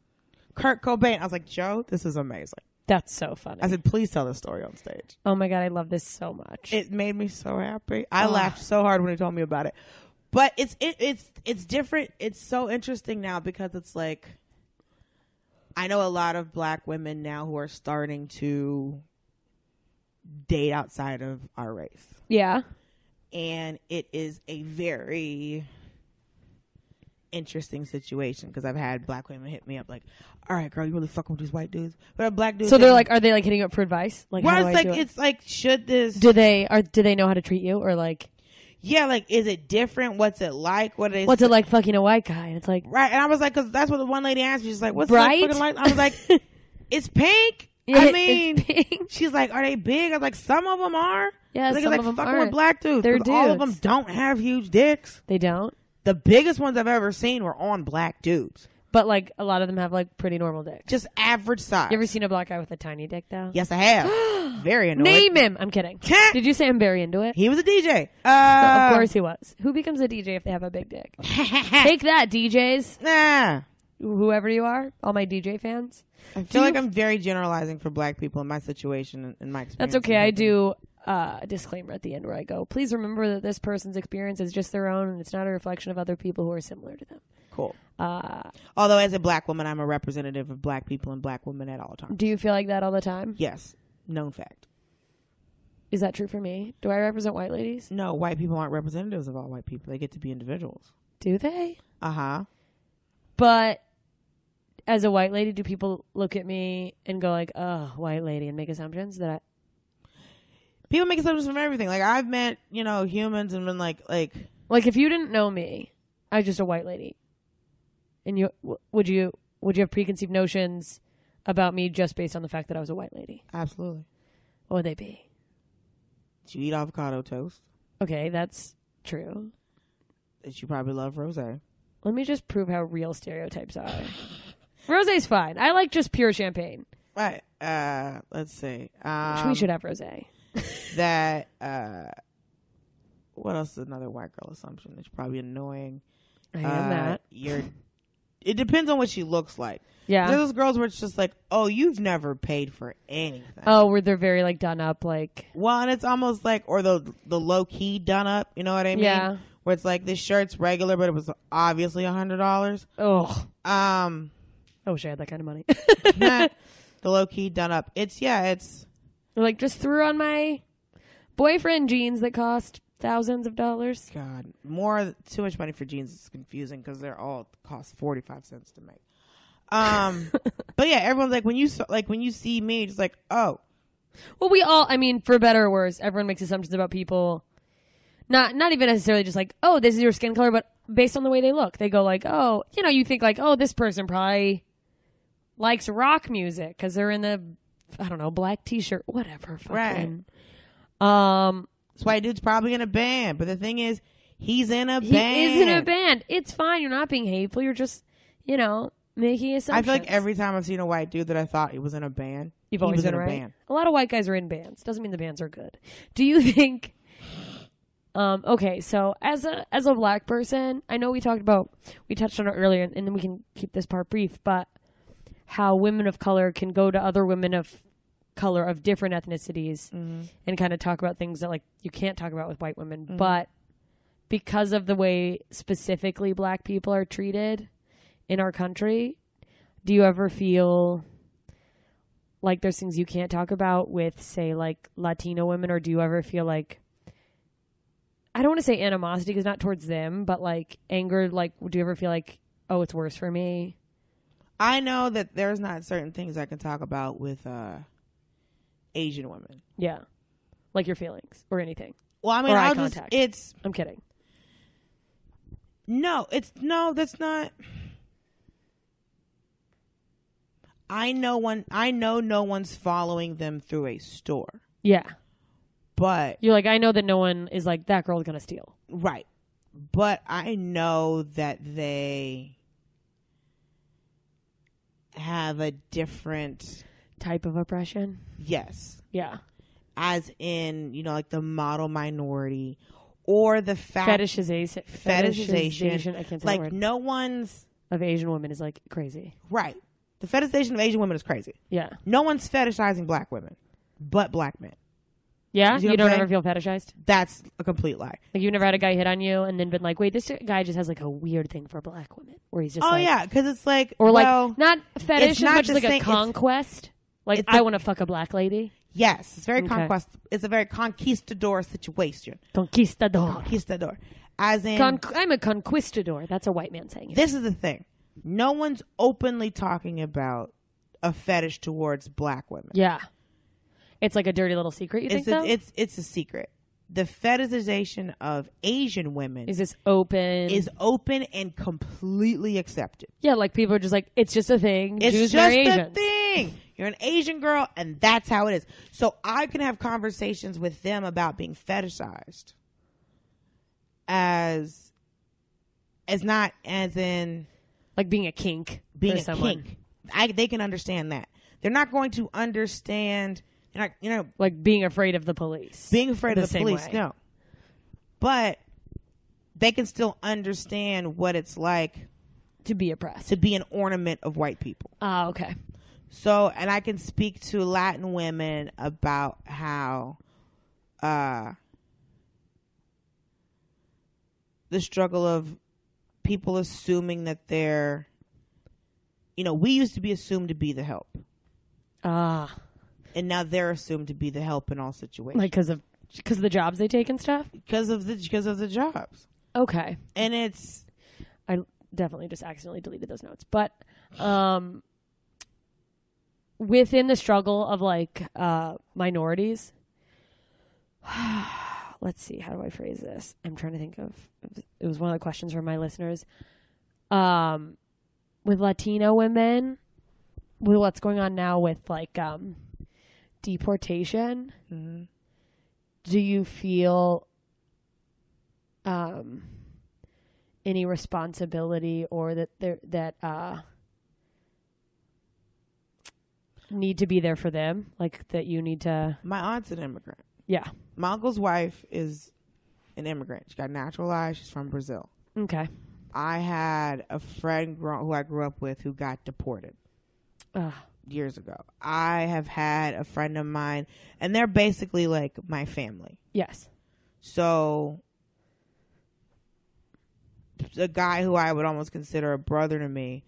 Kurt Cobain. I was like, "Joe, this is amazing." That's so funny. I said, "Please tell this story on stage." oh my god, I love this so much. It made me so happy. I laughed so hard when he told me about it. But it's it, it's it's different. It's so interesting now because it's like I know a lot of black women now who are starting to date outside of our race. yeah. And it is a very interesting situation because I've had black women hit me up like, "All right, girl, you really fucking with these white dudes." But a black dude So they're like, are they like hitting you up for advice? Like, how well, do it's I like do it? it's like should this do they are do they know how to treat you or like yeah, like, is it different? What's it like? What is what's it like fucking a white guy? And it's like, Right. And I was like, because that's what the one lady asked me. She's like, what's Bright? that fucking like? I was like, it's pink. Yeah, I it's mean, pink. she's like, are they big? I was like, some of them are. Yeah, I think it's some like of 'em fucking aren't. with black dudes. They're 'cause All of them dudes. don't have huge dicks. they don't, The biggest ones I've ever seen were on black dudes, but like a lot of them have like pretty normal dicks. just average size. You ever seen a black guy with a tiny dick though? Yes, I have. Very annoying. Name him. I'm kidding. Did you say I'm very into it? He was a DJ. No, Uh, of course he was. Who becomes a DJ if they have a big dick? Take that, DJs. Nah. Whoever you are, all my DJ fans. I feel like I'm very generalizing for black people in my situation and in my experience. That's okay. I do uh, a disclaimer at the end where I go, please remember that this person's experience is just their own and it's not a reflection of other people who are similar to them. Cool. Uh, Although, as a black woman, I'm a representative of black people and black women at all times. Do you feel like that all the time? Yes, known fact. Is that true for me? Do I represent white ladies? No, white people aren't representatives of all white people. They get to be individuals. Do they? Uh Uh-huh. huh. But as a white lady, do people look at me and go like, "Oh, white lady," and make assumptions that I, People make assumptions from everything. Like I've met, you know, humans and been like, like, like if you didn't know me, I was just a white lady, and you w- would you would you have preconceived notions about me just based on the fact that I was a white lady? absolutely. What would they be? Did you eat avocado toast? Okay, that's true. That you probably love rosé. Let me just prove how real stereotypes are. Rosé's fine. I like just pure champagne. Right. Uh, let's see. Um, we should have rosé. that. Uh, what else is another white girl assumption? It's probably annoying. I am Uh, that. You're. It depends on what she looks like. Yeah. There's those girls where it's just like, oh, you've never paid for anything. Oh, where they're very like done up, like Well, and it's almost like, or the the low key done up. You know what I mean? Yeah. Where it's like this shirt's regular, but it was obviously a hundred dollars. oh, Um, oh, I wish I had that kind of money. Nah, the low key done up. It's yeah, it's Or, like just threw on my boyfriend jeans that cost thousands of dollars. God more too much money for jeans is confusing because they're all cost forty five cents to make. Um, but yeah, everyone's like when you saw, like when you see me, just like oh Well, we all, I mean, for better or worse, everyone makes assumptions about people. Not not even necessarily just like, oh, this is your skin color, but based on the way they look, they go like, oh, you know, you think like, oh, this person probably likes rock music because they're in the, I don't know, black t-shirt, whatever. Fucking. Right. Um, this white dude's probably in a band. But the thing is, he's in a he band. is in a band. It's fine. You're not being hateful. You're just, you know, making I assumptions. feel like every time I've seen a white dude that I thought he was in a band, You've he always was been in a right. band. A lot of white guys are in bands. Doesn't mean the bands are good. Do you think? Um, okay, so as a as a black person, I know we talked about we touched on it earlier, and then we can keep this part brief. But how women of color can go to other women of color of different ethnicities and kind of talk about things that like you can't talk about with white women, but because of the way specifically black people are treated in our country, do you ever feel like there's things you can't talk about with say like Latino women or do you ever feel like I don't want to say animosity because not towards them, but like anger like do you ever feel like oh it's worse for me? I know that there's not certain things I can talk about with uh, Asian women. Yeah. Like your feelings or anything. Well, I mean, Or eye I'll just, contact. it's I'm kidding. no, it's no, that's not. I know one. I know no one's following them through a store, Yeah. but You're like I know that no one is like that girl's going to steal. Right. But I know that they have a different Type of oppression. yes, Yeah. as in, you know, like the model minority or the fact Fetishization. fetishization. I can't say that like word. no one's Of Asian women is like crazy. right. The fetishization of Asian women is crazy. Yeah. No one's fetishizing black women, but black men. Yeah. You see You, what I'm don't saying? ever feel fetishized. That's a complete lie. Like you've never had a guy hit on you and then been like, wait, this guy just has like a weird thing for black women, where he's just oh like, yeah, because it's like or like well, not fetish it's as not much the as like same- a it's- conquest. Like it's I a- want to fuck a black lady, yes, it's very Okay. conquest. It's a very conquistador situation. conquistador. conquistador. As in, Con- I'm a conquistador. That's a white man saying it. this is the thing. No one's openly talking about a fetish towards black women. yeah, it's like a dirty little secret. You it's think a, though? it's it's a secret. The fetishization of Asian women Is is, this open? open and completely accepted. yeah, like people are just like it's just a thing. It's Jews just marry a Asians. thing. You're an Asian girl, and that's how it is. So I can have conversations with them about being fetishized as as not as in Like being a kink. being for a someone. kink. I, they can understand that. They're not going to understand. They're not, you know, Like being afraid of the police. being afraid The of the same police. way. No, but they can still understand what it's like to be oppressed. to be an ornament of white people. Ah, okay. So, and I can speak to Latin women about how uh, the struggle of people assuming that they're, you know, we used to be assumed to be the help. Ah, and now they're assumed to be the help in all situations like because of because of the jobs they take and stuff. because of the because of the jobs Okay. and it's I definitely just accidentally deleted those notes. But um, within the struggle of like uh, minorities, let's see, how do I phrase this? I'm trying to think of it was one of the questions from my listeners. Um, with Latino women, with what's going on now with like um, deportation, do you feel um, any responsibility or that there that uh need to be there for them like that you need to my aunt's an immigrant yeah my uncle's wife is an immigrant she got naturalized she's from brazil okay i had a friend grow, who i grew up with who got deported Ugh. years ago i have had a friend of mine and they're basically like my family yes So a guy who I would almost consider a brother to me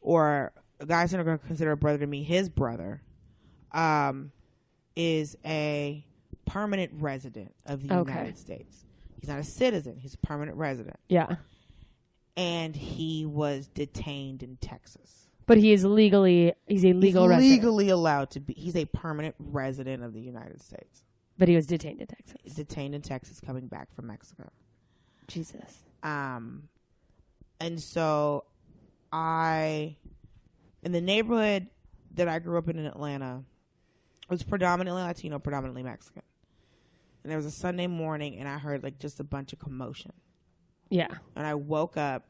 or guys that are going to consider a brother to me his brother, um, is a permanent resident of the Okay. United States. He's not a citizen. He's a permanent resident, Yeah. and he was detained in Texas. But he is legally he's a legal he's resident. legally allowed to be. He's a permanent resident of the United States. But he was detained in Texas. He's detained in Texas, coming back from Mexico. Jesus. Um, and so I, in the neighborhood that I grew up in in Atlanta, it was predominantly Latino, predominantly Mexican. And there was a Sunday morning, and I heard like just a bunch of commotion. Yeah. And I woke up,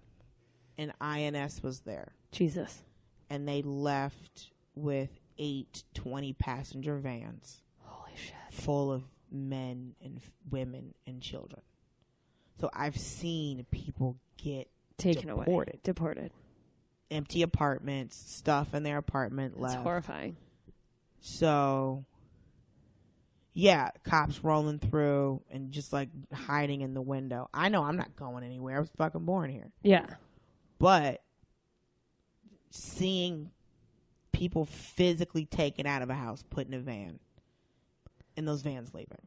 and INS was there, Jesus. and they left with eight 20 passenger vans Holy shit. full of men and f- women and children. So I've seen people get Taken away. Deported. Deported. empty apartments, stuff in their apartment It's left. horrifying. So, yeah, cops rolling through and just like hiding in the window. I know I'm not going anywhere. I was fucking born here. Yeah. But seeing people physically taken out of a house, put in a van, and those vans leaving,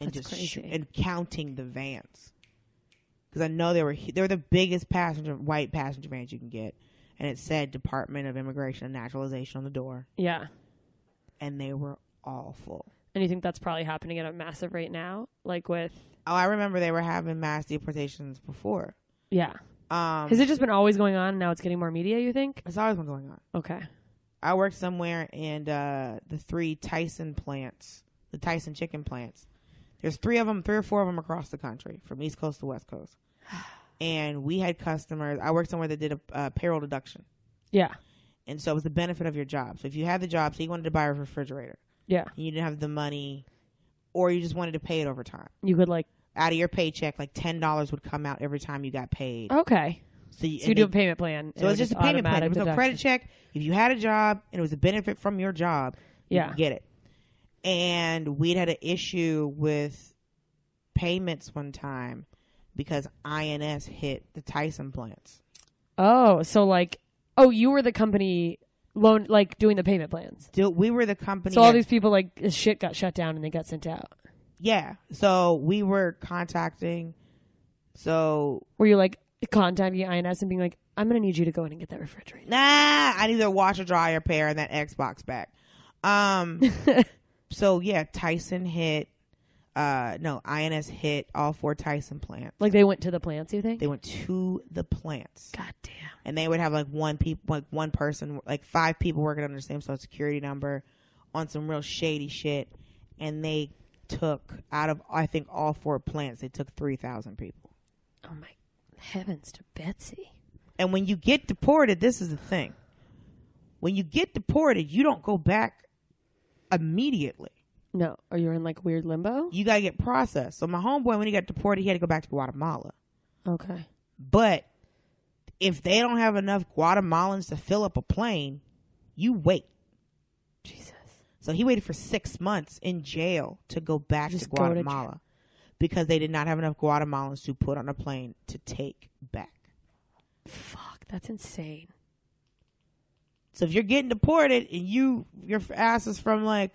and That's just sh- crazy. and counting the vans, because I know they were hu- they were the biggest passenger white passenger vans you can get, and it said Department of Immigration and Naturalization on the door, Yeah. and they were all full. And you think that's probably happening at a massive rate now? Like with Oh, I remember they were having mass deportations before. Yeah. Um, Has it just been always going on and now it's getting more media, you think? it's always been going on. Okay. I worked somewhere and uh, the three Tyson plants, the Tyson chicken plants. There's three of them, three or four of them across the country, from East Coast to West Coast. And we had customers. I worked somewhere that did a uh, payroll deduction, Yeah. and so it was the benefit of your job. So if you had the job, say you wanted to buy a refrigerator, Yeah. and you didn't have the money, or you just wanted to pay it over time You could like out of your paycheck, like ten dollars would come out every time you got paid. Okay. So you, Oh, So you and do they- a payment plan. so and it's it just a payment plan. There automatic was no credit check. If you had a job and it was a benefit from your job, you Yeah. could get it. And we'd had an issue with payments one time because INS hit the Tyson plants. Oh, so like, oh, you were the company loan, like doing the payment plans. Still, we were the company. So all that- these people, like, this shit got shut down and they got sent out. yeah. So we were contacting. So Were you like contacting INS and being like, I'm gonna need you to go in and get that refrigerator? nah, I need a washer, dryer, pair, and that Xbox back. Um. so yeah, Tyson hit. Uh, no, INS hit all four Tyson plants. like they went to the plants, you think? They went to the plants, God damn. and they would have like one people, like one person, like five people working under the same social security number, on some real shady shit, and they took out of I think all four plants, they took three thousand people. Oh my heavens to Betsy. And when you get deported, this is the thing: when you get deported, you don't go back immediately. No, or you're in like weird limbo. You gotta get processed. So my homeboy, when he got deported, he had to go back to Guatemala. Okay. But if they don't have enough Guatemalans to fill up a plane, you wait. Jesus. So he waited for six months in jail to go back to Just go to jail. Guatemala because they did not have enough Guatemalans to put on a plane to take back. Fuck, that's insane. So if you're getting deported and you your ass is from like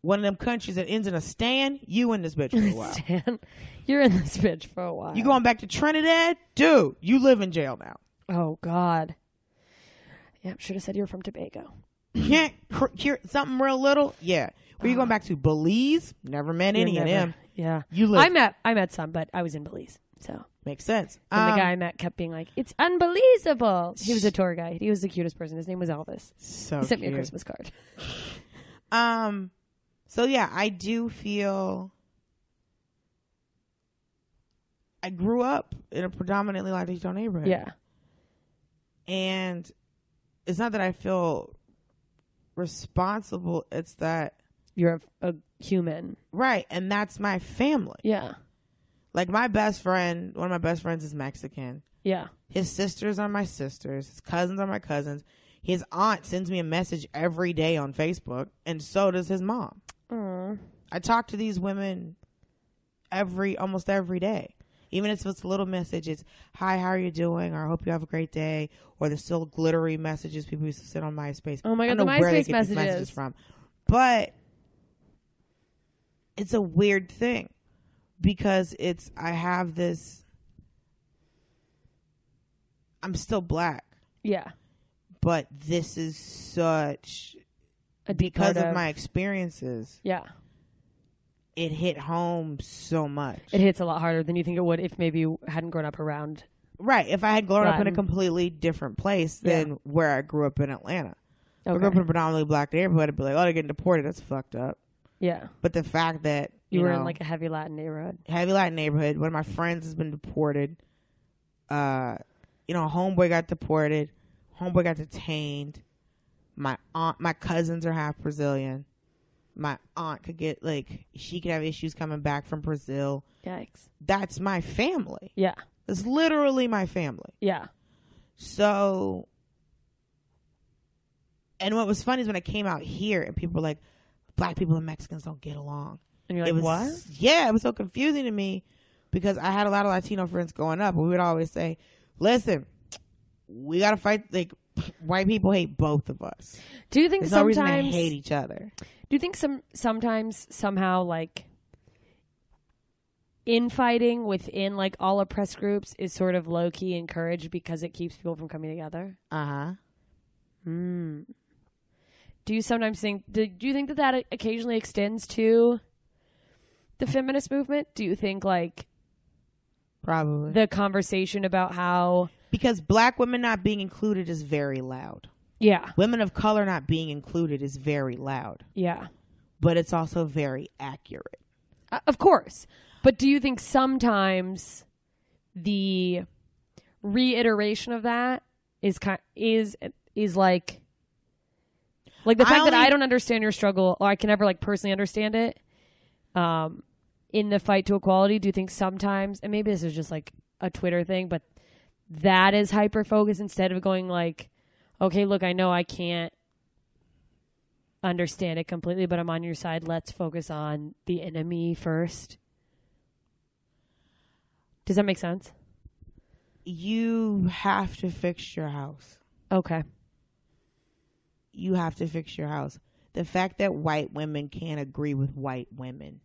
one of them countries that ends in a stand, you in this bitch for a while. Stan, you're in this bitch for a while. You going back to Trinidad, dude? You live in jail now. Oh God. Yeah, should have said you're from Tobago. Can't cr- cure something real little, yeah. Were you going back to Belize? Never met You're any of never- them. Yeah. You live I met I met some, but I was in Belize. So makes sense. and Um, the guy I met kept being like, "It's unbelievable." He was a tour guide. He was the cutest person. His name was Elvis. so he sent me a cute. Christmas card. Um so yeah, I do feel I grew up in a predominantly Latino neighborhood. Yeah, And it's not that I feel responsible, it's that you're a, a human. right, and that's my family. Yeah, Like my best friend, one of my best friends is Mexican. yeah. His sisters are my sisters, his cousins are my cousins. His aunt sends me a message every day on Facebook, and so does his mom. Aw. I talk to these women every almost every day. Even if it's a little message, it's hi, how are you doing? Or I hope you have a great day. Or the still glittery messages people used to send on MySpace. Oh my I God, don't the know where they get MySpace these messages messages. from. But it's a weird thing because it's I have this I'm still black, Yeah. but this is such A deep because part of my experiences, Yeah. it hit home so much. It hits a lot harder than you think it would if maybe you hadn't grown up around. Right. If I had grown up in a Latin. completely different place than where I grew up in Atlanta. If I Okay. grew up in a predominantly black neighborhood, I'd be like, oh, they're getting deported. That's fucked up. yeah. But the fact that You, you, were know, in like a heavy Latin neighborhood. heavy Latin neighborhood. One of my friends has been deported. Uh, you know, homeboy got deported. Homeboy got detained. My aunt, my cousins are half Brazilian. My aunt could get like she could have issues coming back from Brazil. Yikes. That's my family. Yeah. That's literally my family. Yeah. So, and what was funny is when I came out here and people were like, "Black people and Mexicans don't get along." And you're like, it was what? yeah it was so confusing to me because i had a lot of latino friends growing up and we would always say listen we gotta fight like white people hate both of us Do you think there's no sometimes reason they hate each other Do you think some sometimes somehow like infighting within like all oppressed groups is sort of low key encouraged because it keeps people from coming together? uh-huh Mm. Do you sometimes think do, do you think that that occasionally extends to the feminist movement? Do you think like probably the conversation about how because black women not being included is very loud yeah, women of color not being included is very loud yeah. but it's also very accurate Uh, of course. But do you think sometimes the reiteration of that is kind is is like like the I fact that only- I don't understand your struggle or I can never like personally understand it um in the fight to equality do you think sometimes and maybe this is just like a Twitter thing but that is hyper focus instead of going like okay look I know I can't understand it completely, but I'm on your side. Let's focus on the enemy first. Does that make sense? you have to fix your house Okay. you have to fix your house. The fact that white women can't agree with white women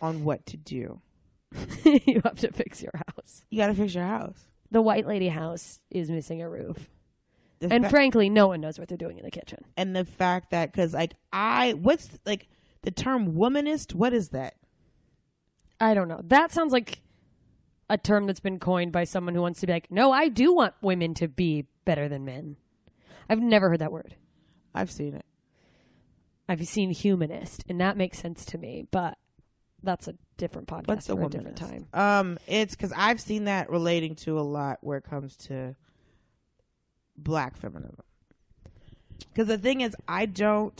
on what to do. you have to fix your house. You got to fix your house. The white lady house is missing a roof. The And fa- frankly, no one knows what they're doing in the kitchen. and the fact that cuz like I what's like the term womanist, what is that? I don't know. That sounds like a term that's been coined by someone who wants to be like, no, I do want women to be better than men. I've never heard that word. I've seen it. I've seen humanist, and that makes sense to me, but that's a different podcast What's a for a womanist? different time. Um it's cuz I've seen that relating to a lot where it comes to black feminism. Cuz the thing is I don't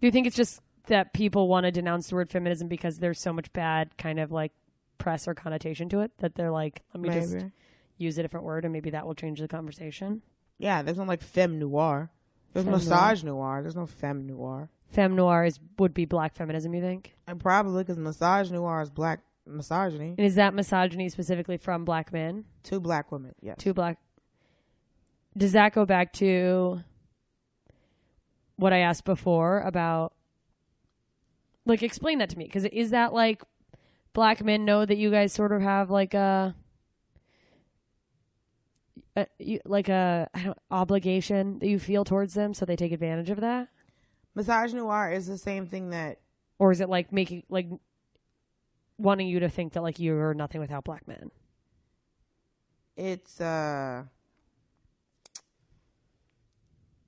Do you think it's just that people want to denounce the word feminism because there's so much bad kind of like press or connotation to it that they're like, let me just Maybe. use a different word and maybe that will change the conversation? Yeah, there's no like femme noir. There's Femme noir. massage noir. There's no femme noir. Femme noir is would be black feminism, you think? And probably because massage noir is black misogyny. And is that misogyny specifically from black men Two black women. Yeah. to black? Does that go back to what I asked before about like explain that to me because is that like black men know that you guys sort of have like a, a you, like a I don't, obligation that you feel towards them so they take advantage of that Massage noir is the same thing that or is it like making like wanting you to think that like you're nothing without black men it's uh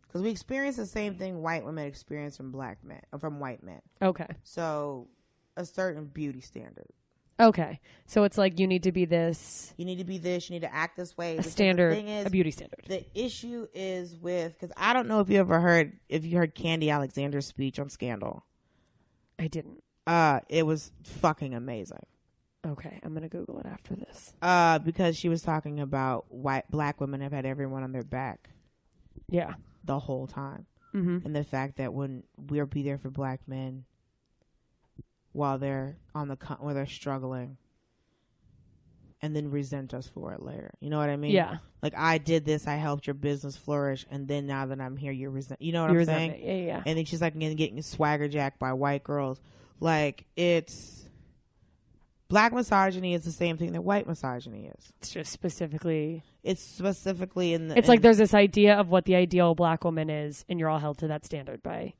because we experience the same thing white women experience from black men or from white men. okay So a certain beauty standard. okay so it's like you need to be this You need to be this. You need to act this way. a which is the standard thing is- a beauty standard The issue is with because I don't know if you ever heard if you heard Candy Alexander's speech on Scandal. I didn't Uh, it was fucking amazing. okay I'm gonna Google it after this uh, because she was talking about white black women have had everyone on their back yeah the whole time, mm-hmm and the fact that when we'll be there for black men while they're on the con- while they're struggling, and then resent us for it later. You know what I mean? Yeah. Like I did this, I helped your business flourish, and then now that I'm here, you're resent. You know what You I'm resent saying? it. Yeah, yeah. And then she's like getting, getting swagger jacked by white girls. Like it's black misogyny is the same thing that white misogyny is. It's just specifically. It's specifically in the. It's like in- there's this idea of what the ideal black woman is, and you're all held to that standard by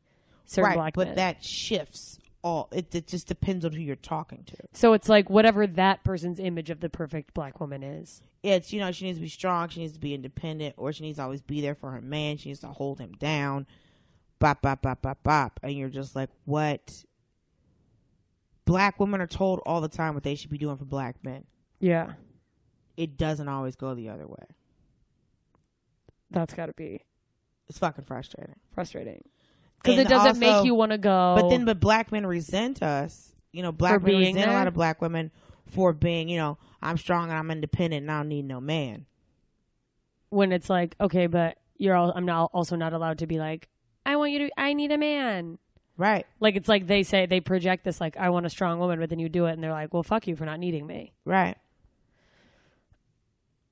certain right, black but men. that shifts all. It, it just depends on who you're talking to. so it's like whatever that person's image of the perfect black woman is. it's you know she needs to be strong she needs to be independent or she needs to always be there for her man she needs to hold him down bop bop bop bop bop and you're just like what black women are told all the time what they should be doing for black men Yeah, it doesn't always go the other way that's got to be it's fucking frustrating frustrating because And it doesn't also- make you want to go. but then but black men resent us you know black Oh. For men being resent a there? lot of black women for being you know i'm strong and i'm independent and i don't need no man when it's like, okay, but you're all, I'm not also not allowed to be like, I want you to, I need a man. right Like it's like they say they project this like I want a strong woman, but then you do it and they're like, well, fuck you for not needing me. right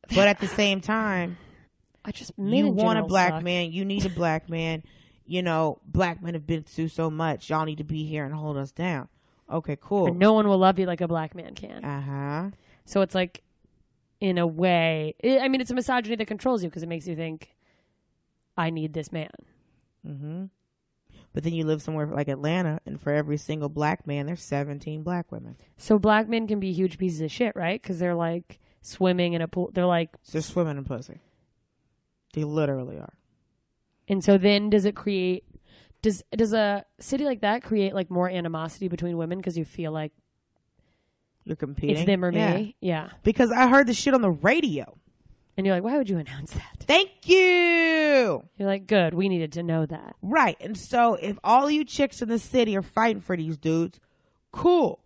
but at the same time I just men you in want a general black suck. man. You need a black man. You know, black men have been through so much. Y'all need to be here and hold us down. Okay, cool. And no one will love you like a black man can. Uh huh. So it's like, in a way, i I mean, it's a misogyny that controls you because it makes you think, I need this man. hmm But then you live somewhere like Atlanta, and for every single black man, there's 17 black women. So black men can be huge pieces of shit, right? Because they're like swimming in a pool. They're like, It's just swimming in pussy. They literally are. and so then does it create? Does does a city like that create like more animosity between women because you feel like You're competing. it's them or Yeah. me? Yeah, Because I heard the shit on the radio. and you're like, why would you announce that? Thank you. You're like, good, we needed to know that. Right. And so if all you chicks in the city are fighting for these dudes, cool.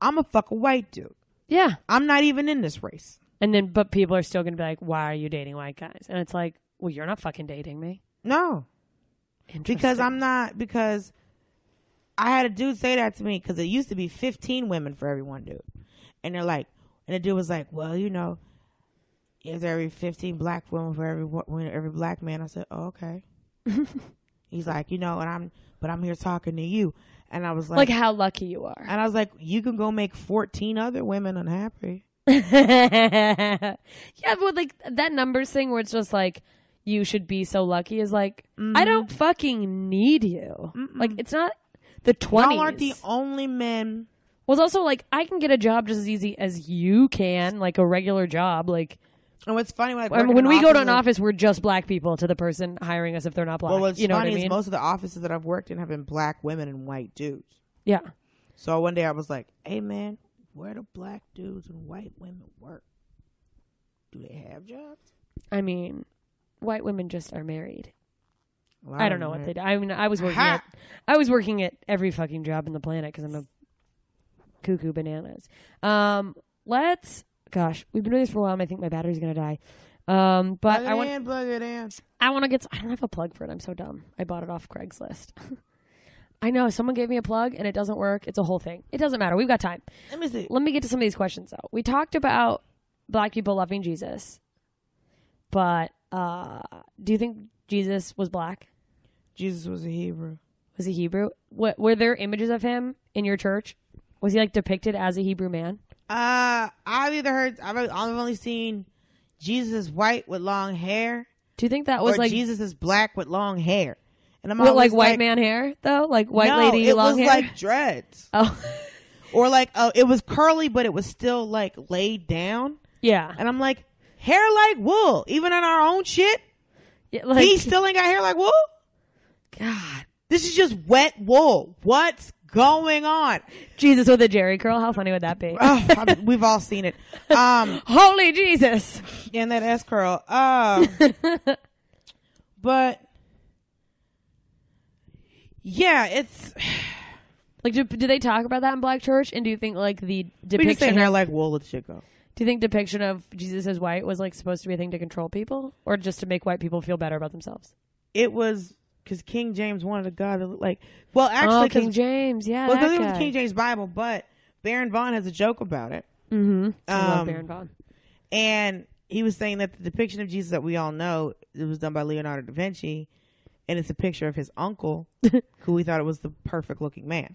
I'm a fuck a white dude. Yeah, I'm not even in this race. and then but people are still gonna be like, why are you dating white guys? And it's like, well, you're not fucking dating me No, because Interesting. I'm not. Because I had a dude say that to me because it used to be 15 women for every one dude, and they're like, and the dude was like, well, you know, is every 15 black women for every wo- woman- every black man? I said, oh, okay. He's like, you know, and I'm, but I'm here talking to you, and I was like, like how lucky you are. and I was like, you can go make 14 other women unhappy. yeah, but like that numbers thing where it's just like you should be so lucky is like I don't fucking need you. Like it's not the Y'all aren't the twenties. only men. Well, it's also like I can get a job just as easy as you can, like a regular job. Like And what's funny, like I mean, working when in we go to an offices- office, we're just black people to the person hiring us if they're not black. Well, what's you know funny what I mean? is most of the offices that I've worked in have been black women and white dudes. yeah, So one day I was like, "Hey man, where do black dudes and white women work? Do they have jobs?" I mean, white women just are married. Well, I don't know what they do. I mean, I was working. Ha! At, I was working at every fucking job in the planet because I'm a cuckoo bananas. Um, let's. Gosh, we've been doing this for a while, and I think my battery's gonna die. Um, but Plug I it want. in, plug it in. I want to get. s- I don't have a plug for it. I'm so dumb. I bought it off Craigslist. I know someone gave me a plug and it doesn't work. It's a whole thing. It doesn't matter. We've got time. Let me see. Let me get to some of these questions though. We talked about black people loving Jesus, but uh, do you think Jesus was black? Jesus was a Hebrew. was he Hebrew? What were there images of him in your church? Was he like depicted as a Hebrew man? Uh, I've either heard. I've, I've only seen Jesus is white with long hair, Do you think that or was like Jesus is black with long hair. And I'm what, always like white man hair though? Like white no, lady it long was hair? like dreads, oh, or like oh, it was curly, but it was still like laid down. yeah. And I'm like, hair like wool, even in our own shit. Yeah, like he still ain't got hair like wool. God, This is just wet wool. What's going on? Jesus with a Jerry curl. How funny would that be? Oh, I mean, we've all seen it. Um, Holy Jesus! and that S curl. Um, but yeah, it's Like, do, do they talk about that in Black Church? And do you think like the we just say depiction? hair of- like wool. Let shit go. do you think depiction of Jesus as white was like supposed to be a thing to control people, or just to make white people feel better about themselves? It was because King James wanted a god that looked like. Well, actually, oh, King 'cause- James, yeah. well, that it was the guy. King James Bible, but Baron Vaughn has a joke about it. Mm-hmm. I love Um, Baron Vaughn. And he was saying that the depiction of Jesus that we all know it was done by Leonardo da Vinci, and it's a picture of his uncle, who we thought it was the perfect looking man,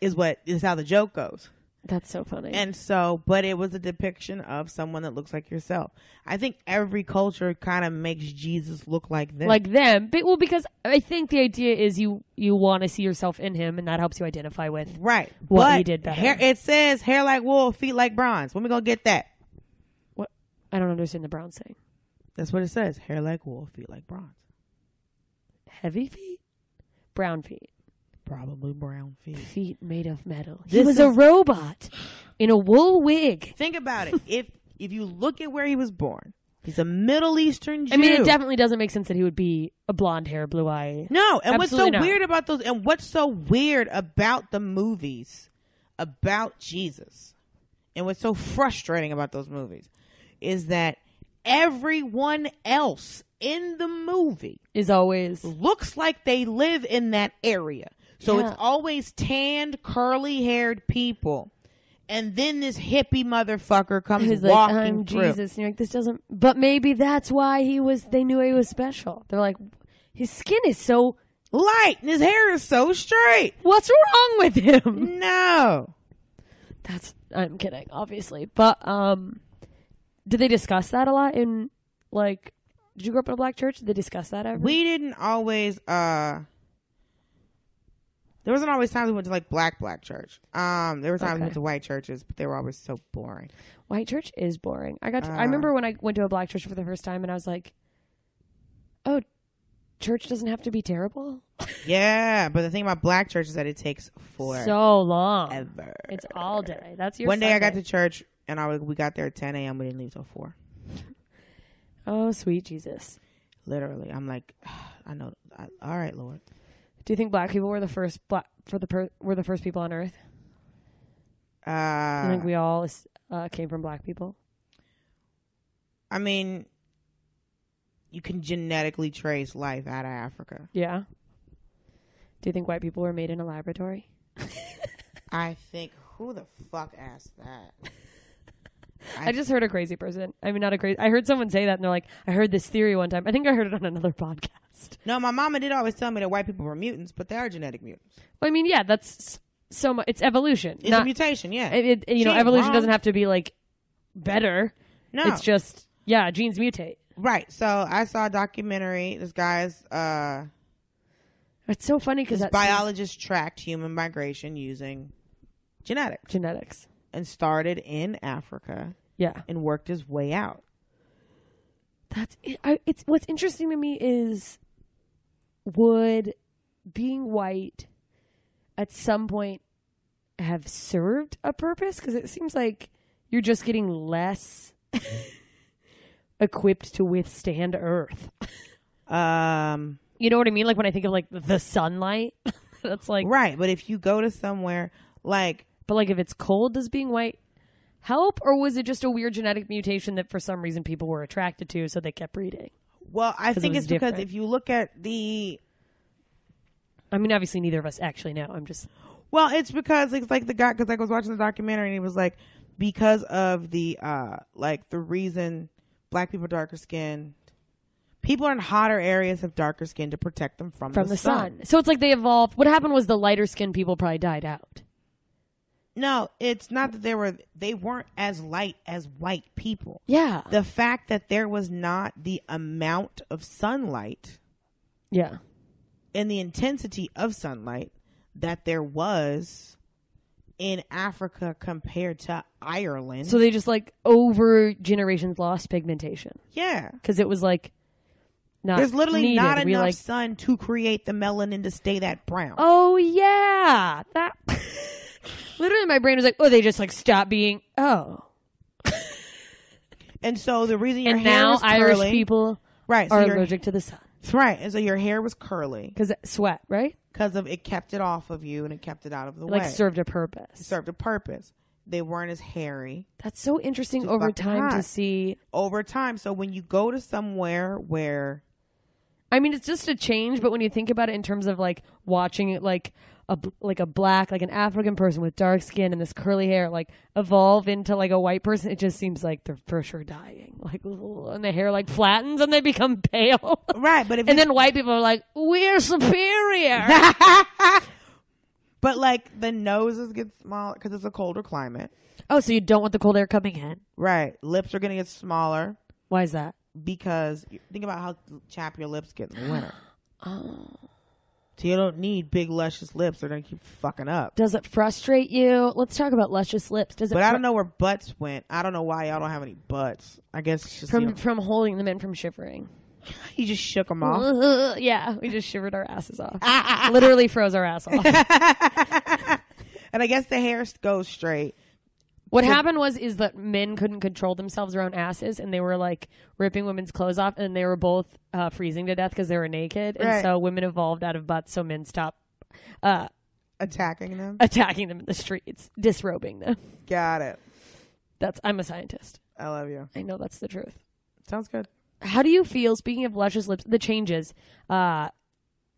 is what is how the joke goes. That's so funny. And so, but it was a depiction of someone that looks like yourself. I think every culture kind of makes Jesus look like them. like them, but, well, because I think the idea is you you want to see yourself in him, and that helps you identify with. right? What but he did better. Hair, it says hair like wool, feet like bronze. When we gonna get that? I don't understand the brown thing. That's what it says. Hair like wool, feet like bronze. Heavy feet, brown feet, Probably brown feet. feet made of metal. he This was a is- robot in a wool wig. Think about it. if if you look at where he was born, he's a Middle Eastern Jew. I mean, it definitely doesn't make sense that he would be a blonde hair, blue eye. No, and what's so Absolutely not. weird about those and what's so weird about the movies about Jesus and what's so frustrating about those movies is that everyone else in the movie Is always looks like they live in that area. So Yeah. it's always tanned, curly haired people. And then this hippie motherfucker comes He's like, walking I'm through. Jesus. And you're like, this doesn't. But maybe that's why he was. They knew he was special. They're like, his skin is so. Light and his hair is so straight. What's wrong with him? No. That's. I'm kidding, obviously. But um, did they discuss that a lot in like? Did you grow up in a black church? Did they discuss that ever? we didn't always uh there wasn't always times we went to like black black church um there were times we Okay. went to white churches but they were always so boring White church is boring. I got. To, I Uh. remember when I went to a black church for the first time, and I was like, oh, church doesn't have to be terrible. yeah but the thing about black church is that it takes forever so long. It's all day. That's your one day i got Sunday. to church and i was, we got there at 10 a.m we didn't leave till 4 Oh, sweet Jesus. literally i'm like i know I, all right lord Do you think black people were the first black for the per- were the first people on Earth? I uh think we all uh, came from black people. i mean you can genetically trace life out of africa Yeah. Do you think white people were made in a laboratory? i think who the fuck asked that I just heard a crazy person. I mean, not a crazy. I heard someone say that, and they're like, "I heard this theory one time. I think I heard it on another podcast." No, my mama did always tell me that white people were mutants, but they are genetic mutants. Well, I mean, yeah, that's s- so much. It's evolution. It's a not, mutation, yeah. it, it, you She know, ain't evolution wrong. doesn't have to be like better. no, It's just yeah, genes mutate. right. So I saw a documentary. This guy's uh, It's so funny because this that's biologist tracked human migration using genetics genetics. and started in Africa Yeah. and worked his way out. That's it. I, it's what's interesting to me is would being white at some point have served a purpose because it seems like you're just getting less equipped to withstand earth. Um, You know what I mean? Like when I think of like the sunlight, that's like right. But if you go to somewhere like but like if it's cold does being white help or was it just a weird genetic mutation that for some reason people were attracted to so they kept breeding? well, I it think was it's different. because if you look at the I mean obviously neither of us actually know. I'm just Well, it's because it's like the guy because like, I was watching the documentary and he was like because of the uh like the reason black people are darker skinned people in hotter areas have darker skin to protect them from, from the, sun. So it's like they evolved. What happened was the lighter skinned people probably died out. No, it's not that they were they weren't as light as white people. Yeah. The fact that there was not the amount of sunlight yeah. and the intensity of sunlight that there was in Africa compared to Ireland. So they just like over generations lost pigmentation yeah. because it was like not. There's literally needed. not We enough like, sun to create the melanin to stay that brown. oh yeah, that. literally, my brain was like, oh, they just like stopped being. Oh, and, And so the reason your hair now was Irish curly, people right, so are your, allergic to the sun that's right, and so your hair was curly because sweat, right? because of it kept it off of you and it kept it out of the Like way. served a purpose. served a purpose. They weren't as hairy That's so interesting Just over fucking time to hot. see. over time. So when you go to somewhere where I mean, it's just a change, but when you think about it in terms of like watching it, like a b- like a black, like an African person with dark skin and this curly hair, like evolve into like a white person, it just seems like they're for sure dying. Like, and the hair like flattens and they become pale. Right, but if and you- then white people are like, "We're superior." but like the noses get smaller because it's a colder climate. oh, so you don't want the cold air coming in? Right, lips are gonna get smaller Why is that? because think about how chap your lips get in the winter. Oh. So you don't need big luscious lips; they're gonna keep fucking up. Does it frustrate you? Let's talk about luscious lips. Does it? But I fr- don't know where butts went. I don't know why y'all don't have any butts. I guess it's just you, from know, from holding them in from shivering. he just shook them off. yeah, we just shivered our asses off. Literally froze our ass off. and I guess the hair goes straight. What happened was is that men couldn't control themselves around asses, and they were like ripping women's clothes off, and they were both uh, freezing to death because they were naked, and Right. so women evolved out of butts, so men stopped uh, Attacking them. attacking them in the streets, disrobing them. Got it. That's I'm a scientist. I love you. I know that's the truth. Sounds good. How do you feel? Speaking of luscious lips, the changes. Uh,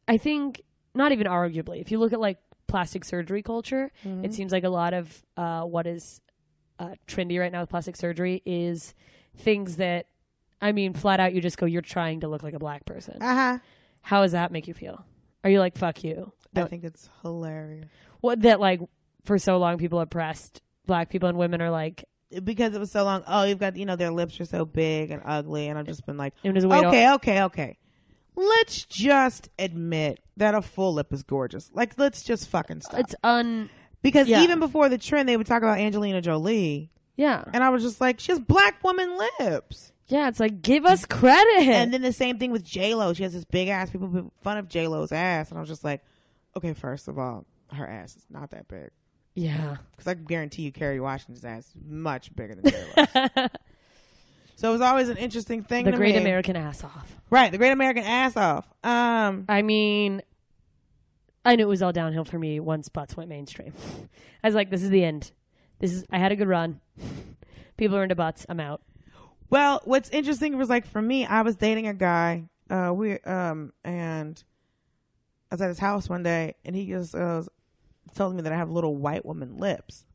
I think not even arguably. If you look at like plastic surgery culture, Mm-hmm. it seems like a lot of uh, what is uh, trendy right now with plastic surgery is things that, I mean, flat out, you just go, you're trying to look like a black person. Uh huh. How does that make you feel? Are you like fuck you? I think it's hilarious What that like for so long people oppressed black people and women are like because it was so long. Oh, you've got you know their lips are so big and ugly, and I've just been like, it was a way to- okay, okay, okay. Let's just admit that a full lip is gorgeous. Like, let's just fucking stop. it's un because yeah. even before the trend, they would talk about Angelina Jolie, yeah and I was just like, she has black woman lips. yeah it's like give us credit And then the same thing with J Lo. She has this big ass. People make fun of J Lo's ass, and I was just like, okay, first of all, her ass is not that big. yeah Because I can guarantee you, Kerry Washington's ass is much bigger than J Lo's. so it was always an interesting thing. the to great me. American ass off. right? The Great American Ass Off. Um, I mean, I knew it was all downhill for me once butts went mainstream. I was like, this is the end. This is. I had a good run. People are into butts. I'm out. Well, what's interesting was like for me, I was dating a guy. Uh, we um, and I was at his house one day, and he just uh, was telling me that I have little white woman lips,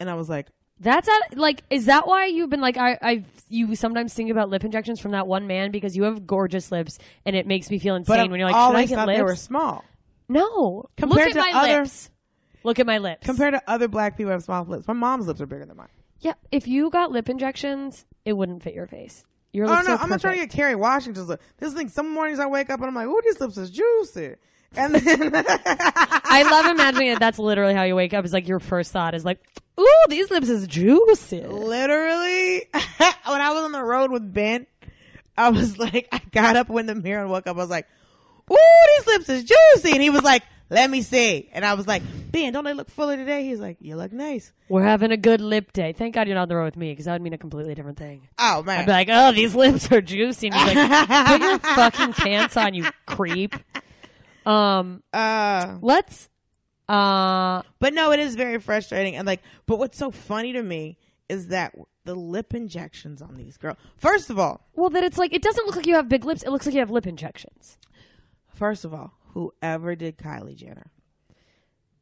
and I was like, That's at, like, is that why you've been like, I, I, you sometimes think about lip injections from that one man because you have gorgeous lips and it makes me feel insane but I when you're like, should I always get thought they were lips? small No, Compared look to at my other- lips. Look at my lips. compared to other black people who have small lips. My mom's lips are bigger than mine. yeah, if you got lip injections, it wouldn't fit your face. Your Oh lips no, are I'm not trying to perfect. get Carrie Washington's lip. This thing, some mornings I wake up and I'm like, "Ooh, these lips is juicy," and then I love imagining that that's literally how you wake up. Is like your first thought is like, ooh, these lips is juicy. literally when I was on the road with Ben, I was like, I got up when the mirror and woke up. I was like, "Ooh, these lips is juicy," and he was like, "Let me see," and I was like, "Ben, don't they look fuller today?" He's like, "You look nice." We're having a good lip day. Thank God you're not on the road with me because that would mean a completely different thing. Oh I'd man, be like, oh, these lips are juicy. And he's like, put your fucking pants on, you creep. Um, uh, let's. Uh, but no, it is very frustrating. And like, but what's so funny to me is that the lip injections on these girls. First of all, well, that it's like it doesn't look like you have big lips. It looks like you have lip injections. first of all, whoever did Kylie Jenner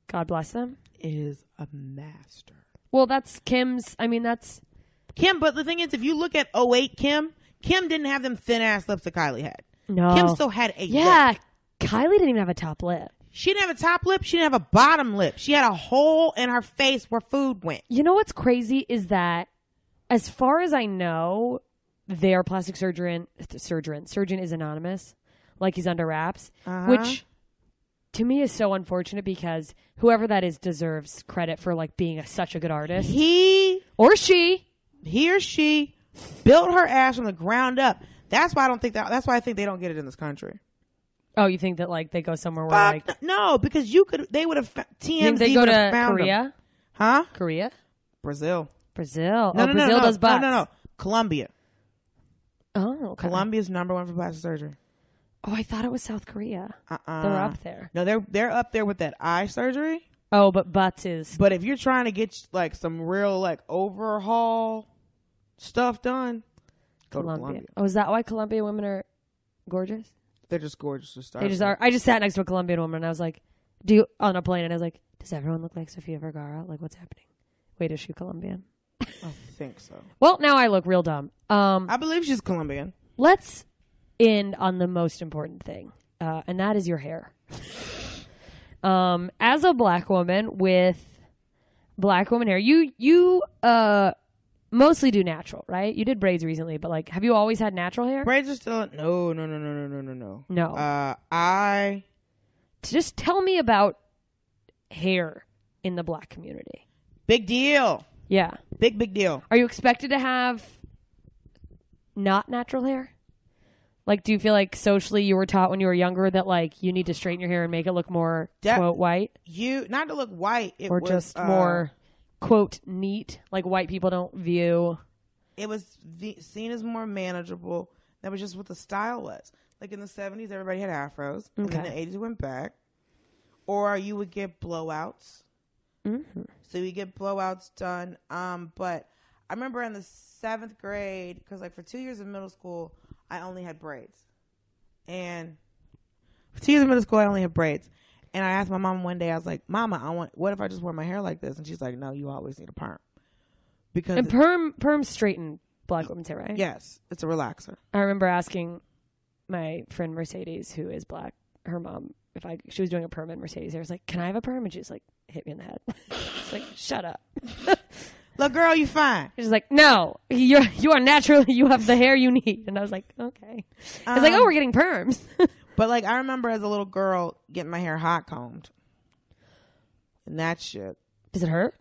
God bless them. is a master. Well, that's Kim's. I mean, that's Kim, but the thing is, if you look at 08 Kim, Kim didn't have them thin ass lips that Kylie had. no. Kim still had a lip. Oh. yeah. Kylie didn't even have a top lip. She didn't have a top lip. She didn't have a bottom lip. She had a hole in her face where food went. You know what's crazy is that, as far as I know, their plastic surgeon, surgeon, surgeon is anonymous, like he's under wraps, Uh-huh. which to me is so unfortunate because whoever that is deserves credit for like being a, such a good artist He, or she. he or she, built her ass from the ground up. That's why I don't think that. That's why I think they don't get it in this country. Oh, you think that like they go somewhere where Fuck like no, because you could. They would have fo- you think TMZ they go would have to found Korea, them. huh? Korea, Brazil. Brazil? No, oh, no, Brazil no, no, does no, butts. no, no. Colombia. Oh, okay. Colombia's number one for plastic surgery. Oh, I thought it was South Korea. Uh-uh. They're up there. No, they're they're up there with that eye surgery. Oh, but butts is But if you're trying to get like some real like overhaul stuff done, go Colombia. to Colombia. Oh, is that why Colombian women are gorgeous? They're just gorgeous to start. They just with. are. I just sat next to a Colombian woman and I was like, "Do you on a plane?" And I was like, "Does everyone look like Sofia Vergara? Like, what's happening?" Wait, is she Colombian? I think so. Well, now I look real dumb. Um, I believe she's Colombian. let's end on the most important thing, uh, and that is your hair. um, as a black woman with black woman hair, you you uh mostly do natural, right? You did braids recently, but like, have you always had natural hair? Braids are still no, no, no, no, no, no, no, No. no. Uh, I Just tell me about hair in the black community. big deal, Yeah. big big deal. Are you expected to have not natural hair? Like, do you feel like socially you were taught when you were younger that like you need to straighten your hair and make it look more That- quote white You not to look white, it or was, just uh, more quote neat? Like white people don't view. It was the, seen as more manageable. That was just what the style was. Like in the seventies, everybody had afros, and then Okay. the eighties went back. Or you would get blowouts. Mhm. So you get blowouts done. Um, but I remember in the seventh grade, because like for two years in middle school, I only had braids. And for two years in middle school, I only had braids. And I asked my mom one day, I was like, "Mama, I want. What if I just wear my hair like this?" And she's like, "No, you always need a perm." Because And perm perm straighten black women's hair, right? yes, it's a relaxer. I remember asking my friend Mercedes, who is black, her mom, if I she was doing a perm and Mercedes hair. I was like, "Can I have a perm?" And she was like, "Hit me in the head." She's like, "Shut up." Look, girl, you fine. She's like, no, you're you are naturally you have the hair you need, and I was like, okay. I was like, Um, oh, we're getting perms. But like I remember as a little girl getting my hair hot combed. And that shit. Does it hurt?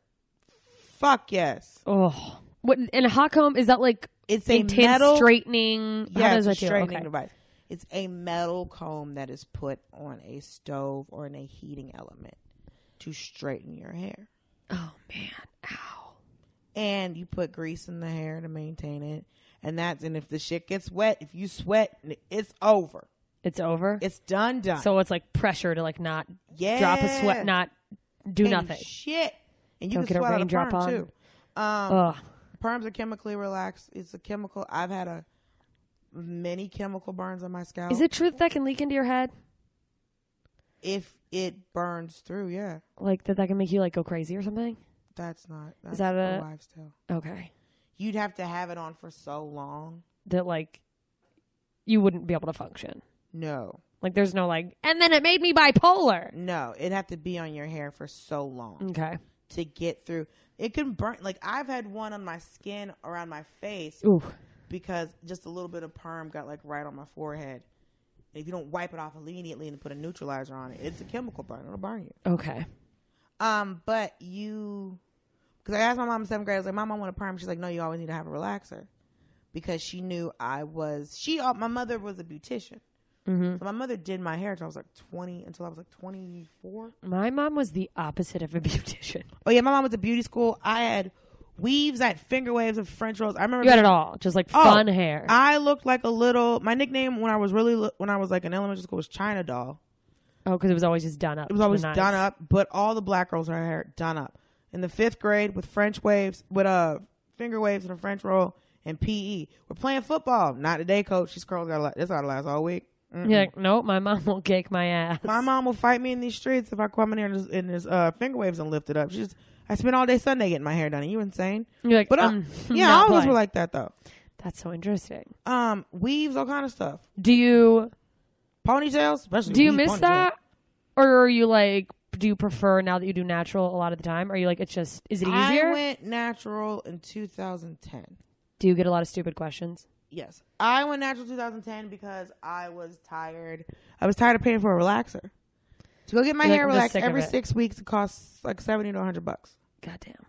Fuck yes. Oh, what? And a hot comb is that like It's a intense metal straightening? yeah, How it's does a that feel? straightening Okay. device. It's a metal comb that is put on a stove or in a heating element to straighten your hair. Oh man, ow. And you put grease in the hair to maintain it. And that's and if the shit gets wet, if you sweat, it's over. It's over. It's done done. so it's like pressure to like not yeah. drop a sweat, not do And nothing. Shit. And you Don't can get a sweat out raindrop perm on. too. Um, Ugh. Perms are chemically relaxed. It's a chemical. I've had a many chemical burns on my scalp. Is it true that that can leak into your head? If it burns through, yeah, Like that that can make you like go crazy or something? that's not. That's that a a- wives' tale? Okay. You'd have to have it on for so long. That like you wouldn't be able to function. No, Like there's no like, and then it made me bipolar. no, it'd have to be on your hair for so long Okay. to get through. It can burn. Like I've had one on my skin around my face Ooh. because just a little bit of perm got like right on my forehead. If you don't wipe it off immediately and put a neutralizer on it, it's a chemical burn. It'll burn you. Okay. Um, but you, because I asked my mom in seventh grade, I was like, "Mom, I want a perm." She's like, "No, you always need to have a relaxer," because she knew I was. She, uh, my mother was a beautician, hmm so my mother did my hair until I was like twenty, until I was like twenty four. My mom was the opposite of a beautician. Oh yeah, my mom was a beauty school. I had weaves, I had finger waves, and French rolls. I remember You had it all, just like Oh, fun hair. I looked like a little. My nickname when I was really li- when I was like in elementary school was China doll. oh, because it was always just done up. It was always nice. done up, but all the black girls had their hair done up. In the fifth grade with French waves, with uh finger waves and a French roll and PE. We're playing football. Not today, coach. She's curls got that's gotta last all week. Mm-mm. You're like, nope, my mom will kick my ass. My mom will fight me in these streets if I come in here and just, and just uh, finger waves and lift it up. She's I spent all day Sunday getting my hair done. Are you insane? You're like, But uh, um, yeah, not all of us playing. were like that though. that's so interesting. Um, weaves, all kind of stuff. Do you Ponytails, especially. do you weave miss ponytails. that, or are you like, do you prefer now that you do natural a lot of the time? Are you like, it's just, is it I easier? went natural in 2010. do you get a lot of stupid questions? Yes. I went natural 2010 because I was tired. I was tired of paying for a relaxer. To go get my You're hair like, "I'm just relaxed sick of every it." six weeks, it costs like 70 to 100 bucks. Goddamn.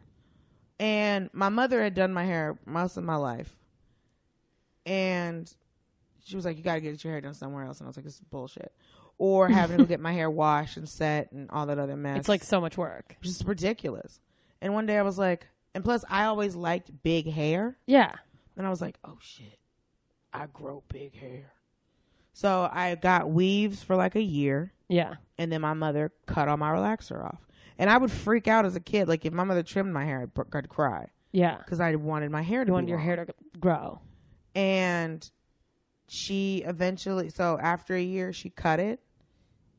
And my mother had done my hair most of my life. And she was like, You got to get your hair done somewhere else. And I was like, This is bullshit. Or having to go get my hair washed and set and all that other mess. It's like so much work. just ridiculous. And one day I was like, And plus, I always liked big hair. Yeah. And I was like, oh shit, I grow big hair. So I got weaves for like a year, Yeah. and then my mother cut all my relaxer off. And I would freak out as a kid. Like if my mother trimmed my hair, I'd, br- I'd cry Yeah. because I wanted my hair to be You wanted your long. hair to grow. And she eventually so after a year she cut it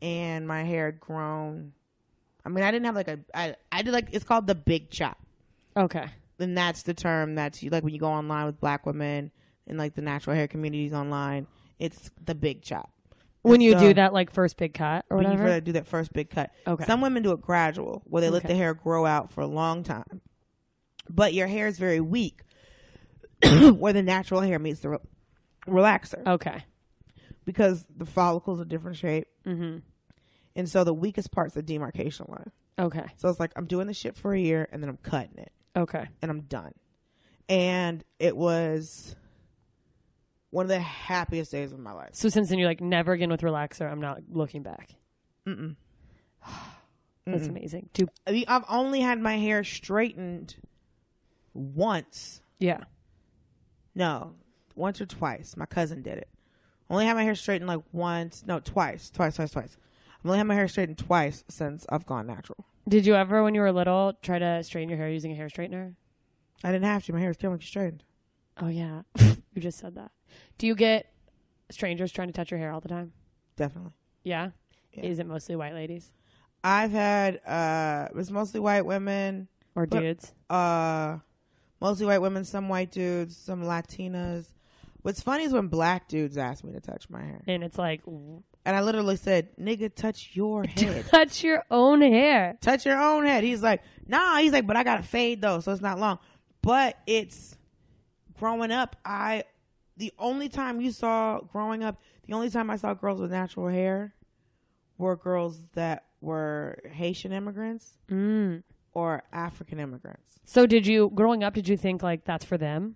and my hair had grown i mean i didn't have like a i, I did like it's called the big chop Okay. and that's the term that's like when you go online with black women and like the natural hair communities online it's the big chop When you So- do that, like first big cut or when you whatever. really do that first big cut Okay. some women do it gradual where they let Okay. the hair grow out for a long time but your hair is very weak where the natural hair meets the re- relaxer okay. because the follicles are different shape. Mm-hmm. And so the weakest part's the demarcation line. Okay. So it's like I'm doing this shit for a year and then I'm cutting it Okay. and I'm done. And it was one of the happiest days of my life. So since then, you're like never again with relaxer. I'm not looking back. Mm-mm. That's Mm-mm. amazing. Do I mean, I've only had my hair straightened once. yeah. No, once or twice. My cousin did it. Only had my hair straightened like once. No, twice. Twice, twice, twice. I've only had my hair straightened twice since I've gone natural. Did you ever, when you were little, try to straighten your hair using a hair straightener? I didn't have to. My hair was chemically straightened. Oh yeah. you just said that. Do you get strangers trying to touch your hair all the time? Definitely. Yeah. Yeah. Is it mostly white ladies I've had uh it was mostly white women, or But- dudes? uh mostly white women, some white dudes, some Latinas. What's funny is when black dudes ask me to touch my hair. And it's like And I literally said, Nigga, touch your head. touch your own hair. touch your own head. He's like, nah, he's like, but I got a fade though, so it's not long. But it's growing up, I the only time you saw growing up, the only time I saw girls with natural hair were girls that were Haitian immigrants Mm. or African immigrants. So did you growing up? Did you think like that's for them?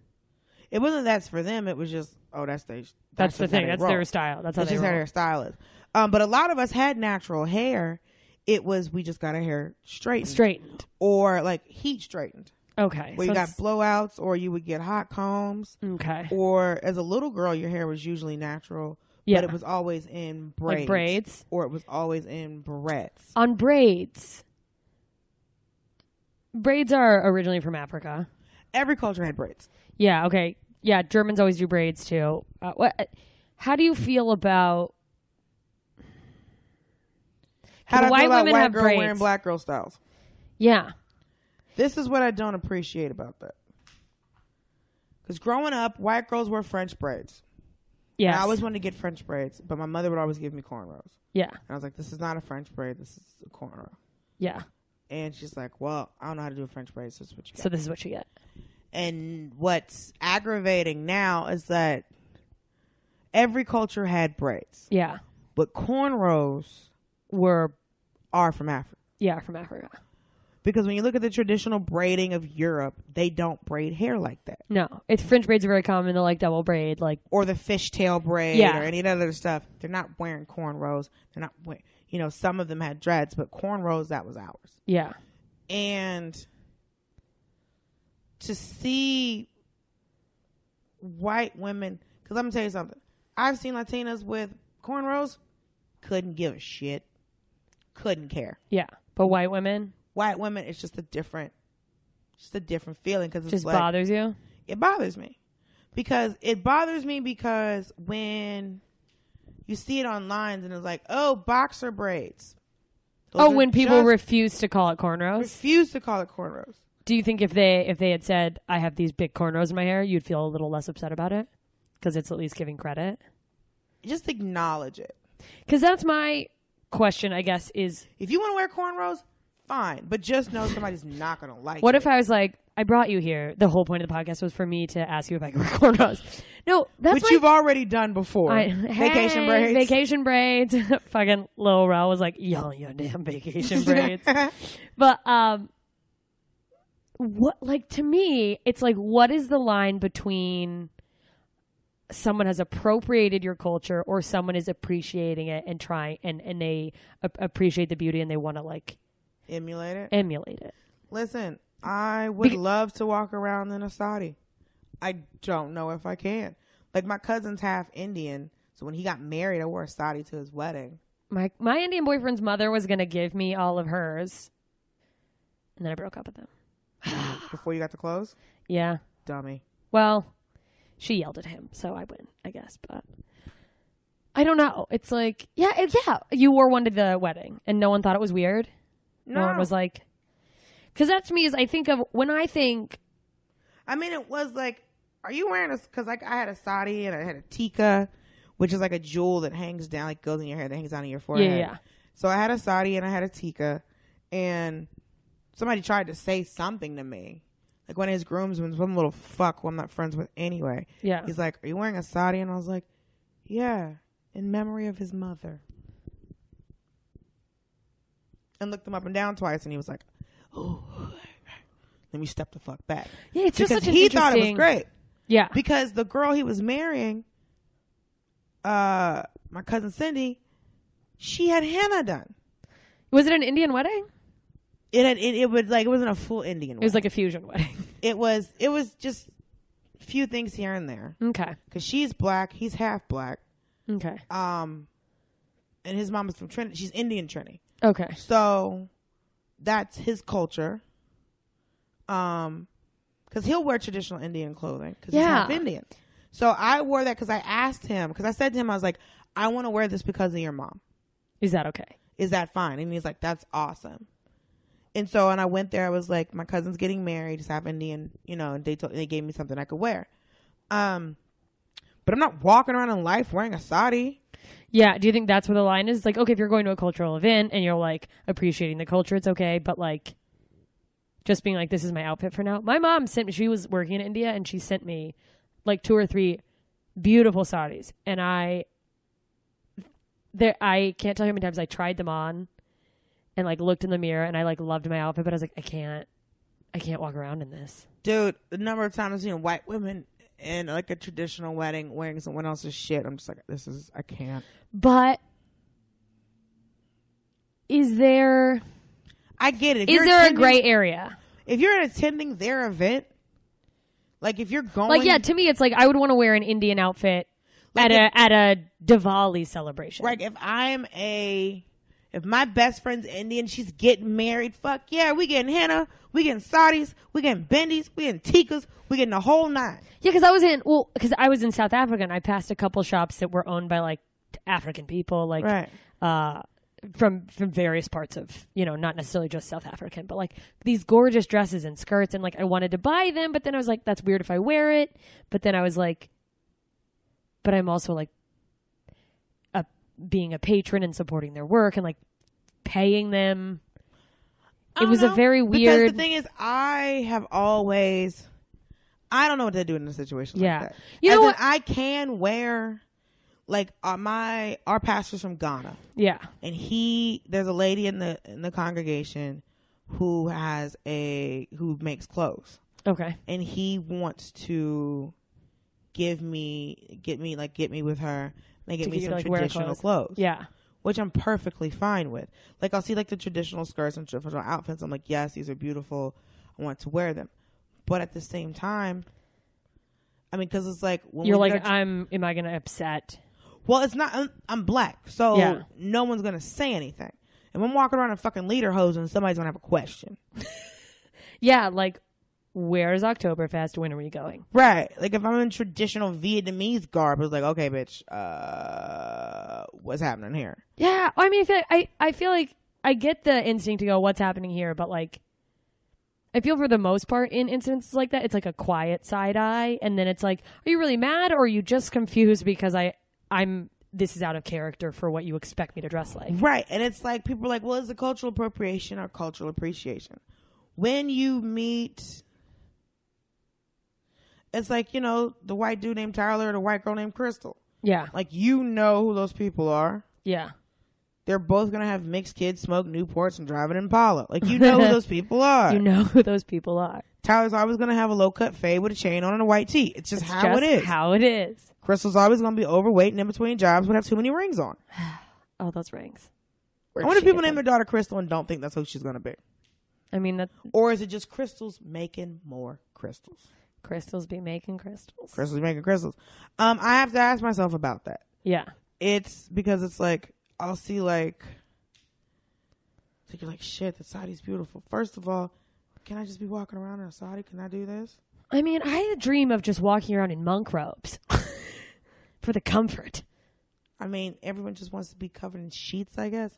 It wasn't that's for them. It was just oh that's they that's, That's, the just how thing. they That's roll. their style. That's how It's they just how roll. their style is. Um, but a lot of us had natural hair. It was we just got our hair straightened, Straightened. or like heat straightened, Okay. where so you got it's- blowouts, or you would get hot combs, okay. or as a little girl your hair was usually natural, Yeah. but it was always in braids, like braids or it was always in barrettes. on braids. Braids are originally from Africa. Every culture had braids. Yeah. Okay. Yeah. Germans always do braids too. Uh, what? How do you feel about? How do I White feel about women white have girl wearing braids. black girl styles? Yeah. This is what I don't appreciate about that. Because growing up, white girls wore French braids. And Yes. I always wanted to get French braids, but my mother would always give me cornrows. yeah. And I was like, this is not a French braid, this is a cornrow. Yeah. And she's like, well, I don't know how to do a French braid, so this is what you got. So this is what you get. and what's aggravating now is that every culture had braids, Yeah. but cornrows We're are from Africa. yeah from Africa. Because when you look at the traditional braiding of Europe, they don't braid hair like that. No, it's French braids are very common. They're like double braid. Like or the fishtail braid Yeah. or any of that other stuff. They're not wearing cornrows. They're not wearing, you know, some of them had dreads, but cornrows, that was ours. yeah, And to see white women, because let me tell you something. I've seen Latinas with cornrows, couldn't give a shit, couldn't care. yeah. But white women White women, it's just a different, just a different feeling because it's just like, bothers you. it bothers me because it bothers me because when you see it online and it's like oh boxer braids Those Oh, are when people just- refuse to call it cornrows. refuse to call it cornrows Do you think if they if they had said I have these big cornrows in my hair, you'd feel a little less upset about it because it's at least giving credit? just acknowledge it Because that's my question, I guess. Is if you want to wear cornrows fine but just know somebody's not gonna like what it if I was like, I brought you here. The whole point of the podcast was for me to ask you if I could wear cornrows. No, that's which my you've already done before I- vacation Hey, braids Vacation braids. Fucking Lil Rel was like, y'all, your damn vacation braids. but um, what? Like to me, it's like, what is the line between someone has appropriated your culture or someone is appreciating it and trying and and they a- appreciate the beauty and they want to like emulate it emulate it. listen i would Bec- love to walk around in a saudi i don't know if i can like my cousin's half indian so when he got married i wore a saudi to his wedding My my Indian boyfriend's mother was gonna give me all of hers, and then I broke up with them. before you got the clothes? Yeah. Dummy. Well, she yelled at him, so I win, I guess. But I don't know. It's like, yeah, it, yeah. You wore one to the wedding, and no one thought it was weird. No, one was like, because that to me is, I think of when I think, I mean, it was like, are you wearing a? Because like I had a sari and I had a tika, which is like a jewel that hangs down, like goes in your hair, that hangs down in your yeah, forehead. yeah, yeah. So I had a sari and I had a tika, and somebody tried to say something to me, like one of his groomsmen, some little fuck who I'm not friends with anyway. yeah. He's like, "Are you wearing a sari?" And I was like, "Yeah, in memory of his mother." And looked him up and down twice, and he was like, "Oh, let me step the fuck back." Yeah, it's just because such an he thought it was interesting- great Yeah, because the girl he was marrying, uh, my cousin Cindy, she had henna done. was it an Indian wedding? It had, it, it was like it wasn't a full Indian. It was like a fusion wedding. it was it was just few things here and there okay, because she's black, he's half black. okay, um and his mom is from Trinity. She's Indian Trinity. okay. So that's his culture. Um cuz he'll wear traditional Indian clothing cuz he's Yeah. half Indian. So I wore that cuz I asked him cuz I said to him I was like I want to wear this because of your mom. Is that okay? Is that fine? And he's like that's awesome. And so and I went there I was like my cousin's getting married, he's half Indian, you know, and they told, they gave me something I could wear. Um but I'm not walking around in life wearing a sari. Yeah. Do you think that's where the line is? Like, okay, if you're going to a cultural event and you're like appreciating the culture, it's okay. But like, just being like, this is my outfit for now. My mom sent me, she was working in India and she sent me like two or three beautiful saris. And I, there, I can't tell you how many times I tried them on and like looked in the mirror and I like loved my outfit, but I was like, I can't, I can't walk around in this. dude, the number of times I've seen white women in like a traditional wedding wearing someone else's shit, I'm just like, this is I can't. But is there, I get it. If is you're there a attending- gray area? If you're attending their event, like if you're going, Like yeah, to me it's like I would want to wear an Indian outfit Like at a at a Diwali celebration. like if I'm a, if my best friend's Indian, she's getting married. Fuck yeah, we getting henna, we getting saudis, we getting bendies, we getting tikas, we getting the whole nine. Yeah, because I was in well, because I was in South Africa and I passed a couple shops that were owned by like African people, like Right. uh, from from various parts of you know not necessarily just South African, but like these gorgeous dresses and skirts, and like I wanted to buy them, but then I was like, that's weird if I wear it. But then I was like, but I'm also like, a being a patron and supporting their work and like paying them. I It don't was a know, very Because weird. the thing is, I have always, I don't know what to do in a situation Yeah. like that. You As know in, what- I can wear, like uh, my our pastor's from Ghana, yeah, and he there's a lady in the in the congregation who has a who makes clothes, okay, and he wants to give me get me like get me with her. and They get To me get you some to, like, wear traditional clothes. clothes yeah, which I'm perfectly fine with. Like I'll see like the traditional skirts and traditional outfits. I'm like, yes, these are beautiful. I want to wear them, but at the same time, I mean, because it's like when you're we like, get our- I'm. Am I gonna upset? well, it's not. I'm, I'm black, so Yeah. no one's gonna say anything. If I'm walking around in fucking leader hose and somebody's gonna have a question, Yeah, like where's Oktoberfest? When are we going? right? Like if I'm in traditional Vietnamese garb, it's like, okay, bitch, uh, what's happening here? Yeah, I mean, I feel like, I, I feel like I get the instinct to go, what's happening here? But like, I feel for the most part in incidents like that, it's like a quiet side eye, and then it's like, are you really mad or are you just confused because I I'm this is out of character for what you expect me to dress like? Right. And it's like people are like, well, is it cultural appropriation or cultural appreciation? When you meet it's like, you know, the white dude named Tyler or the white girl named Crystal. Yeah, Like you know who those people are. yeah, They're both gonna have mixed kids, smoke Newports, and drive an Impala. Like you know who those people are. you know who those people are. Tyler's always gonna have a low cut fade with a chain on and a white tee. It's just It's how just it is. How it is. Crystal's always gonna be overweight and in between jobs would have too many rings on. Oh, those rings. I wonder if people name their daughter Crystal and don't think that's who she's gonna be. I mean, that Or is it just crystals making more crystals? crystals be making crystals. Crystals making crystals. Um, I have to ask myself about that. Yeah. It's because it's like I'll see like, it's like you're like shit. The sari's beautiful. First of all, can I just be walking around in a sari? Can I do this? I mean, I had a dream of just walking around in monk robes for the comfort. I mean, everyone just wants to be covered in sheets, I guess.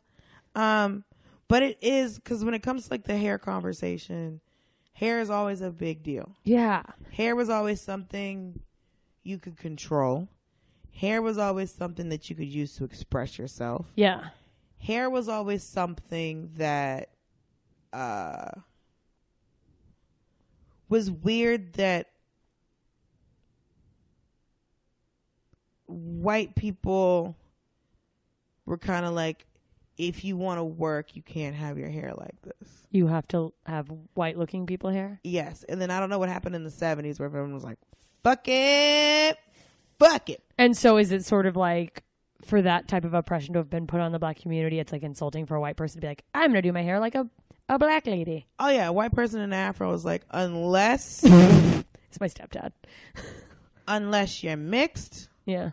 Um, but it is because when it comes to like the hair conversation, hair is always a big deal. Yeah. Hair was always something you could control. Hair was always something that you could use to express yourself. Yeah. Hair was always something that uh was weird that white people were kind of like if you want to work, you can't have your hair like this. You have to have white looking people hair. Yes, and then I don't know what happened in the seventies where everyone was like, "Fuck it, fuck it." And so is it sort of like for that type of oppression to have been put on the black community, it's like insulting for a white person to be like, I'm gonna do my hair like a, a black lady. Oh yeah, a white person in an afro is like, unless It's my stepdad. unless you're mixed, Yeah.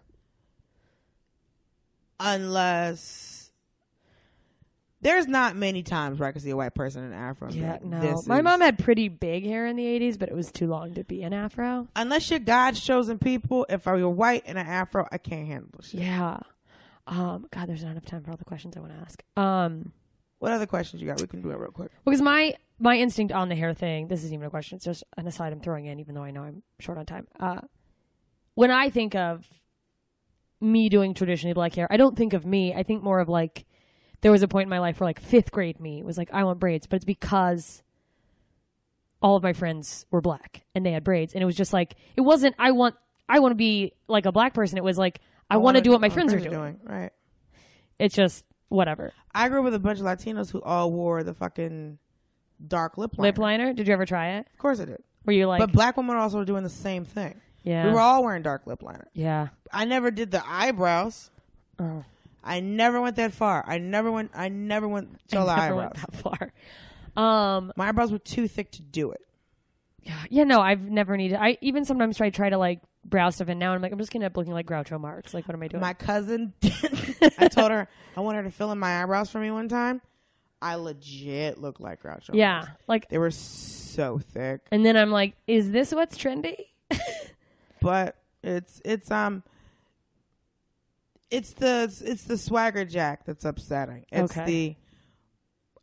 unless there's not many times where I can see a white person in an afro. and be Yeah, like, no. this My is- mom had pretty big hair in the 80s, but it was too long to be an afro. Unless you're God's chosen people, if you're white and an afro, I can't handle this shit. Yeah. Um, God, there's not enough time for all the questions I want to ask. Um, What other questions you got? We can do it real quick. because my my instinct on the hair thing, this isn't even a question. It's just an aside I'm throwing in, even though I know I'm short on time. Uh, when I think of me doing traditionally black hair, I don't think of me. I think more of like there was a point in my life where like fifth grade me was like I want braids, but it's because all of my friends were black and they had braids, and it was just like it wasn't I want I want to be like a black person. It was like I, want to wanna do what my friends, are doing. Right. It's just whatever. I grew up with a bunch of Latinos who all wore the fucking dark lip liner. Lip liner? Did you ever try it? Of course I did. Were you like but black women also were doing the same thing. yeah, We were all wearing dark lip liner. yeah, I never did the eyebrows. Oh. I never went that far. I never went. I never went to the never eyebrows. went that far. Um, My eyebrows were too thick to do it. yeah, no, I've never needed. I even sometimes try try to like brow stuff, and now I'm like, I'm just gonna end up looking like Groucho Marx. Like, what am I doing? My cousin, I told her I wanted her to fill in my eyebrows for me one time. I legit looked like Groucho. yeah, Marx. like, they were so thick, and then I'm like, is this what's trendy? but it's it's um. It's the it's the swagger jack that's upsetting. It's Okay. the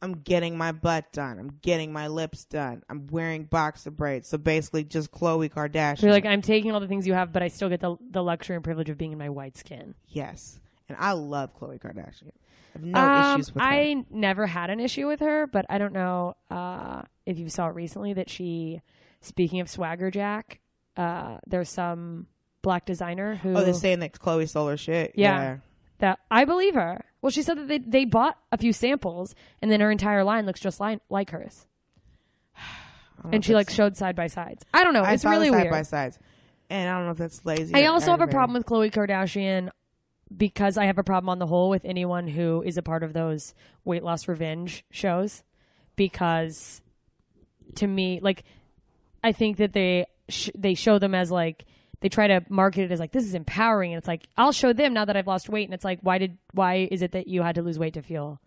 I'm getting my butt done. I'm getting my lips done. I'm wearing boxer braids. So basically, just Khloe Kardashian. You're like, I'm taking all the things you have, but I still get the the luxury and privilege of being in my white skin. Yes. And I love Khloe Kardashian. I have no Um, issues with her. I never had an issue with her, but I don't know uh, if you saw it recently that she, speaking of Swagger Jack, uh, there's some black designer who Oh, they're saying that Khloe stole her shit. Yeah. that I believe her. Well, she said that they, they bought a few samples and then her entire line looks just li- like hers. I don't know And if she like that's- showed side by sides. I don't know. I It's saw the really side weird. by sides. And I don't know if that's lazy. I or also have a aggravating. problem with Khloe Kardashian because I have a problem on the whole with anyone who is a part of those weight loss revenge shows because to me like I think that they sh- they show them as like they try to market it as like this is empowering and it's like I'll show them now that I've lost weight and it's like why did why is it that you had to lose weight to feel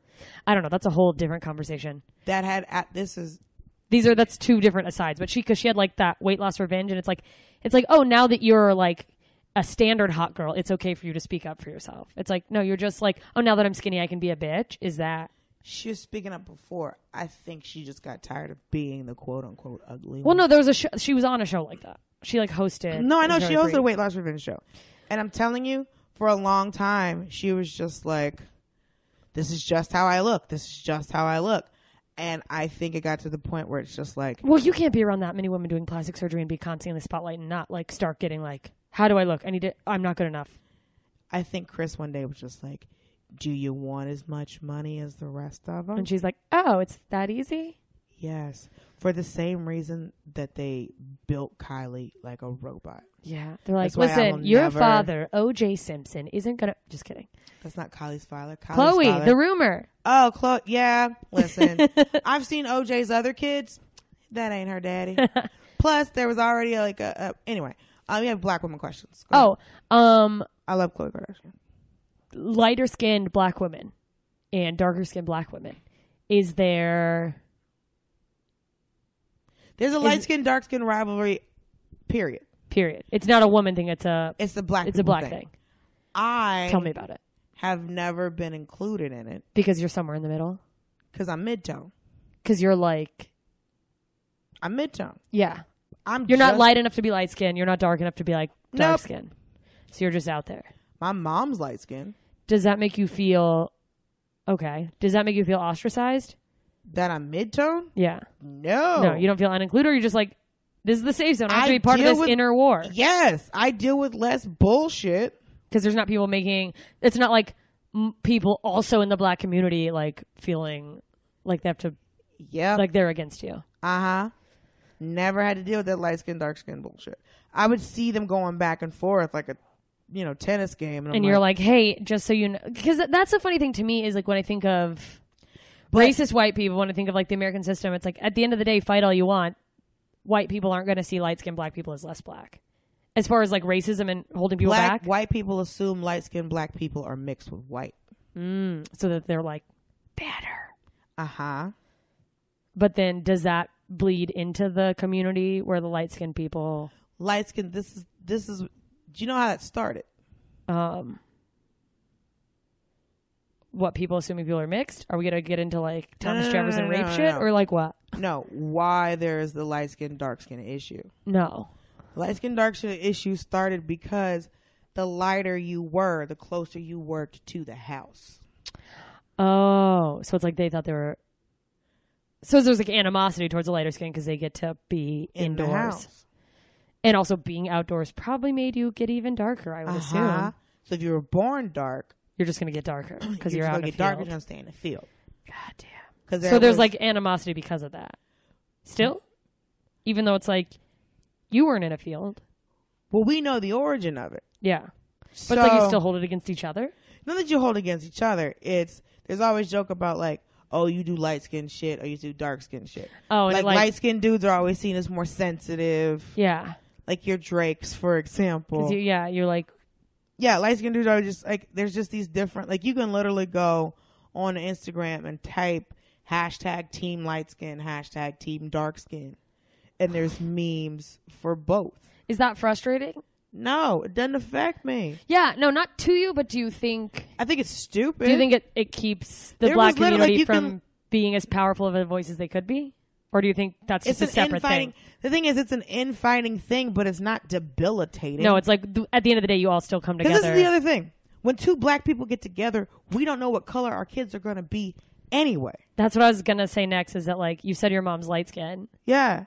I don't know that's a whole different conversation. that had at this is These are that's two different asides, but she because she had like that weight loss revenge, and it's like it's like oh now that you're like a standard hot girl, it's okay for you to speak up for yourself. It's like no, you're just like oh now that I'm skinny, I can be a bitch. Is that she was speaking up before. I think she just got tired of being the quote unquote ugly. well one. no? There was a sh- she was on a show like that. She like hosted. No, I it know was she very hosted a brief. weight loss revenge show, and I'm telling you, for a long time, she was just like, "This is just how I look. This is just how I look," and I think it got to the point where it's just like, Well, you can't be around that many women doing plastic surgery and be constantly in the spotlight and not like start getting like how do I look? I need to. I'm not good enough. I think Chris one day was just like, "Do you want as much money as the rest of them?" And she's like oh it's that easy. yes, for the same reason that they built Kylie like a robot. Yeah, they're like, That's why I listen, will your never- father, O.J. Simpson, isn't gonna. Just kidding. That's not Kylie's father. Kylie's Chloe, father- the rumor. oh, Chloe. Yeah, listen, I've seen OJ's other kids. That ain't her daddy. Plus, there was already like a, a anyway. Um, we have black woman questions. Go ahead. Oh, um, I love Chloe Kardashian. lighter skinned black women and darker skinned black women. Is there There's a light skin, dark skin rivalry Period. Period. It's not a woman thing. It's a It's the black. it's a people black thing. I Tell me about it have never been included in it because you're somewhere in the middle. because I'm midtone. Because you're like, I'm midtone. yeah, I'm. you're not just- light enough to be light skinned. You're not dark enough to be like dark Nope. skin. So you're just out there. My mom's light skin. Does that make you feel okay? Does that make you feel ostracized? That I'm midtone. Yeah. No. No, you don't feel unincluded. You're just like, this is the safe zone. I have Oh. I to be part of deal this with- inner war Yes, I deal with less bullshit. because there's not people making. It's not like m- people also in the black community like feeling like they have to Yeah. like they're against you. Uh huh. Never had to deal with that light skin, dark skin bullshit. I would see them going back and forth like a, you know, tennis game, and, I'm and you're like, hey, just so you know, because that's the funny thing to me is like when I think of But- racist white people, when I think of like the American system, it's like at the end of the day, fight all you want. White people aren't going to see light skinned black people as less black. As far as like racism and holding people black back, white people assume light skinned black people are mixed with white. Mm, so that they're like better. Uh huh. But then does that bleed into the community where the light skinned people? Light skin. This is this is. Do you know how that started? um what people assuming people are mixed? Are we gonna get into like Thomas no, Jefferson no, no, rape no, shit no. or like what? No, why there is the light skin dark skin issue. No. Light skin dark skin issue started because the lighter you were, the closer you worked to the house. Oh, so it's like they thought they were. So there's like animosity towards the lighter skin because they get to be In the indoors, house. and also being outdoors probably made you get even darker. I would Uh-huh. assume So if you were born dark, you're just gonna get darker because you're, just you're, out gonna in get the darker. You're field. gonna stay in the field. God damn. 'Cause so there there's was- like animosity because of that. Still, even though it's like you weren't in a field, well, we know the origin of it. yeah, So, but it's like you still hold it against each other. not that you hold against each other. It's there's always joke about like, oh, you do light skin shit or you do dark skin shit. Oh, and like, it, like- light skinned dudes are always seen as more sensitive. Yeah, Like your Drakes, for 'Cause example. you, yeah, you're like yeah, light skinned dudes are just like there's just these different like you can literally go on Instagram and type hashtag team light skin, hashtag team dark skin. And there's memes for both. is that frustrating? No, it doesn't affect me. Yeah, no, not to you, but do you think? I think it's stupid. Do you think it, it keeps the There black was literally, like, community you from can- being as powerful of a voice as they could be? Or do you think that's it's just a an separate infighting. thing? The thing is, it's an infighting thing, but it's not debilitating. No, it's like th- at the end of the day, you all still come because this together. is the other thing. When two black people get together, we don't know what color our kids are going to be anyway. that's what I was gonna say next. Is that like you said, your mom's light skin? Yeah,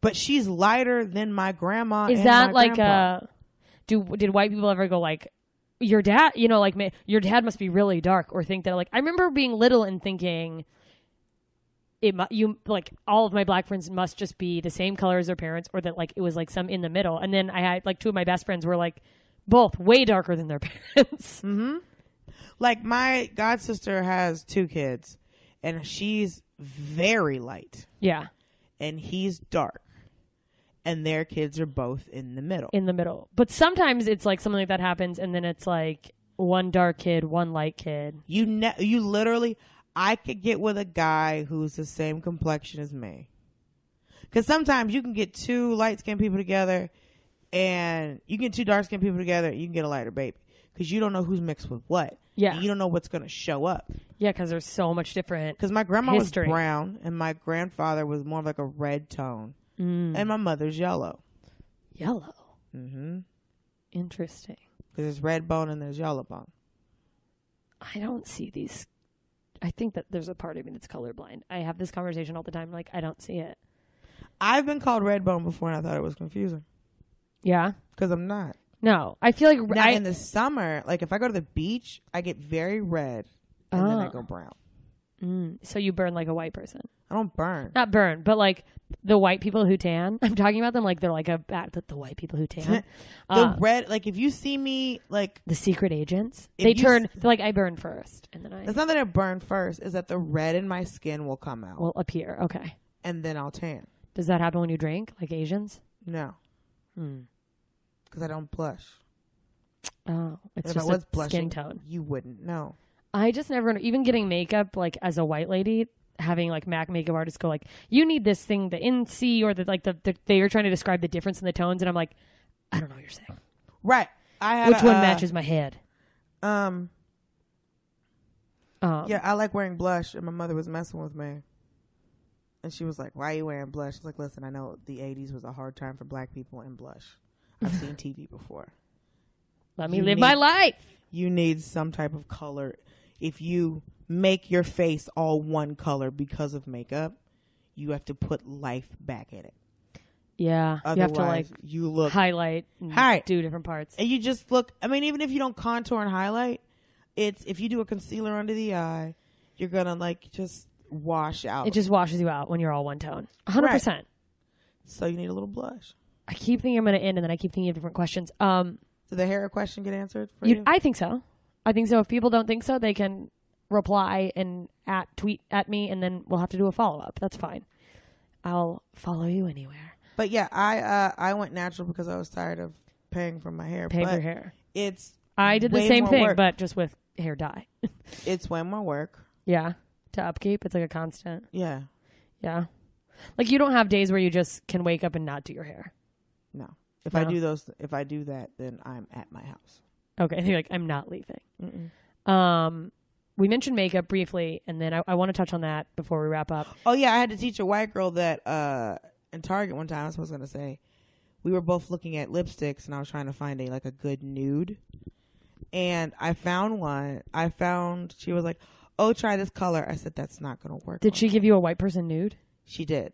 but she's lighter than my grandma. Is and that my like grandpa. uh Do did white people ever go like? Your dad, you know, like ma- your dad must be really dark, or think that like I remember being little and thinking, it mu- you like all of my black friends must just be the same color as their parents or that like it was like some in the middle and then i had like two of my best friends were like both way darker than their parents Mm-hmm. like my god sister has two kids, and she's very light, yeah and he's dark, and their kids are both in the middle. in the middle but sometimes it's like something like that happens and then it's like one dark kid one light kid You ne- you literally I could get with a guy who's the same complexion as me. Cuz sometimes you can get two light-skinned people together and you can get two dark-skinned people together, you can get a lighter baby cuz you don't know who's mixed with what. Yeah. And you don't know what's going to show up. yeah because there's so much different Cuz my grandma History. was brown and my grandfather was more of like a red tone Mm. and my mother's yellow yellow mm-hmm. interesting cuz there's red bone and there's yellow bone. I don't see these. I think that there's a part of me that's colorblind. I have this conversation all the time. Like, I don't see it. I've been called red bone before and I thought it was confusing Yeah. cuz I'm not. No, I feel like Now I, in the summer, like if I go to the beach, I get very red and then I Ah. go brown. Mm, so you burn like a white person. I don't burn. Not burn, but like the white people who tan. I'm talking about them like they're like a bad. The, the white people who tan. Uh, the red, like if you see me, like the secret agents. If They you turn. s- They're like I burn first, and then I it's not that I burn first, is that the red in my skin will come out will appear. Okay. and then I'll tan. Does that happen when you drink, like Asians? No, Hmm. because I don't blush. Oh, it's If just I was a blushing, skin tone. you wouldn't know. I just never even getting makeup like as a white lady. having like Mac makeup artists go like, "You need this thing, the NC or the like the, the they are trying to describe the difference in the tones," and I'm like, "I don't know what you're saying. Right. I had Which a, one uh, matches my head?" Um. Um, Yeah, I like wearing blush, and my mother was messing with me. And she was like, "Why are you wearing blush?" I was like, "Listen, I know the '80s was a hard time for Black people in blush. I've seen TV before. Let me you live need- my life. You need some type of color. If you make your face all one color because of makeup, you have to put life back in it. Yeah, you have Otherwise, to like you look highlight, and Hi. do different parts. and you just look. I mean, even if you don't contour and highlight, it's if you do a concealer under the eye, you're gonna like just wash out. It just washes you out when you're all one tone. 100%. so you need a little blush. I keep thinking I'm going to end and then I keep thinking of different questions. Um, Did the hair question get answered for you, you? I think so. I think so. If people don't think so, they can reply and at tweet at me and then we'll have to do a follow up. That's fine. I'll follow you anywhere. but yeah, I uh, I went natural because I was tired of paying for my hair. Pay but your hair. It's I did the way same more thing, work. but just with hair dye. it's way more work. yeah. To upkeep, it's like a constant. Yeah, Yeah. Like you don't have days where you just can wake up and not do your hair. no. If I No. do those, if I do that, then I'm at my house. Okay, they're like, I'm not leaving. Um, we mentioned makeup briefly, and then I, I want to touch on that before we wrap up. Oh yeah, I had to teach a white girl that uh in Target one time. That's what I was gonna say. We were both looking at lipsticks, and I was trying to find a like a good nude, and I found one. I found she was like, "Oh, try this color." I said, "That's not gonna work." Did on she me." give you a white person nude? She did.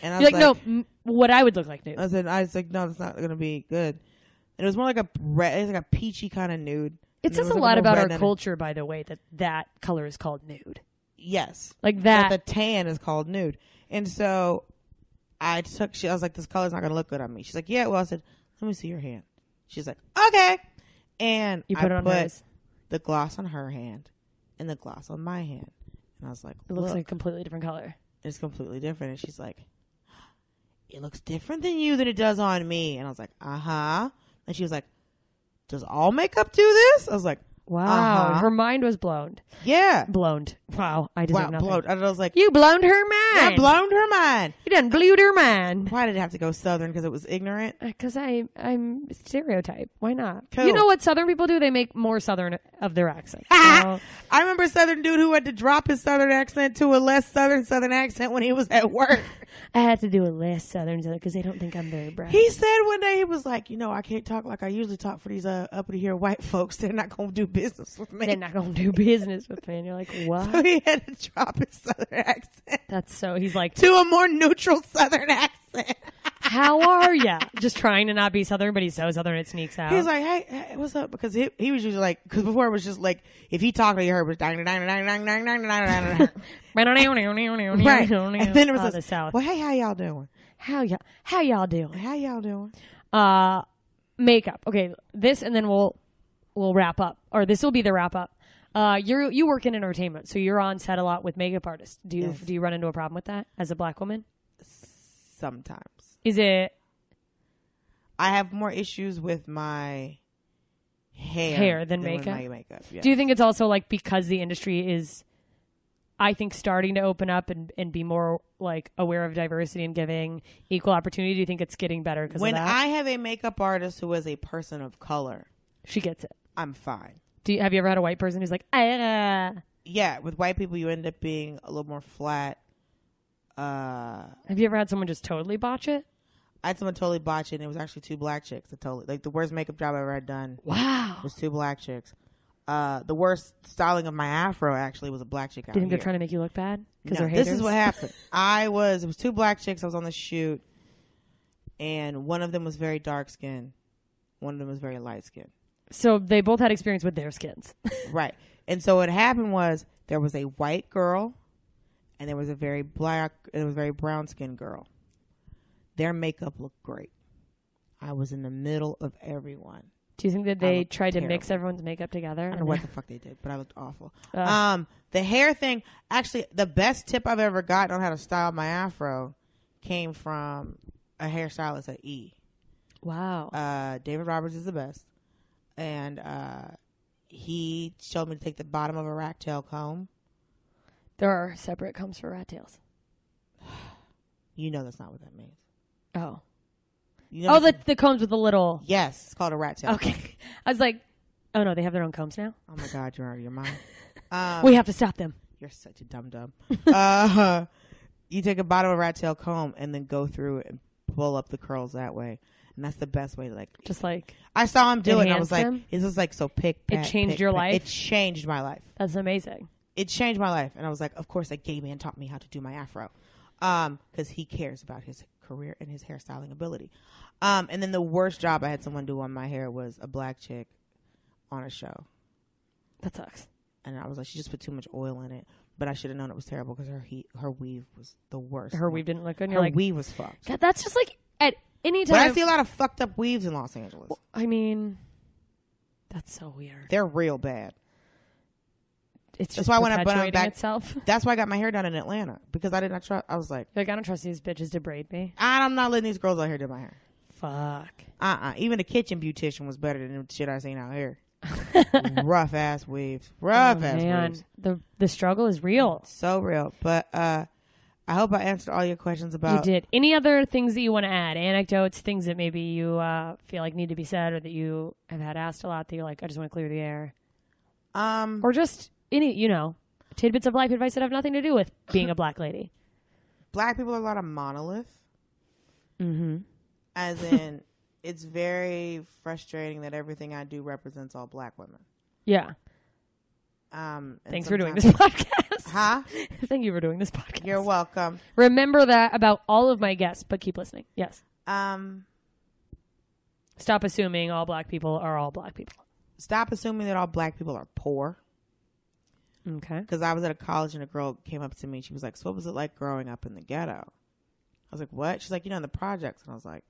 and I You're like, no, m- what I would look like nude. I said, I was like, no, that's not gonna be good. And it was more like a red, it was like a peachy kind of nude. It And there says was, a like, lot little about red our in it. culture, by the way, that that color is called nude. Yes, Like that that. the tan is called nude. And so I took, she, I was like, this color's not gonna look good on me. She's like, yeah. Well, I said, let me see your hand. She's like, okay. And you put I it on put hers. the gloss on her hand and the gloss on my hand. And I was like, It looks look. like a completely different color. it's completely different. And she's like, it looks different than you than it does on me. And I was like, uh huh. And she was like, does all makeup do this? I was like, Wow. Uh-huh. Her mind was blown. yeah. Blown. Wow. I just Wow, have nothing. blown. And I was like, You blown her I mind. blown her mind. you done blewed her mind. Why did it have to go southern? Because it was ignorant. Because I I'm stereotype. Why not? You Cool. know what Southern people do? They make more Southern of their accent. So, I remember a southern dude who had to drop his southern accent to a less southern southern accent when he was at work. I had to do a less Southern because they don't think I'm very bright. he said one day he was like, you know, I can't talk like I usually talk for these uh, up here white folks. They're not gonna do business with me. They're not gonna do business with me. And you're like, So what? he had to drop his southern accent That's so. He's like, to a more neutral southern accent. how are ya? Just trying to not be Southern, but he's so Southern it sneaks out. He was like, hey, hey, what's up? Because he, he was usually like, because before it was just like, if he talked, you heard was dang, dang, dang, dang, dang, dang, dang, dang, dang, dang. right. And then it was Oh, like, the South. Well, hey, how y'all doing? How y'all? How y'all doing? How y'all doing? Uh, makeup. Okay, this and then we'll we'll wrap up, or this will be the wrap up. Uh, you you work in entertainment, so you're on set a lot with makeup artists. Do you Yes. do you run into a problem with that as a black woman? Sometimes Is it I have more issues with my hair Hair than with makeup? my makeup. Yeah. Do you think it's also like because the industry is, I think, starting to open up and, and be more like aware of diversity and giving equal opportunity? Do you think it's getting better because when of that? I have a makeup artist who is a person of color, she gets it? I'm fine. Do you, have you ever had a white person who's like, ah? yeah, with white people you end up being a little more flat. Uh Have you ever had someone just totally botch it? I had someone totally botch it and it was actually two black chicks that totally like the worst makeup job I ever had done Wow. was two black chicks. Uh the worst styling of my afro actually was a black chick out Do you think here. they're trying to make you look bad? Because No, they're haters. this is what happened. I was it was two black chicks. I was on the shoot, and one of them was very dark skinned one of them was very light skinned. So they both had experience with their skins. Right. And so what happened was there was a white girl and there was a very black and there was a very brown skinned girl. Their makeup looked great. I was in the middle of everyone. Do you think that they look tried to mix Um, terrible. everyone's makeup together? I don't know what the fuck they did, but I looked awful. Ugh. Um, the hair thing, actually, the best tip I've ever gotten on how to style my afro came from a hairstylist at E. wow. Uh, David Roberts is the best, and uh, he showed me to take the bottom of a rack tail comb There are separate comes for rat tails. You know that's not what that means. Oh. You know Oh, the that's- the combs with the little. yes, it's called a rat tail. Okay. I was like, oh no, they have their own combs now. Oh my God, you're out of your mind. Um, We have to stop them. You're such a dum dum. uh, you take a bottle of rat tail comb and then go through it and pull up the curls that way, and that's the best way. Like Just like I saw him do it, and I was Enhance like, them? "This is like so pick." Pat, changed pick, your pat." life? It changed my life. that's amazing. It changed my life, and I was like, "Of course, a gay man taught me how to do my afro, um, because he cares about his career and his hairstyling ability." Um, and then the worst job I had someone do on my hair was a black chick on a show That sucks. and I was like, she just put too much oil in it. But I should have known it was terrible because her heat, her weave was the worst. Her weave didn't look good. And her you're like, weave was fucked. God, that's just like at any but I time. see a lot of fucked up weaves in Los Angeles. I mean, that's so weird. They're real bad. That's It's just why when I put on perpetuating back- itself. You're That's why I got my hair done in Atlanta because I did not trust. I was like, like I don't trust these bitches to braid me. I'm not letting these girls out here do my hair. Fuck. Uh uh Even the kitchen beautician was better than the shit I seen out here. Rough ass weaves. Rough ass Oh, Man, weaves. the the struggle is real. So real. But uh, I hope I answered all your questions You about. did. Any other things that you want to add? Anecdotes, things that maybe you uh, feel like need to be said, or that you have had asked a lot that you're like, I just want to clear the air, Um, or just any, you know, tidbits of life advice that have nothing to do with being a black lady. black people are a lot of monolith. Mm-hmm. as in it's very frustrating that everything I do represents all black women. Yeah. Um, and Thanks for doing this sometimes- podcast. Huh? Thank you for doing this podcast. You're welcome. Remember that about all of my guests, but keep listening. Yes. Um, Stop assuming all black people are all black people. stop assuming that all black people are poor. Okay. Because I was at a college and a girl came up to me. She was like, "So what was it like growing up in the ghetto?" I was like, "What?" She's like, "You know, in the projects." And I was like,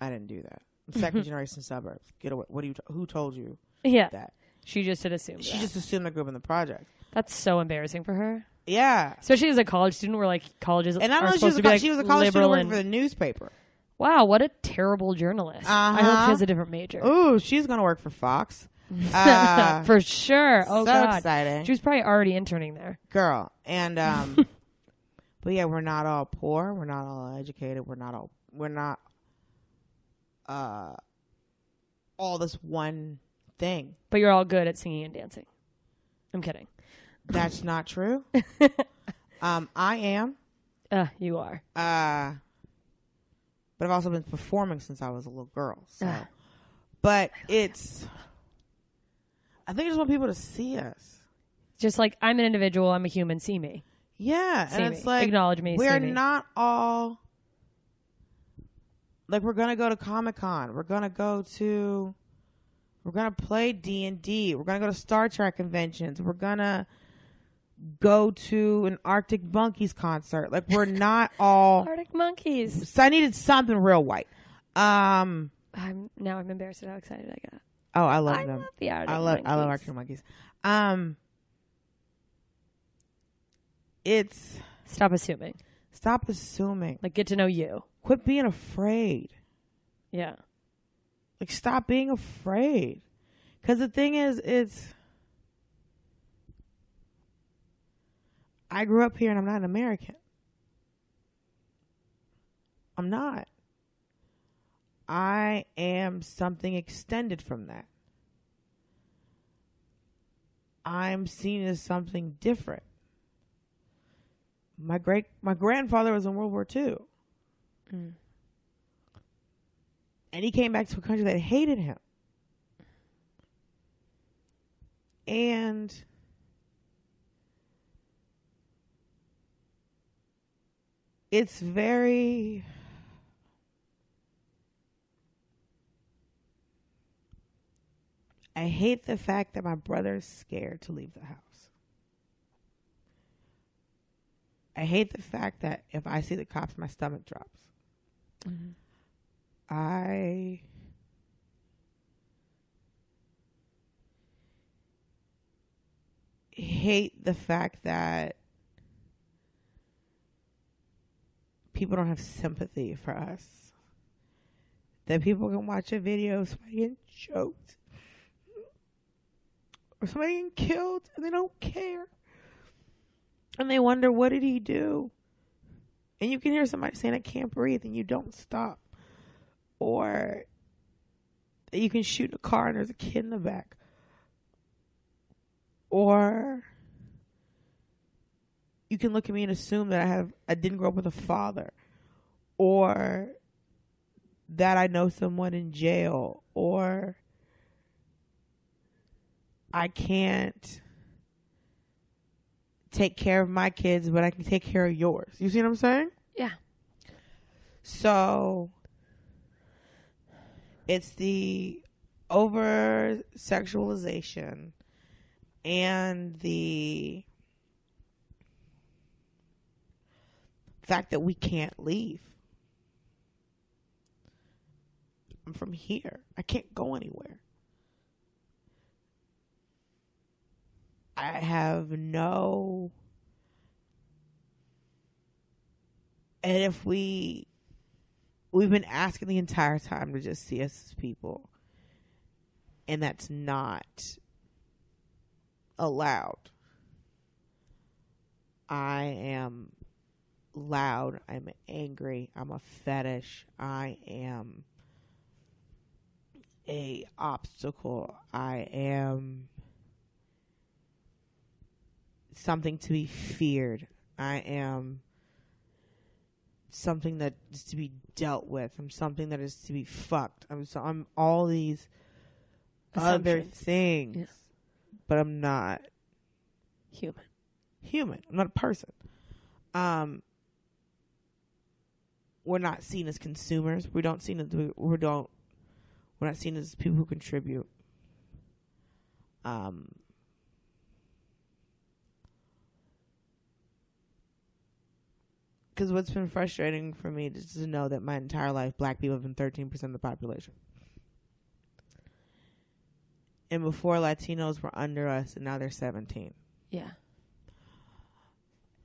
"I didn't do that. I'm second generation suburbs. Get away. What do you? Who told you Yeah. that?" She just had assumed. She that. just assumed I grew up in the project. That's so embarrassing for her. Yeah. Especially as a college student, where like colleges And I are don't know. She supposed was, a, to be co- like she was a college student liberal working and for the newspaper. wow, what a terrible journalist. I hope Uh-huh. she has a different major Ooh, she's gonna work for Fox. Uh, for sure. Oh so god, exciting, she was probably already interning there. girl. And um, but yeah, we're not all poor. We're not all educated. We're not all. We're not. Uh, all this one thing. But you're all good at singing and dancing. I'm kidding. That's not true. um, I am. Uh, you are. Uh, but I've also been performing since I was a little girl. So, but it's. I think I just want people to see us. Just like I'm an individual, I'm a human. See me. Yeah, See and me. it's like Acknowledge me, see We're me. not all like we're gonna go to Comic Con. We're gonna go to. We're gonna play D and D. We're gonna go to Star Trek conventions. We're gonna go to an Arctic Monkeys concert. Like we're not all. Arctic monkeys. So I needed something real white. Um. I'm now. I'm embarrassed at how excited I got. Oh, I love I them. love the Arctic I love I love Monkeys. Arctic Monkeys. Um. It's Stop assuming. stop assuming. Like get to know you. quit being afraid. Yeah. Like stop being afraid. Cause the thing is, it's I grew up here and I'm not an American. I'm not. I am something extended from that. I'm seen as something different. My great my grandfather was in World War II. and he came back to a country that hated him. And it's very I hate the fact that my brother's scared to leave the house. I hate the fact that if I see the cops my stomach drops. I hate the fact that people don't have sympathy for us. That people can watch a video of somebody getting choked or somebody getting killed and they don't care. and they wonder what did he do and you can hear somebody saying i can't breathe and you don't stop or that you can shoot in a car and there's a kid in the back or you can look at me and assume that i have i didn't grow up with a father or that i know someone in jail or i can't take care of my kids, but I can take care of yours. You see what I'm saying? Yeah. So it's the over sexualization and the fact that we can't leave. I'm from here. I can't go anywhere. I have no. And if we. We've been asking the entire time to just see us as people. And that's not allowed. I am loud. I'm angry. I'm a fetish. I am a obstacle. I am something to be feared. I am something that is to be dealt with. I'm something that is to be fucked. I'm so I'm all these other Assumptions. things, Yeah. but I'm not Human. human. I'm not a person. Um, we're not seen as consumers. We don't seen as we, we don't. We're not seen as people who contribute. Um, because what's been frustrating for me is to know that my entire life, black people have been thirteen percent of the population. And before Latinos were under us, and now they're seventeen Yeah.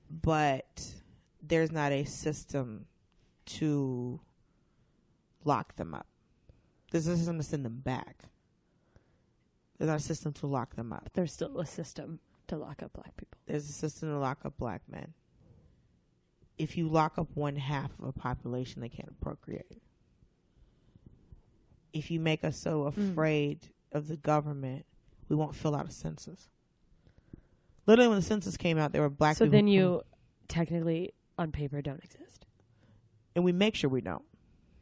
but there's not a system to lock them up. There's a system to send them back. There's not a system to lock them up. There's still a system to lock up black people. There's a system to lock up black men. If you lock up one half of a population, they can't procreate. If you make us so Mm. afraid of the government, we won't fill out a census. Literally, when the census came out, there were black so people. then who- you technically on paper don't exist. and we make sure we don't.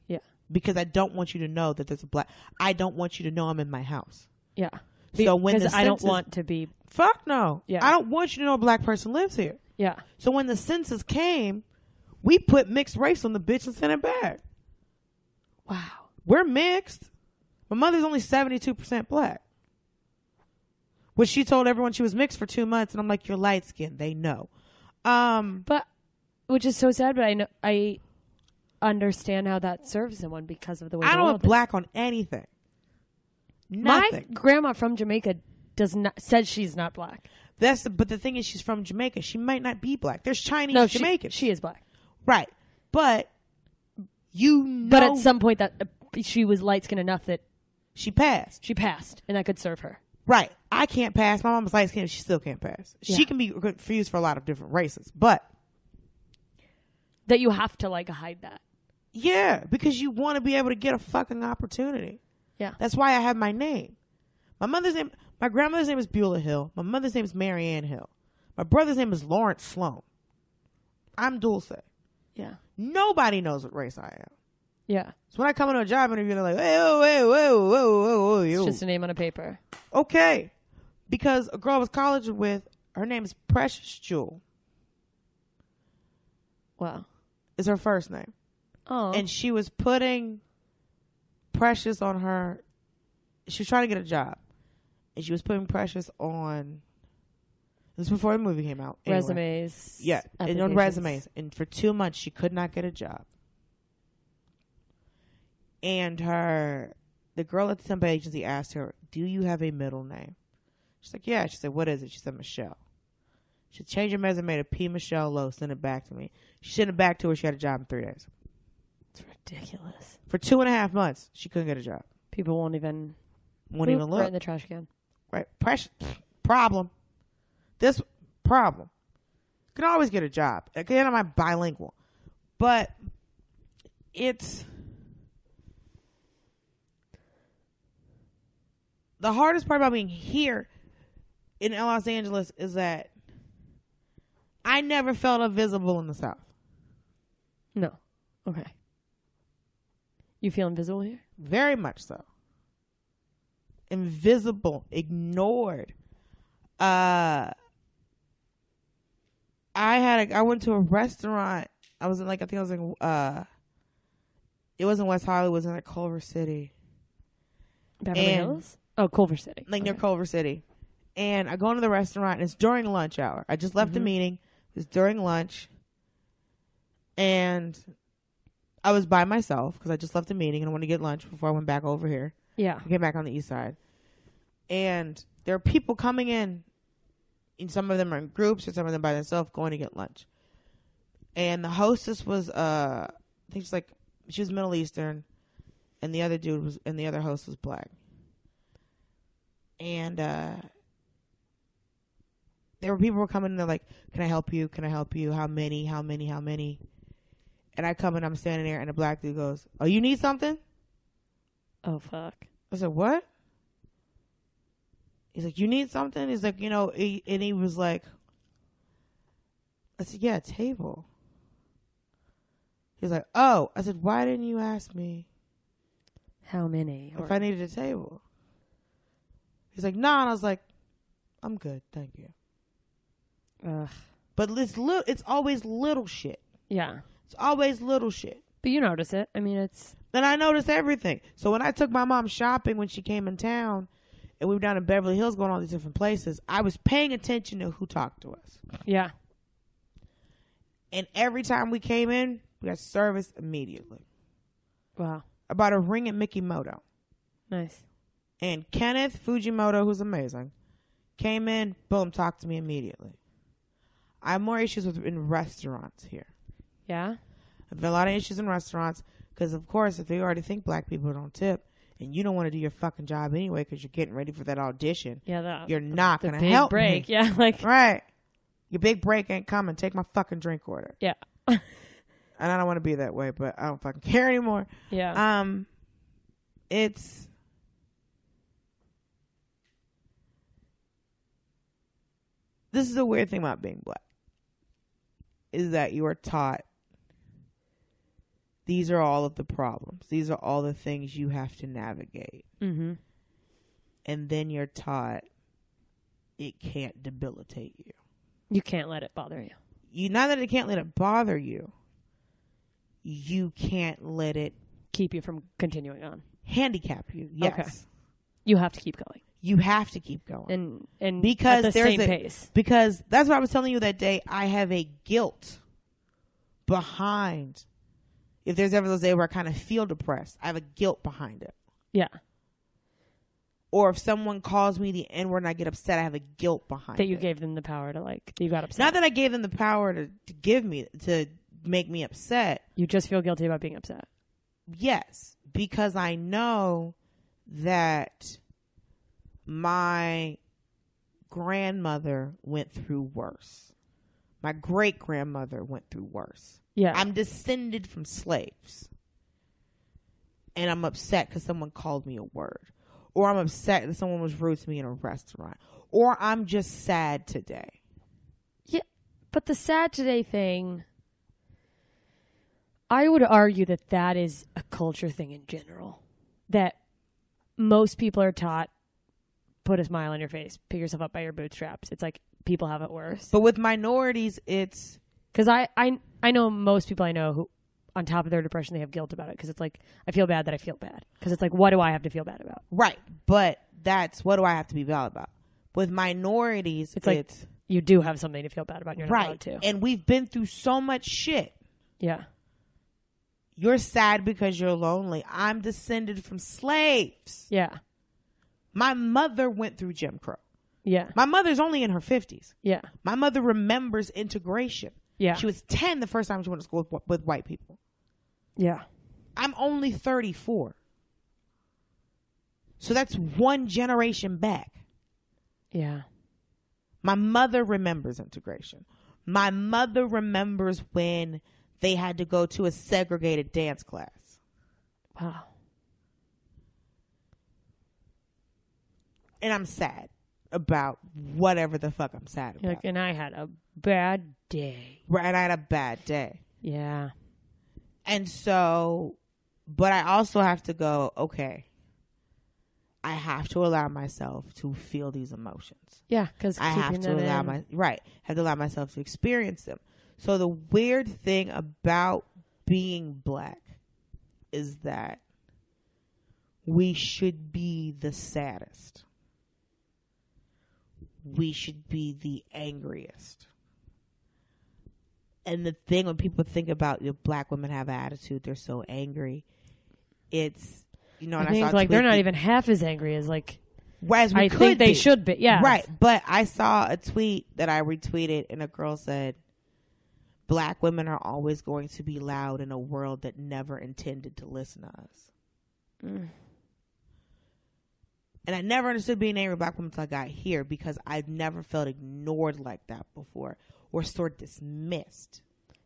Yeah. Because I don't want you to know that there's a black. I don't want you to know I'm in my house. Yeah. So when the because I don't census- want to be Fuck no. Yeah. I don't want you to know a black person lives here. yeah. So when the census came, we put mixed race on the bitch and sent it back. Wow. We're mixed. My mother's only 72% black. Which she told everyone she was mixed for two months, and I'm like, you're light skinned. They know. Um, But which is so sad, but I know I understand how that serves someone because of the way I the don't world want is. black on anything. Nothing. My grandma from Jamaica does not said she's not black. That's the, but the thing is, she's from Jamaica. She might not be black. There's Chinese No, she, Jamaicans. she is black. right, but you know, But at some point that uh, she was light skinned enough that she passed. she passed and that could serve her. Right, I can't pass. My mom's light skinned. She still can't pass. Yeah. She can be confused for a lot of different races, but That you have to like hide that. yeah, because you want to be able to get a fucking opportunity. Yeah. That's why I have my name. My mother's name, my grandmother's name is Beulah Hill. My mother's name is Marianne Hill. My brother's name is Lawrence Sloan. I'm Dulce. Yeah. Nobody knows what race I am. Yeah. So when I come into a job interview, they're like, hey, oh, hey, whoa, whoa, whoa, whoa, It's yo." just a name on a paper. okay. Because a girl I was college with, her name is Precious Jewel, Wow. is her first name. Oh. And she was putting Precious on her, she was trying to get a job. And she was putting Precious on, this was before the movie came out. anyway. resumes. Yeah, and on applications. resumes. And for two months, she could not get a job. And her, the girl at the temp agency asked her, "Do you have a middle name?" She's like, "Yeah." She said, "What is it?" She said, "Michelle." She said, change your resume to P. Michelle Lowe. Send it back to me. She sent it back to her. She had a job in three days. It's ridiculous. For two and a half months, she couldn't get a job. People won't even Wouldn't even Oop, look. Right in the trash can. right? Pressure problem. This problem. could always get a job. Again, I'm a bilingual, but it's the hardest part about being here in Los Angeles is that I never felt invisible in the South. No. Okay. You feel invisible here? Very much so. Invisible, ignored. Uh I had a, I went to a restaurant. I was in like I think I was in uh it wasn't West Hollywood, it was in like Culver City. Beverly And- Hills? Oh, Culver City. Like near Culver City. And I go into the restaurant and it's during lunch hour. I just left a meeting. It was during lunch. And I was by myself because I just left a meeting and I wanted to get lunch before I went back over here. Yeah. I came back on the east side. And there are people coming in, and some of them are in groups and some of them by themselves going to get lunch. And the hostess was uh I think she's like she was Middle Eastern and the other dude was and the other host was black. And uh there were people were coming and they're like, Can I help you? Can I help you? How many? How many? How many? And I come and I'm standing there and the black dude goes, Oh, you need something? Oh, fuck. I said, "What?" He's like, "You need something?" He's like, "You know," he, and he was like, "I said, yeah, a table." He's like, "Oh," I said, "Why didn't you ask me How many? if I needed a table?" He's like, "No," and I was like, "I'm good, thank you." Ugh. But it's li- it's always little shit. Yeah. It's always little shit. But you notice it. I mean, it's. Then I noticed everything. So when I took my mom shopping when she came in town, and we were down in Beverly Hills going all these different places, I was paying attention to who talked to us. Yeah. And every time we came in, we got service immediately. Wow. I bought a ring at Mickey Moto. Nice. And Kenneth Fujimoto, who's amazing, came in, boom, talked to me immediately. I have more issues with in restaurants here. Yeah. I've had a lot of issues in restaurants because, of course, if they already think black people don't tip, and you don't want to do your fucking job anyway because you're getting ready for that audition, Yeah. That, you're not the gonna big help break. me. Yeah. Like. Right? Your big break ain't coming. Take my fucking drink order. Yeah. And I don't want to be that way, but I don't fucking care anymore. Yeah. Um, it's this is the weird thing about being black is that you are taught these are all of the problems. These are all the things you have to navigate, mm-hmm. and then you're taught it can't debilitate you. You can't let it bother you. You not that it can't let it bother you. You can't let it Keep you from continuing on. handicap you. Yes. You have to keep going. you have to keep going And and because at the there's same a pace. because that's what I was telling you that day. I have a guilt behind. If there's ever those days where I kind of feel depressed, I have a guilt behind it. Yeah. Or if someone calls me the N word and I get upset, I have a guilt behind That you it. gave them the power to like. You got upset. Not that I gave them the power to, to give me to make me upset. you just feel guilty about being upset. Yes, because I know that my grandmother went through worse. My great grandmother went through worse. Yeah. I'm descended from slaves. And I'm upset because someone called me a word. Or I'm upset that someone was rude to me in a restaurant. Or I'm just sad today. Yeah, but the sad today thing, I would argue that that is a culture thing in general. That most people are taught put a smile on your face, pick yourself up by your bootstraps. It's like people have it worse. But with minorities, it's Because I, I, I know most people I know who, on top of their depression, they have guilt about it. Because it's like, I feel bad that I feel bad. Because it's like, what do I have to feel bad about? right. But that's what do I have to be valid about? With minorities, It's like- it's You do have something to feel bad about. And you're not allowed right. to. And we've been through so much shit. yeah. You're sad because you're lonely. I'm descended from slaves. Yeah. My mother went through Jim Crow. Yeah. My mother's only in her 50s. Yeah. My mother remembers integration. Yeah. She was 10 the first time she went to school with, with white people. Yeah. I'm only 34. So that's one generation back. Yeah. My mother remembers integration. My mother remembers when they had to go to a segregated dance class. Wow. And I'm sad about whatever the fuck I'm sad You're about. like, and I had a bad day. Right, and I had a bad day. Yeah. And so, but I also have to go, okay, I have to allow myself to feel these emotions. Yeah, because I have to allow my, right, have to allow myself to experience them. So the weird thing about being black is that we should be the saddest. We should be the angriest. And the thing when people think about you know, black women have an attitude, they're so angry. It's you know, I and think I saw a like they're tweet not the- even half as angry as like Whereas we I could think they be. should be. Yeah. Right. But I saw a tweet that I retweeted, and a girl said, Black women are always going to be loud in a world that never intended to listen to us. Mm. And I never understood being angry at black women until I got here because I've never felt ignored like that before or sort of dismissed.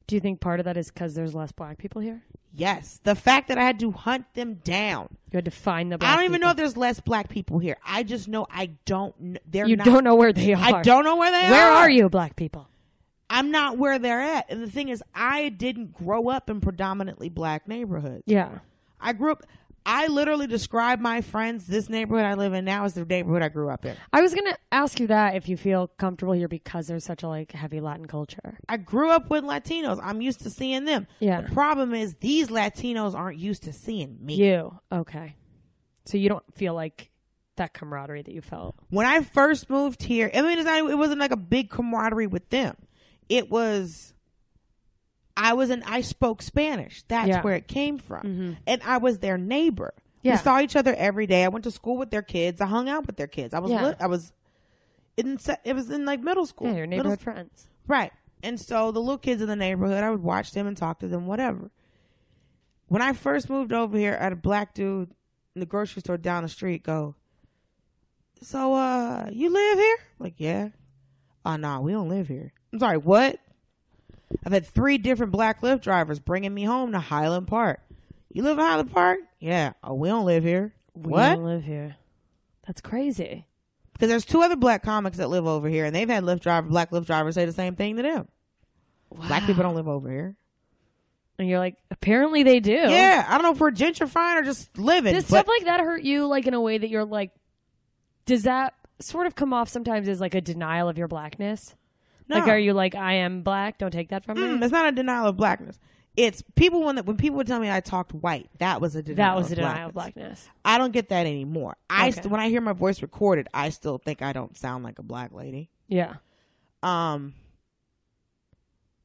Do you think part of that is because there's less black people here? Yes, the fact that I had to hunt them down. You had to find the. Black I don't even know if people. there's less black people here. I just know I don't. kn- They're you not, don't know where they are. I don't know where they are. Where are you, black people? I'm not where they're at. And the thing is, I didn't grow up in predominantly black neighborhoods. Yeah. I grew up, I literally describe my friends, this neighborhood I live in now is the neighborhood I grew up in. I was gonna ask you that if you feel comfortable here because there's such a like heavy Latin culture. I grew up with Latinos. I'm used to seeing them. Yeah. The problem is, these Latinos aren't used to seeing me. You okay? So you don't feel like that camaraderie that you felt. When I first moved here, I mean, it's not, it wasn't like a big camaraderie with them. It was, I was an, I spoke Spanish. That's Yeah. Mm-hmm. where it came from. And I was their neighbor. Yeah. We saw each other every day. I went to school with their kids. I hung out with their kids. I was Yeah. li- I was in se- it was in like middle school. Yeah, your Middle- neighborhood friends. right. And so the little kids in the neighborhood, I would watch them and talk to them, whatever. When I first moved over here, I had a black dude in the grocery store down the street go, So uh you live here? Like, yeah. Oh no, we don't live here. I'm sorry, what? I've had three different black Lyft drivers bringing me home to Highland Park. You live in Highland Park? Yeah. Oh, we don't live here. We what? don't live here. That's crazy. Because there's two other black comics that live over here, and they've had Lyft driver, black Lyft drivers say the same thing to them. Black people don't live over here. And you're like, apparently they do. Yeah, I don't know if we're gentrifying or just living. Does but stuff like that hurt you like in a way that you're like does that sort of come off sometimes as like a denial of your blackness? no, Like are you like I am black, don't take that from Mm, me? it's not a denial of blackness. It's people when when people would tell me I talked white, that was a denial. That was of a denial of blackness. blackness. I don't get that anymore. I Okay. st- when I hear my voice recorded, I still think I don't sound like a black lady. Yeah. Um,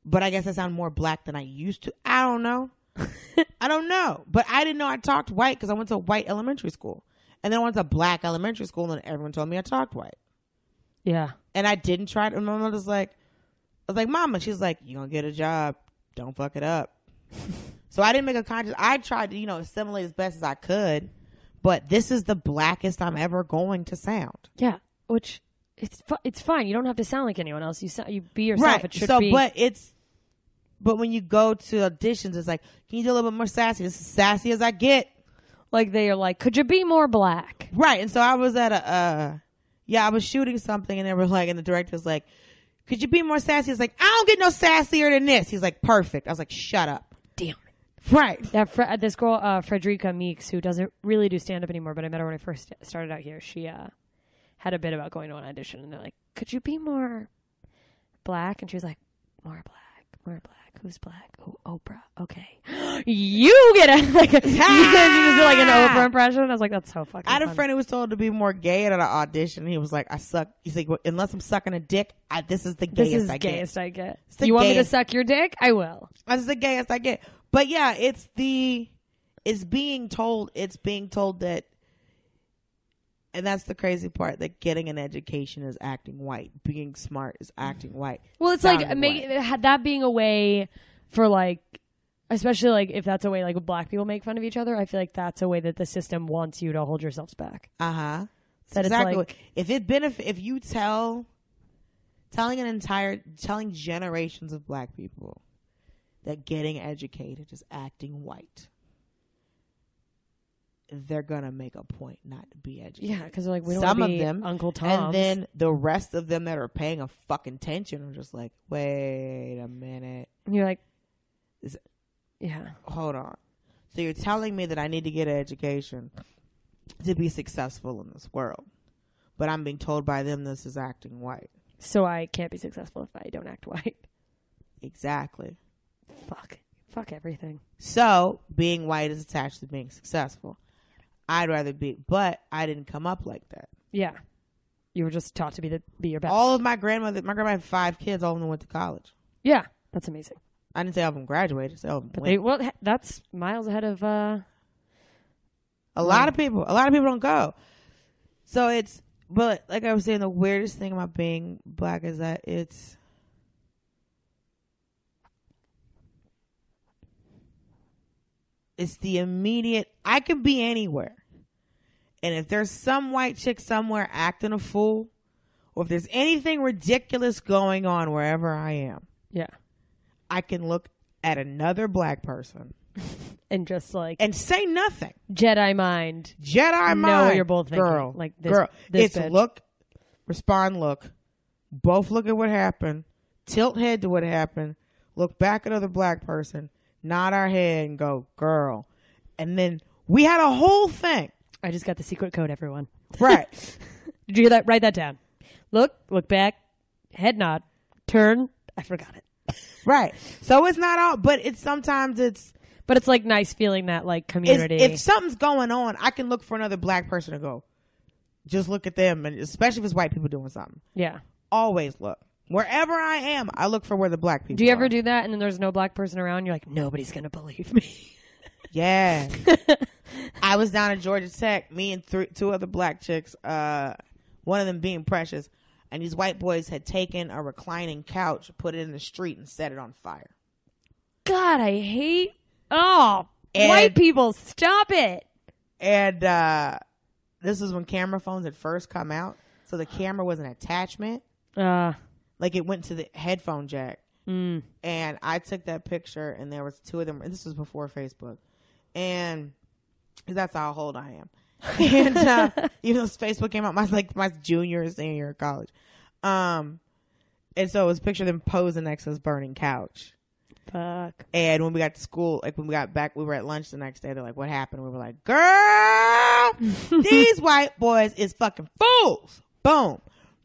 but I guess I sound more black than I used to. I don't know. I don't know. But I didn't know I talked white because I went to a white elementary school, and then I went to a black elementary school, and everyone told me I talked white, Yeah. and I didn't try to. And my mother's like, I was like, Mama, she's like, you gonna get a job. Don't fuck it up. so I didn't make a conscious. I tried to, you know, assimilate as best as I could, but this is the blackest I'm ever going to sound. Yeah. Which it's fi- it's fine. You don't have to sound like anyone else. You sound you be yourself. It should so, be but it's but when you go to auditions, it's like, can you do a little bit more sassy? It's as sassy as I get, like they are like, could you be more black? right? And so I was at a, uh, yeah, I was shooting something, and they were like, and the director's like, could you be more sassy? It's like, I don't get no sassier than this. He's like, perfect. I was like, shut up, Damn. right? That Fre- uh, this girl uh, Frederica Meeks, who doesn't really do stand up anymore, but I met her when I first st- started out here. She uh, had a bit about going to an audition, and they're like, "Could you be more black?" And she was like, "More black, more black. Who's black? Oh, Oprah. Okay, you get it." like you just did like an Oprah impression. I was like, "That's so fucking." I had a funny." friend who was told to be more gay at an audition. He was like, I suck. He's like, well, unless I'm sucking a dick, I, this is the This gayest is I get. gayest I get. the you want me to gayest. suck your dick? I will. That's the gayest I get. But yeah, it's the it's being told it's being told that and that's the crazy part that getting an education is acting white. Being smart is acting white. Well, it's like Sounding make, ha- that being a way for like, especially like if that's a way like black people make fun of each other. I feel like that's a way that the system wants you to hold yourselves back. Uh huh. That it's exactly like- what- if it benefit if you tell telling an entire telling generations of black people that getting educated is acting white. They're gonna make a point not to be educated. Yeah, because they're like we don't Some wanna of be them, Uncle Tom. And then the rest of them that are paying a fucking attention are just like, wait a minute, you're like, Is- yeah, hold on. So you're telling me that I need to get an education to be successful in this world, but I'm being told by them this is acting white. so I can't be successful if I don't act white. Exactly. Fuck, fuck everything. So being white is attached to being successful. I'd rather be, but I didn't come up like that. Yeah, you were just taught to be the be your best. All of my grandmother, my grandma had five kids. All of them went to college. yeah, that's amazing. I didn't say all of them graduated. So all of them But went. they well, he- that's miles ahead of uh, A lot of people. A lot of people don't go. So it's but like I was saying, the weirdest thing about being black is that it's it's the immediate I could be anywhere. And if there's some white chick somewhere acting a fool, or if there's anything ridiculous going on wherever I am, yeah, I can look at another black person and just like and say nothing. Jedi mind. Jedi know mind. what you're both thinking. Girl, Like, this- girl. this it's bitch. look, respond, look. Both look at what happened. Tilt head to what happened. Look back at other black person. Nod our head and go, girl. And then we had a whole thing, I just got the secret code, everyone. right? Did you hear that? Write that down. Look, look back, head nod, turn. I forgot it. right. So it's not all, but it's sometimes it's, But it's like nice feeling that like it's community. if something's going on, I can look for another black person to go. Just look at them, and especially if it's white people doing something. yeah. Always look wherever I am. I look for where the black people. Do you are. ever do that and then there's no black person around? You're like, nobody's gonna believe me. Yeah. I was down at Georgia Tech, me and three, two other black chicks, uh, one of them being precious, and these white boys had taken a reclining couch, put it in the street, and set it on fire. God, I hate. Oh, And- white people, stop it. And uh, this was when camera phones had first come out, so the camera was an attachment, Uh, like it went to the headphone jack. And I took that picture, and there was two of them. and This was before Facebook, and 'cause that's how old I am. and uh, even though Facebook came out my like my junior and senior year of college, um, and so it was a picture of them posing next to this burning couch. fuck. And when we got to school, like when we got back, we were at lunch the next day. They're like, "What happened?" We were like, "Girl, these white boys is fucking fools." Boom.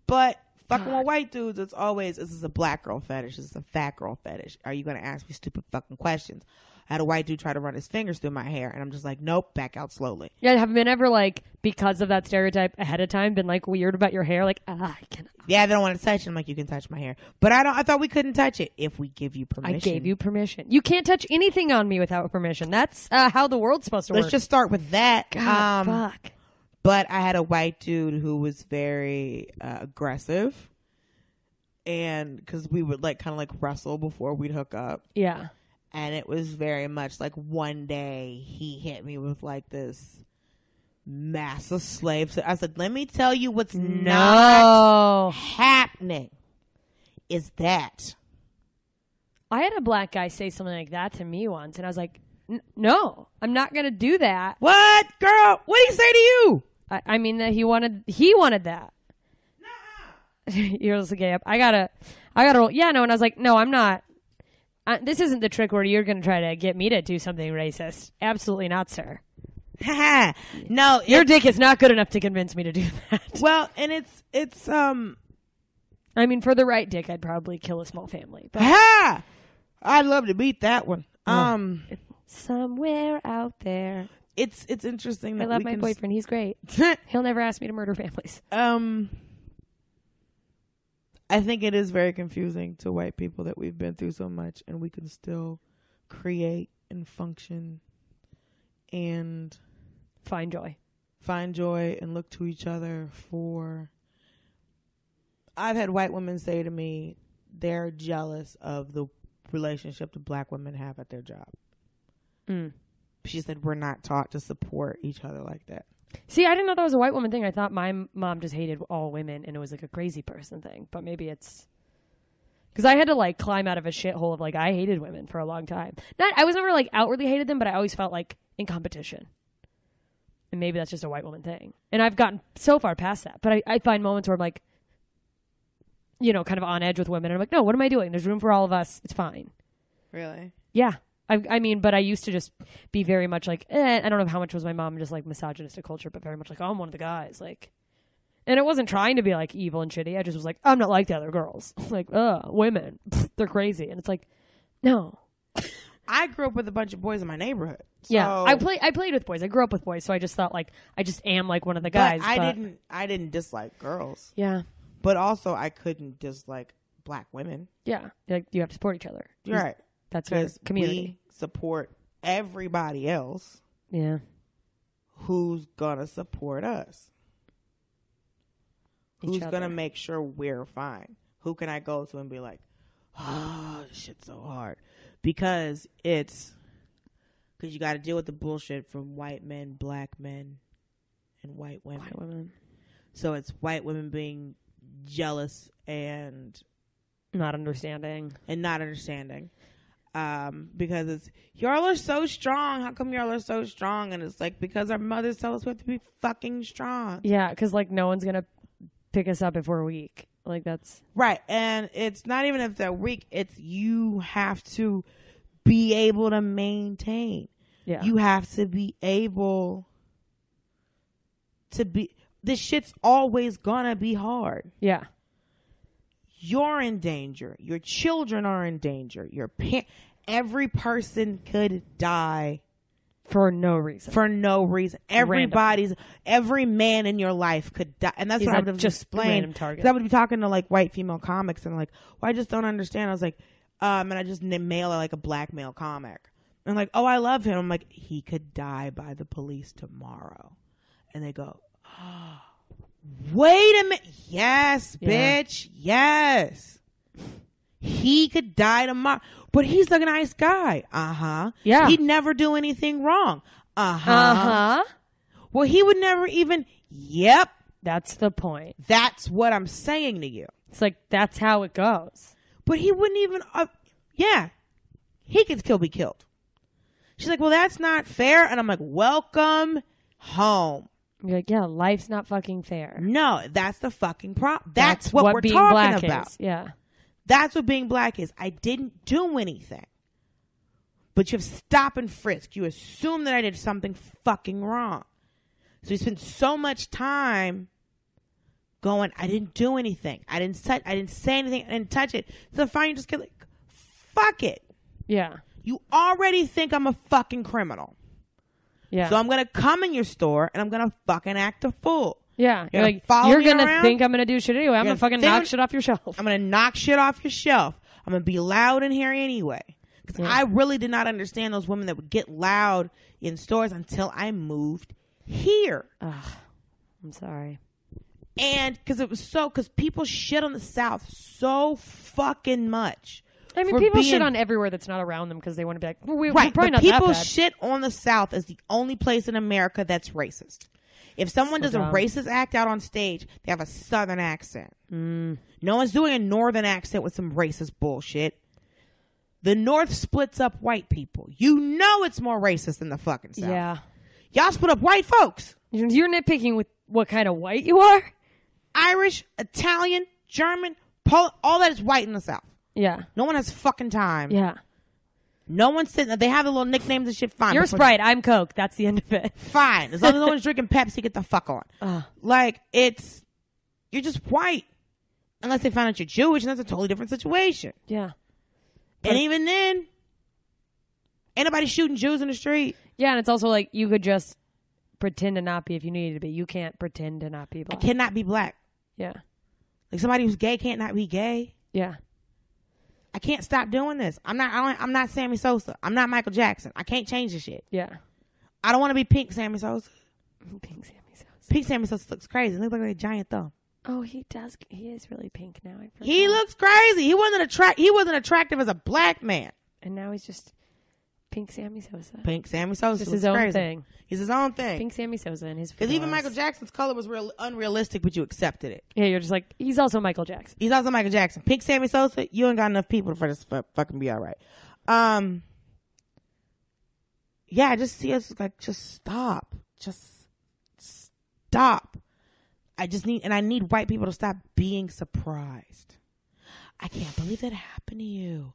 But fucking with white dudes, it's always this is a black girl fetish. This is a fat girl fetish. Are you gonna ask me stupid fucking questions? I had a white dude try to run his fingers through my hair, and I'm just like, "Nope, back out slowly." Yeah, have men ever like because of that stereotype ahead of time been like weird about your hair? Like, ah, I can. Yeah, they don't want to touch it. I'm like, "You can touch my hair," but I don't. I thought we couldn't touch it if we give you permission. I gave you permission. You can't touch anything on me without permission. That's uh, how the world's supposed to Let's work. just start with that. God, Um, fuck. but I had a white dude who was very uh, aggressive, and because we would like kind of like wrestle before we'd hook up, Yeah. and it was very much like one day he hit me with like this massive slave. So I said, "Let me tell you what's not No. happening is that." I had a black guy say something like that to me once, and I was like, "N- "No, I'm not gonna do that." What girl? What did he say to you? I, I mean that he wanted he wanted that. You're just gay up. I gotta, I gotta roll. Yeah, no. And I was like, no, I'm not. Uh, this isn't the trick where you're gonna try to get me to do something racist. Absolutely not, sir. Haha. no, Your dick is not good enough to convince me to do that. well, and it's it's um I mean, for the right dick, I'd probably kill a small family. But ha. I'd love to beat that one. Um. Oh. somewhere out there, it's it's interesting I that love we my can boyfriend. He's great. s- He'll never ask me to murder families. um I think it is very confusing to white people that we've been through so much and we can still create and function and Fine joy. find joy and look to each other for I've had white women say to me they're jealous of the relationship that black women have at their job. Mm. She said we're not taught to support each other like that. See, I didn't know that was a white woman thing. I thought my m- mom just hated all women and it was like a crazy person thing. But maybe it's Because I had to like climb out of a shithole of like I hated women for a long time. Not I was never like outwardly hated them, but I always felt like in competition. And maybe that's just a white woman thing. And I've gotten so far past that. But I, I find moments where I'm like, you know, kind of on edge with women. And I'm like, no, what am I doing? There's room for all of us. It's fine. Really? Yeah. I, I mean, but I used to just be very much like, eh, I don't know how much was my mom just like misogynistic culture, but very much like, oh, I'm one of the guys. Like, and it wasn't trying to be like evil and shitty. I just was like, I'm not like the other girls. like, uh, women, Pfft, they're crazy. And it's like, no. I grew up with a bunch of boys in my neighborhood. yeah. so- I play, I played with boys. I grew up with boys. So I just thought like, I just am like one of the but guys. I but- didn't. I didn't dislike girls, Yeah. but also I couldn't dislike black women. Yeah. Like, you have to support each other. You're right That's your because community. we support everybody else yeah. who's gonna support us. Each Who's gonna other. make sure we're fine? Who can I go to and be like, oh, this shit's so hard because it's because you got to deal with the bullshit from white men, black men, and white women. White women. So it's white women being jealous and Not understanding. and not understanding. Um, because it's y'all are so strong. How come y'all are so strong? And it's like because our mothers tell us we have to be fucking strong, Yeah, because like no one's gonna pick us up if we're weak. Like that's right? And it's not even if they're weak. It's you have to be able to maintain. yeah. You have to be able to be. This shit's always gonna be hard. yeah. you're in danger. Your children are in danger. Your pa- every person could die For no reason. for no reason. Everybody's every man in your life could die, and that's He's what I a would have just just random explained. target. 'Cause I would be talking to like white female comics, and like, well, I just don't understand. I was like, um, and I just n- mail her, like a black male comic. And like, oh, I love him. I'm like, he could die by the police tomorrow, and they go. Wait a minute. Yes, Yeah. bitch. Yes. He could die tomorrow, but he's a nice guy. Uh huh. Yeah. He'd never do anything wrong. Uh huh. Uh huh. Well, he would never even. Yep. That's the point. That's what I'm saying to you. It's like that's how it goes. But he wouldn't even. Uh, yeah. He could still be killed. She's like, well, that's not fair. And I'm like, welcome home. You're like, yeah, life's not fucking fair. No, that's the fucking problem. That's, what, we're being talking black about. is. Yeah. That's what being black is. I didn't do anything. But you have stop and frisk. You assume that I did something fucking wrong. So you spend so much time going, I didn't do anything. I didn't touch I didn't say anything. I didn't touch it. So finally you just get like, fuck it. Yeah. You already think I'm a fucking criminal. Yeah. So I'm gonna come in your store and I'm gonna fucking act a fool. yeah. You're, gonna like follow you're me gonna around? think I'm gonna do shit anyway. I'm gonna gonna fucking think knock I'm- shit off your shelf. I'm gonna knock shit off your shelf. I'm gonna be loud in here anyway. Because Yeah. I really did not understand those women that would get loud in stores until I moved here. Oh. I'm sorry. And because it was so, because people shit on the South so fucking much. I mean, For people shit being- on everywhere that's not around them because they want to be like, well, we, are Right. probably but not that people bad. shit on the South as the only place in America that's racist. If someone So does a dumb. racist act out on stage, they have a Southern accent. Mm. No one's doing a Northern accent with some racist bullshit. The North splits up white people. You know it's more racist than the fucking South. yeah. Y'all split up white folks. You're you're nitpicking with what kind of white you are. Irish, Italian, German, Pol- all that is white in the South. Yeah. No one has fucking time. Yeah. No one's sitting. They have the little nicknames and shit. Fine. You're but for Sprite. I'm Coke. That's the end of it. fine. As long as no one's drinking Pepsi, get the fuck on. Like it's you're just white. Unless they find out you're Jewish, and that's a totally different situation. Yeah. and even then, ain't nobody shooting Jews in the street. Yeah, and it's also like you could just pretend to not be if you needed to be. You can't pretend to not be I black. cannot be black. Yeah. Like somebody who's gay can't not be gay. Yeah. I can't stop doing this. I'm not. I don't, I'm not Sammy Sosa. I'm not Michael Jackson. I can't change this shit. Yeah. I don't want to be pink Sammy Sosa. Pink Sammy's house. Pink Sammy Sosa looks crazy. He looks like a giant thumb. Oh, he does. He is really pink now. I forgot. He looks crazy. He wasn't attract. He wasn't attractive as a black man. And now he's just Pink Sammy Sosa. Pink Sammy Sosa Just was his own crazy. thing. He's his own thing. Pink Sammy Sosa and his. Because even fedora. Michael Jackson's color was real unrealistic, but you accepted it. Yeah, you're just like he's also Michael Jackson. He's also Michael Jackson. Pink Sammy Sosa, you ain't got enough people for this to fucking be all right. Um, yeah, I just see us like just stop, just stop. I just need, and I need white people to stop being surprised. I can't believe that happened to you.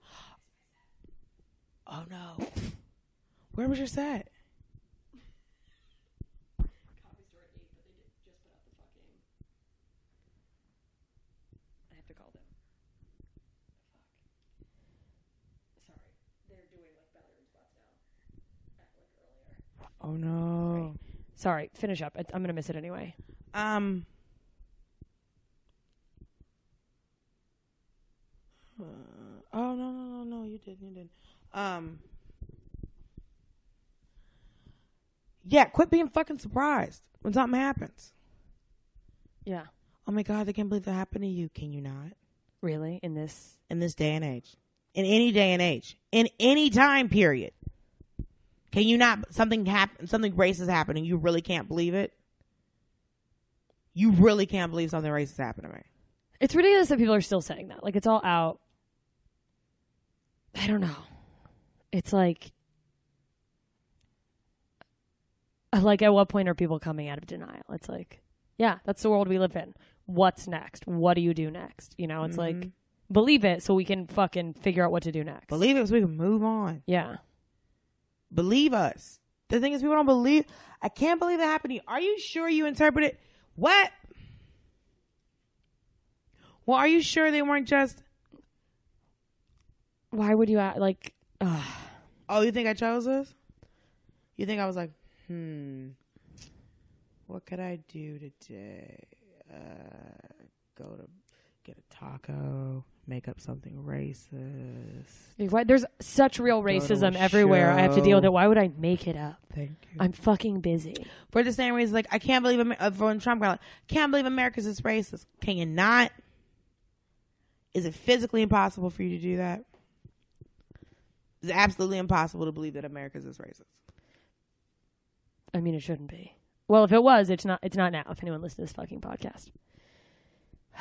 Oh no, where was your set? Oh no. Sorry, finish up. I- I'm gonna miss it anyway. Um. uh, oh no no no no! You didn't you didn't. Um. Yeah, quit being fucking surprised when something happens. Yeah, Oh my god, I can't believe that happened to you. Can you not? really. In this, In this day and age, in any day and age, in any time period, can you not? Something happen. Something racist happened, and you really can't believe it. You really can't believe something racist happened to me. it's ridiculous that people are still saying that. Like it's all out. I don't know. It's like, uh, like at what point are people coming out of denial? It's like, yeah, that's the world we live in. What's next? What do you do next? You know, it's like believe it so we can fucking figure out what to do next. Mm-hmm. Believe us, we can move on. Yeah. Believe us. The thing is, people don't believe. I can't believe that happened to you. Are you sure you interpreted what? Well, are you sure they weren't just? Why would you act like? Ugh. Oh, you think I chose this? You think I was like, hmm, what could I do today? Uh, go to get a taco, make up something racist. Like, Why, there's such real to racism a everywhere. I have to deal with show. it. Why would I make it up? Thank you. I'm fucking busy. For the same reason, like I can't believe Amer- everyone Trump got like, can't believe America's this racist. Can you not? Is it physically impossible for you to do that? It's absolutely impossible to believe that America's this racist. I mean, it shouldn't be. Well, if it was, it's not. It's not now. If anyone listens to this fucking podcast,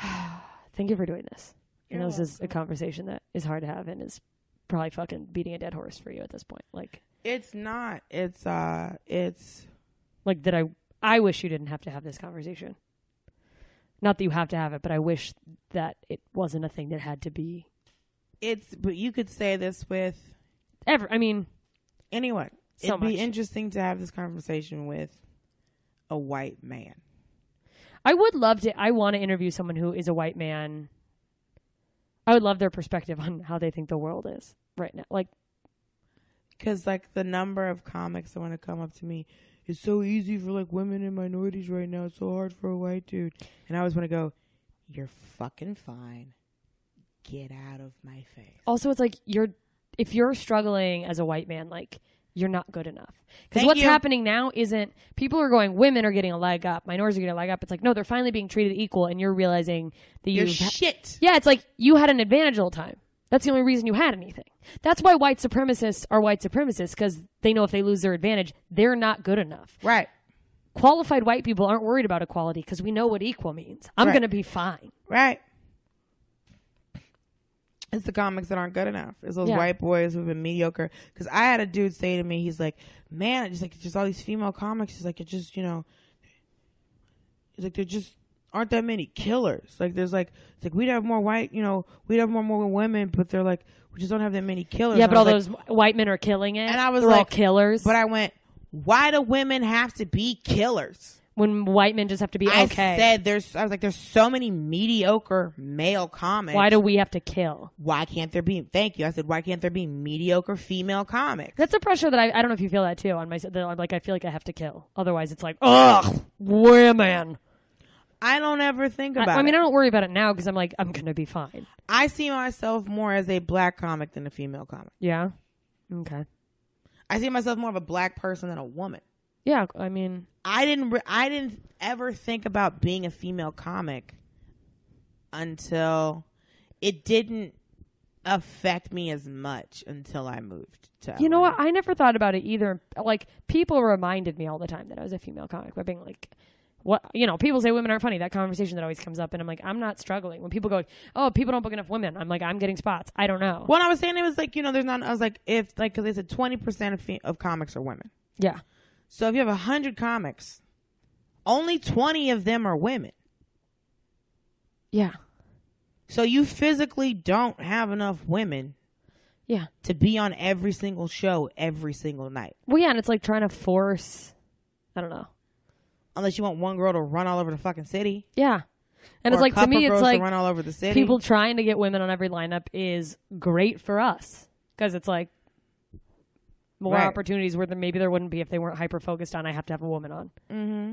thank you for doing this. I know this is a conversation that is hard to have and is probably fucking beating a dead horse for you at this point. Like, It's not. It's uh. It's like that. I I wish you didn't have to have this conversation. Not that you have to have it, but I wish that it wasn't a thing that had to be it's. But you could say this with ever. I mean, anyone. So It'd be much. interesting to have this conversation with a white man. I would love to. I want to interview someone who is a white man. I would love their perspective on how they think the world is right now. Like, Because like the number of comics that want to come up to me, it's so easy for like women and minorities right now. It's so hard for a white dude, and I always want to go, "You're fucking fine. Get out of my face." also, it's like you're if you're struggling as a white man, like you're not good enough. Because Thank what's you. happening now isn't people are going. Women are getting a leg up. Minorities are getting a leg up. It's like no, they're finally being treated equal, and you're realizing that You're you. shit. yeah, it's like you had an advantage all the time. That's the only reason you had anything. That's why white supremacists are white supremacists because they know if they lose their advantage, they're not good enough. Right, qualified white people aren't worried about equality because we know what equal means. I'm Right. going to be fine. right. It's the comics that aren't good enough. It's those Yeah. white boys who've been mediocre. Because I had a dude say to me, he's like, "Man, I just like just all these female comics. He's like, it just you know, It's like there just aren't that many killers. Like there's like it's like we'd have more white, you know, we'd have more more women, but they're like we just don't have that many killers. yeah, And but I all was like- those white men are killing it. and I was They're all like killers. But I went, why do women have to be killers? when white men just have to be I okay. said there's I was like there's so many mediocre male comics. why do we have to kill? why can't there be thank you. I said why can't there be mediocre female comics? That's a pressure that I, I don't know if you feel that too on myself. that I'm like I feel like I have to kill. Otherwise, it's like ugh, women. I don't ever think I, about I mean, it. I don't worry about it now because I'm like I'm gonna be fine. I see myself more as a black comic than a female comic. Yeah. Okay. I see myself more of a black person than a woman. Yeah. I mean, I didn't re- I didn't ever think about being a female comic until it didn't affect me as much until I moved to. You know LA. what? I never thought about it either. Like people reminded me all the time that I was a female comic by being like, "What?" You know, people say women aren't funny. That conversation that always comes up, and I'm like, I'm not struggling. When people go, like, "Oh, people don't book enough women," I'm like, I'm getting spots. I don't know. When I was saying it was like you know, there's not. I was like, if like because they said twenty percent of fe- of comics are women. Yeah, So if you have hundred comics, only twenty of them are women. yeah, So you physically don't have enough women yeah. to be on every single show every single night, Well, yeah, and it's like trying to force. I don't know. unless you want one girl to run all over the fucking city. Yeah, and or a it's like to couple me, it's girls to like run all over the city. people trying to get women on every lineup is great for us because it's like more Right. opportunities where there, maybe there wouldn't be if they weren't hyper focused on I have to have a woman on. Mm-hmm.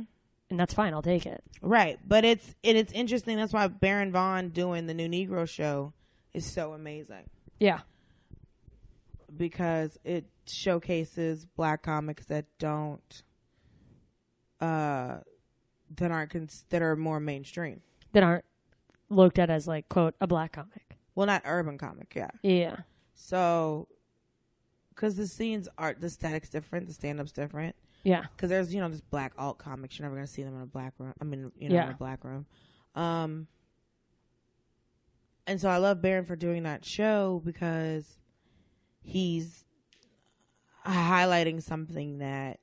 And that's fine. I'll take it. Right, but it's and it's interesting. That's why Baron Vaughn doing the new Negro show is so amazing Yeah. because it showcases black comics that don't, uh, that aren't cons- that are more mainstream. That aren't looked at as like quote a black comic. Well, not urban comic, yeah. Yeah. So, because the scenes are the static's different, the stand up's different. Yeah. Because there's you know this black alt comics, you're never gonna see them in a black room. I mean, you know, in Yeah. a black room. Um, and so I love Baron for doing that show because he's highlighting something that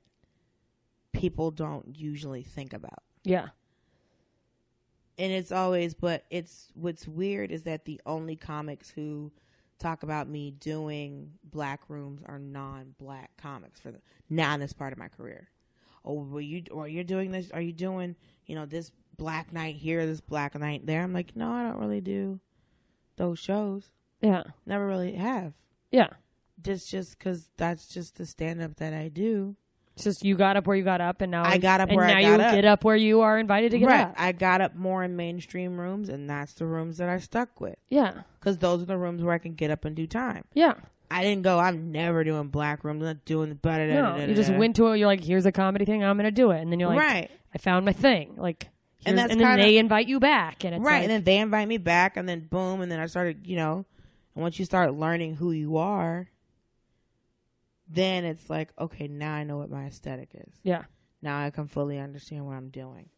people don't usually think about Yeah. and it's always but it's what's weird is that the only comics who talk about me doing black rooms are non-black comics for the now in this part of my career oh were you or you're doing this are you doing you know this black night here this black night there i'm like no i don't really do those shows Yeah. never really have Yeah. just just because that's just the stand-up that i do It's just you got up where you got up, and now I got up and where I now got you up. get up where you are invited to get right up. i got up more in mainstream rooms and that's the rooms that i stuck with yeah. because those are the rooms where I can get up and do time. Yeah. I didn't go. I'm never doing black rooms. Not doing better. No, you just went to it. You're like, here's a comedy thing. I'm gonna do it, and then you're like, right, I found my thing. Like, And here's- and, that's then kinda- they invite you back, and it's right. like, and then they invite me back, and then boom, and then I started. You know, and once you start learning who you are, then it's like, okay, now I know what my aesthetic is. yeah, Now I can fully understand what I'm doing.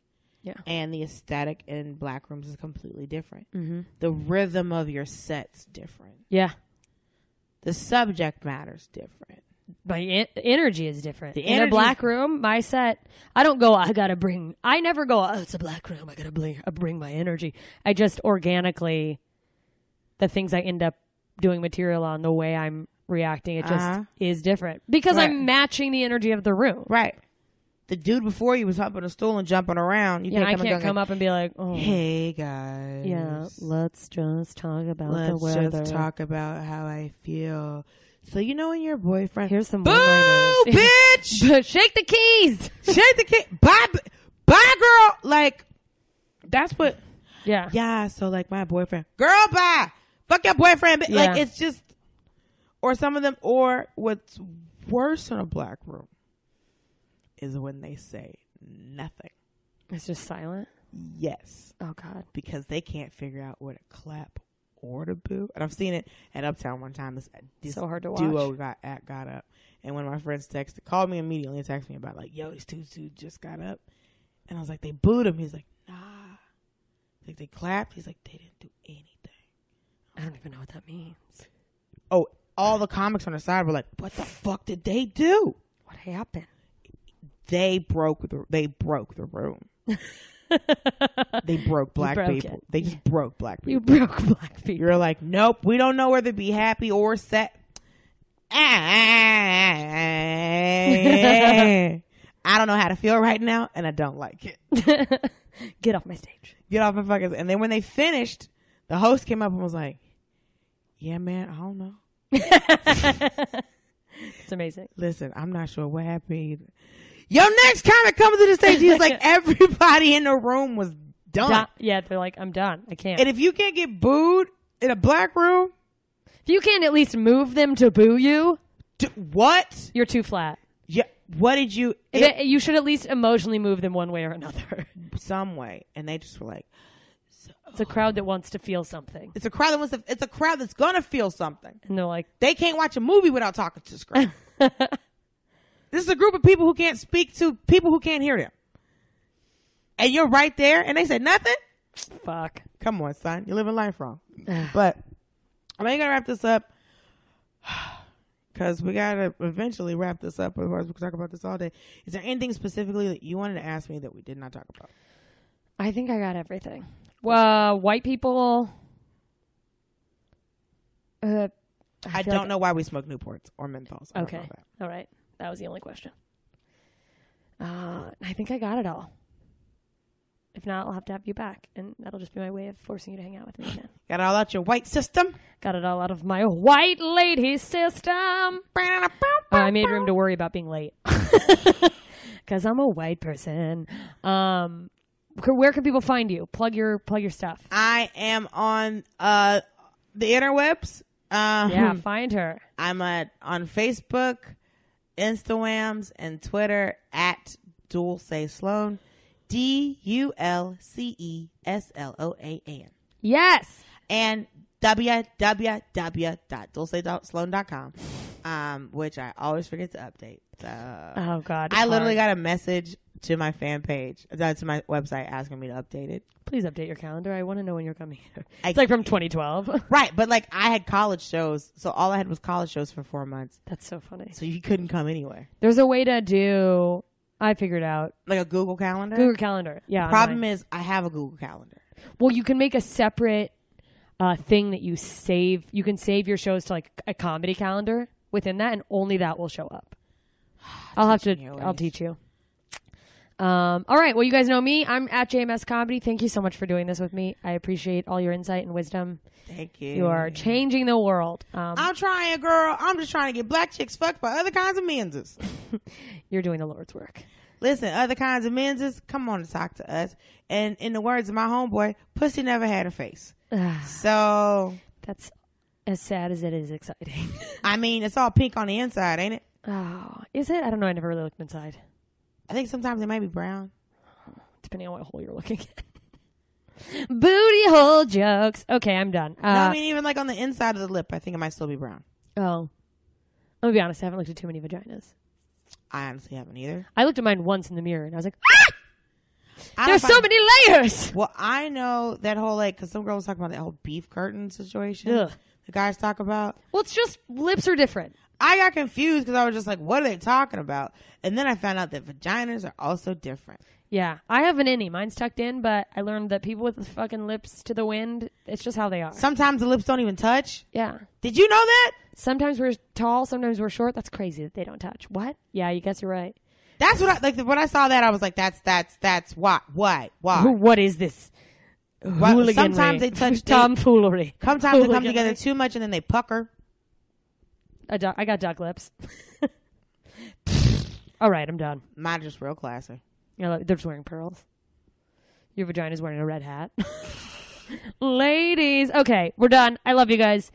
Yeah. And the aesthetic in black rooms is completely different. mm-hmm. The rhythm of your set's different. yeah. The subject matter's different. My en- e, energy is different. The In a energy's- black room, my set, I don't go. I gotta bring. I never go. Oh, it's a black room. I gotta bring. I bring my energy. I just organically, the things I end up doing material on, the way I'm reacting, it just Uh-huh. is different because Right. I'm matching the energy of the room. Right. The dude before you was humping a stool and jumping around. You Yeah, I and can't go, come up and be like, oh, Hey guys. yeah. Let's just talk about the Let's weather. just talk about how I feel. So you know when your boyfriend Here's some Boo one-liners. bitch Shake the keys. Shake the kid Bye b- bye girl like that's what Yeah. Yeah, so like my boyfriend Girl bye Fuck your boyfriend bi- like Yeah. it's just or some of them or what's worse in a black room is when they say nothing. It's just silent. Yes. Oh God. because they can't figure out where to clap or to boo. And I've seen it at Uptown one time. This, this So hard to duo watch. got at, got up, and one of my friends texted, called me immediately, and texted me about like, "Yo, these two dudes just got up," and I was like, "They booed him." He's like, "Nah." Like they clapped. He's like, "They didn't do anything." I don't even know what that means. Oh, all the comics on the side were like, "What the fuck did they do?" What happened? They broke the they broke the room. They broke black broke people. it. They just broke black people. you broke black people. You're like, nope, we don't know whether to be happy or sad. I don't know how to feel right now, and I don't like it. Get off my stage. Get off my fucking. And then when they finished, the host came up and was like, "Yeah, man, I don't know. It's amazing. Listen, I'm not sure what happened either. Yo, next comic comes to the stage, he's like, everybody in the room was done. Done. Yeah, they're like, I'm done. I can't. And if you can't get booed in a black room, if you can't at least move them to boo you, d- what? you're too flat. Yeah, what did you? If it- you should at least emotionally move them one way or another. some way, and they just were like, so, It's a crowd that wants to feel something. It's a crowd that wants to, it's a crowd that's gonna feel something. And they're like, They can't watch a movie without talking to the screen. this is a group of people who can't speak to people who can't hear them. And you're right there, and they said nothing. fuck. Come on, son, you're living life wrong. but I'm ain't gonna wrap this up because we gotta eventually wrap this up. Otherwise, we could talk about this all day. Is there anything specifically that you wanted to ask me that we did not talk about? I think I got everything. Well, white people. Uh, I, feel don't like- know why we smoke Newports or menthols. I don't know Okay. that. All right. That was the only question. Uh, I think I got it all. If not, I'll have to have you back, and that'll just be my way of forcing you to hang out with me again. Got all out your white system. Got it all out of my white lady system. Uh, I made room to worry about being late because I'm a white person. Um, c- where can people find you? Plug your plug your stuff. I am on uh the interwebs. Um, Yeah, find her. I'm at on Facebook, Instagrams, and Twitter at Dulce Sloan, D U L C E S L O A N, Yes. and www.dulcesloan.com, um, which I always forget to update. So Oh God. I it's literally hard. got a message to my fan page, uh, to my website, asking me to update it. Please update your calendar. I want to know when you're coming. here. I- It's like from 2012. Right, but like I had college shows, so all I had was college shows for four months, That's so funny. so you couldn't come anywhere. There's a way to do. I figured out Like a Google Calendar. Google Calendar. Yeah. Problem online. is, I have a Google Calendar. well, you can make a separate uh, thing that you save. You can save your shows to like a comedy calendar within that, and only that will show up. I'll have to. Teaching your I'll ways. teach you. Um, all right. Well, you guys know me. I'm at JMS Comedy. Thank you so much for doing this with me. I appreciate all your insight and wisdom. Thank you. You are changing the world. Um, I'm trying, girl. I'm just trying to get black chicks fucked by other kinds of menses. you're doing the Lord's work. Listen, other kinds of menses, come on and talk to us. And in the words of my homeboy, pussy never had a face. Ah. so, That's as sad as it is exciting. I mean, it's all pink on the inside, ain't it? oh, is it? I don't know. I never really looked inside. I think sometimes it might be brown. depending on what hole you're looking at. Booty hole jokes. Okay, I'm done. Uh, no, I mean, even like on the inside of the lip, I think it might still be brown. oh, I'm gonna be honest. I haven't looked at too many vaginas. I honestly haven't either. I looked at mine once in the mirror, and I was like, ah, I "There's don't so find- many layers." Well, I know that whole like, because some girl was talking about that whole beef curtain situation. Ugh. The guys talk about. Well, it's just lips are different. I got confused because I was just like, what are they talking about? And then I found out that vaginas are also different. Yeah, I have an innie. Mine's tucked in, but I learned that people with the fucking lips to the wind, it's just how they are. Sometimes the lips don't even touch. yeah. Did you know that? Sometimes we're tall, sometimes we're short. That's crazy that they don't touch. What? Yeah, you guess you're right. That's what I like. When I saw that, I was like, that's, that's, that's why, why, Who, why. what is this? Why- Hooliganry. sometimes they touch- they- tomfoolery. Sometimes they come Hooliganry. together too much and then they pucker. I, du- I got duck lips. All right, I'm done. Mine are just real classy. You know, they're just wearing pearls. Your vagina's wearing a red hat. Ladies. Okay, we're done. I love you guys.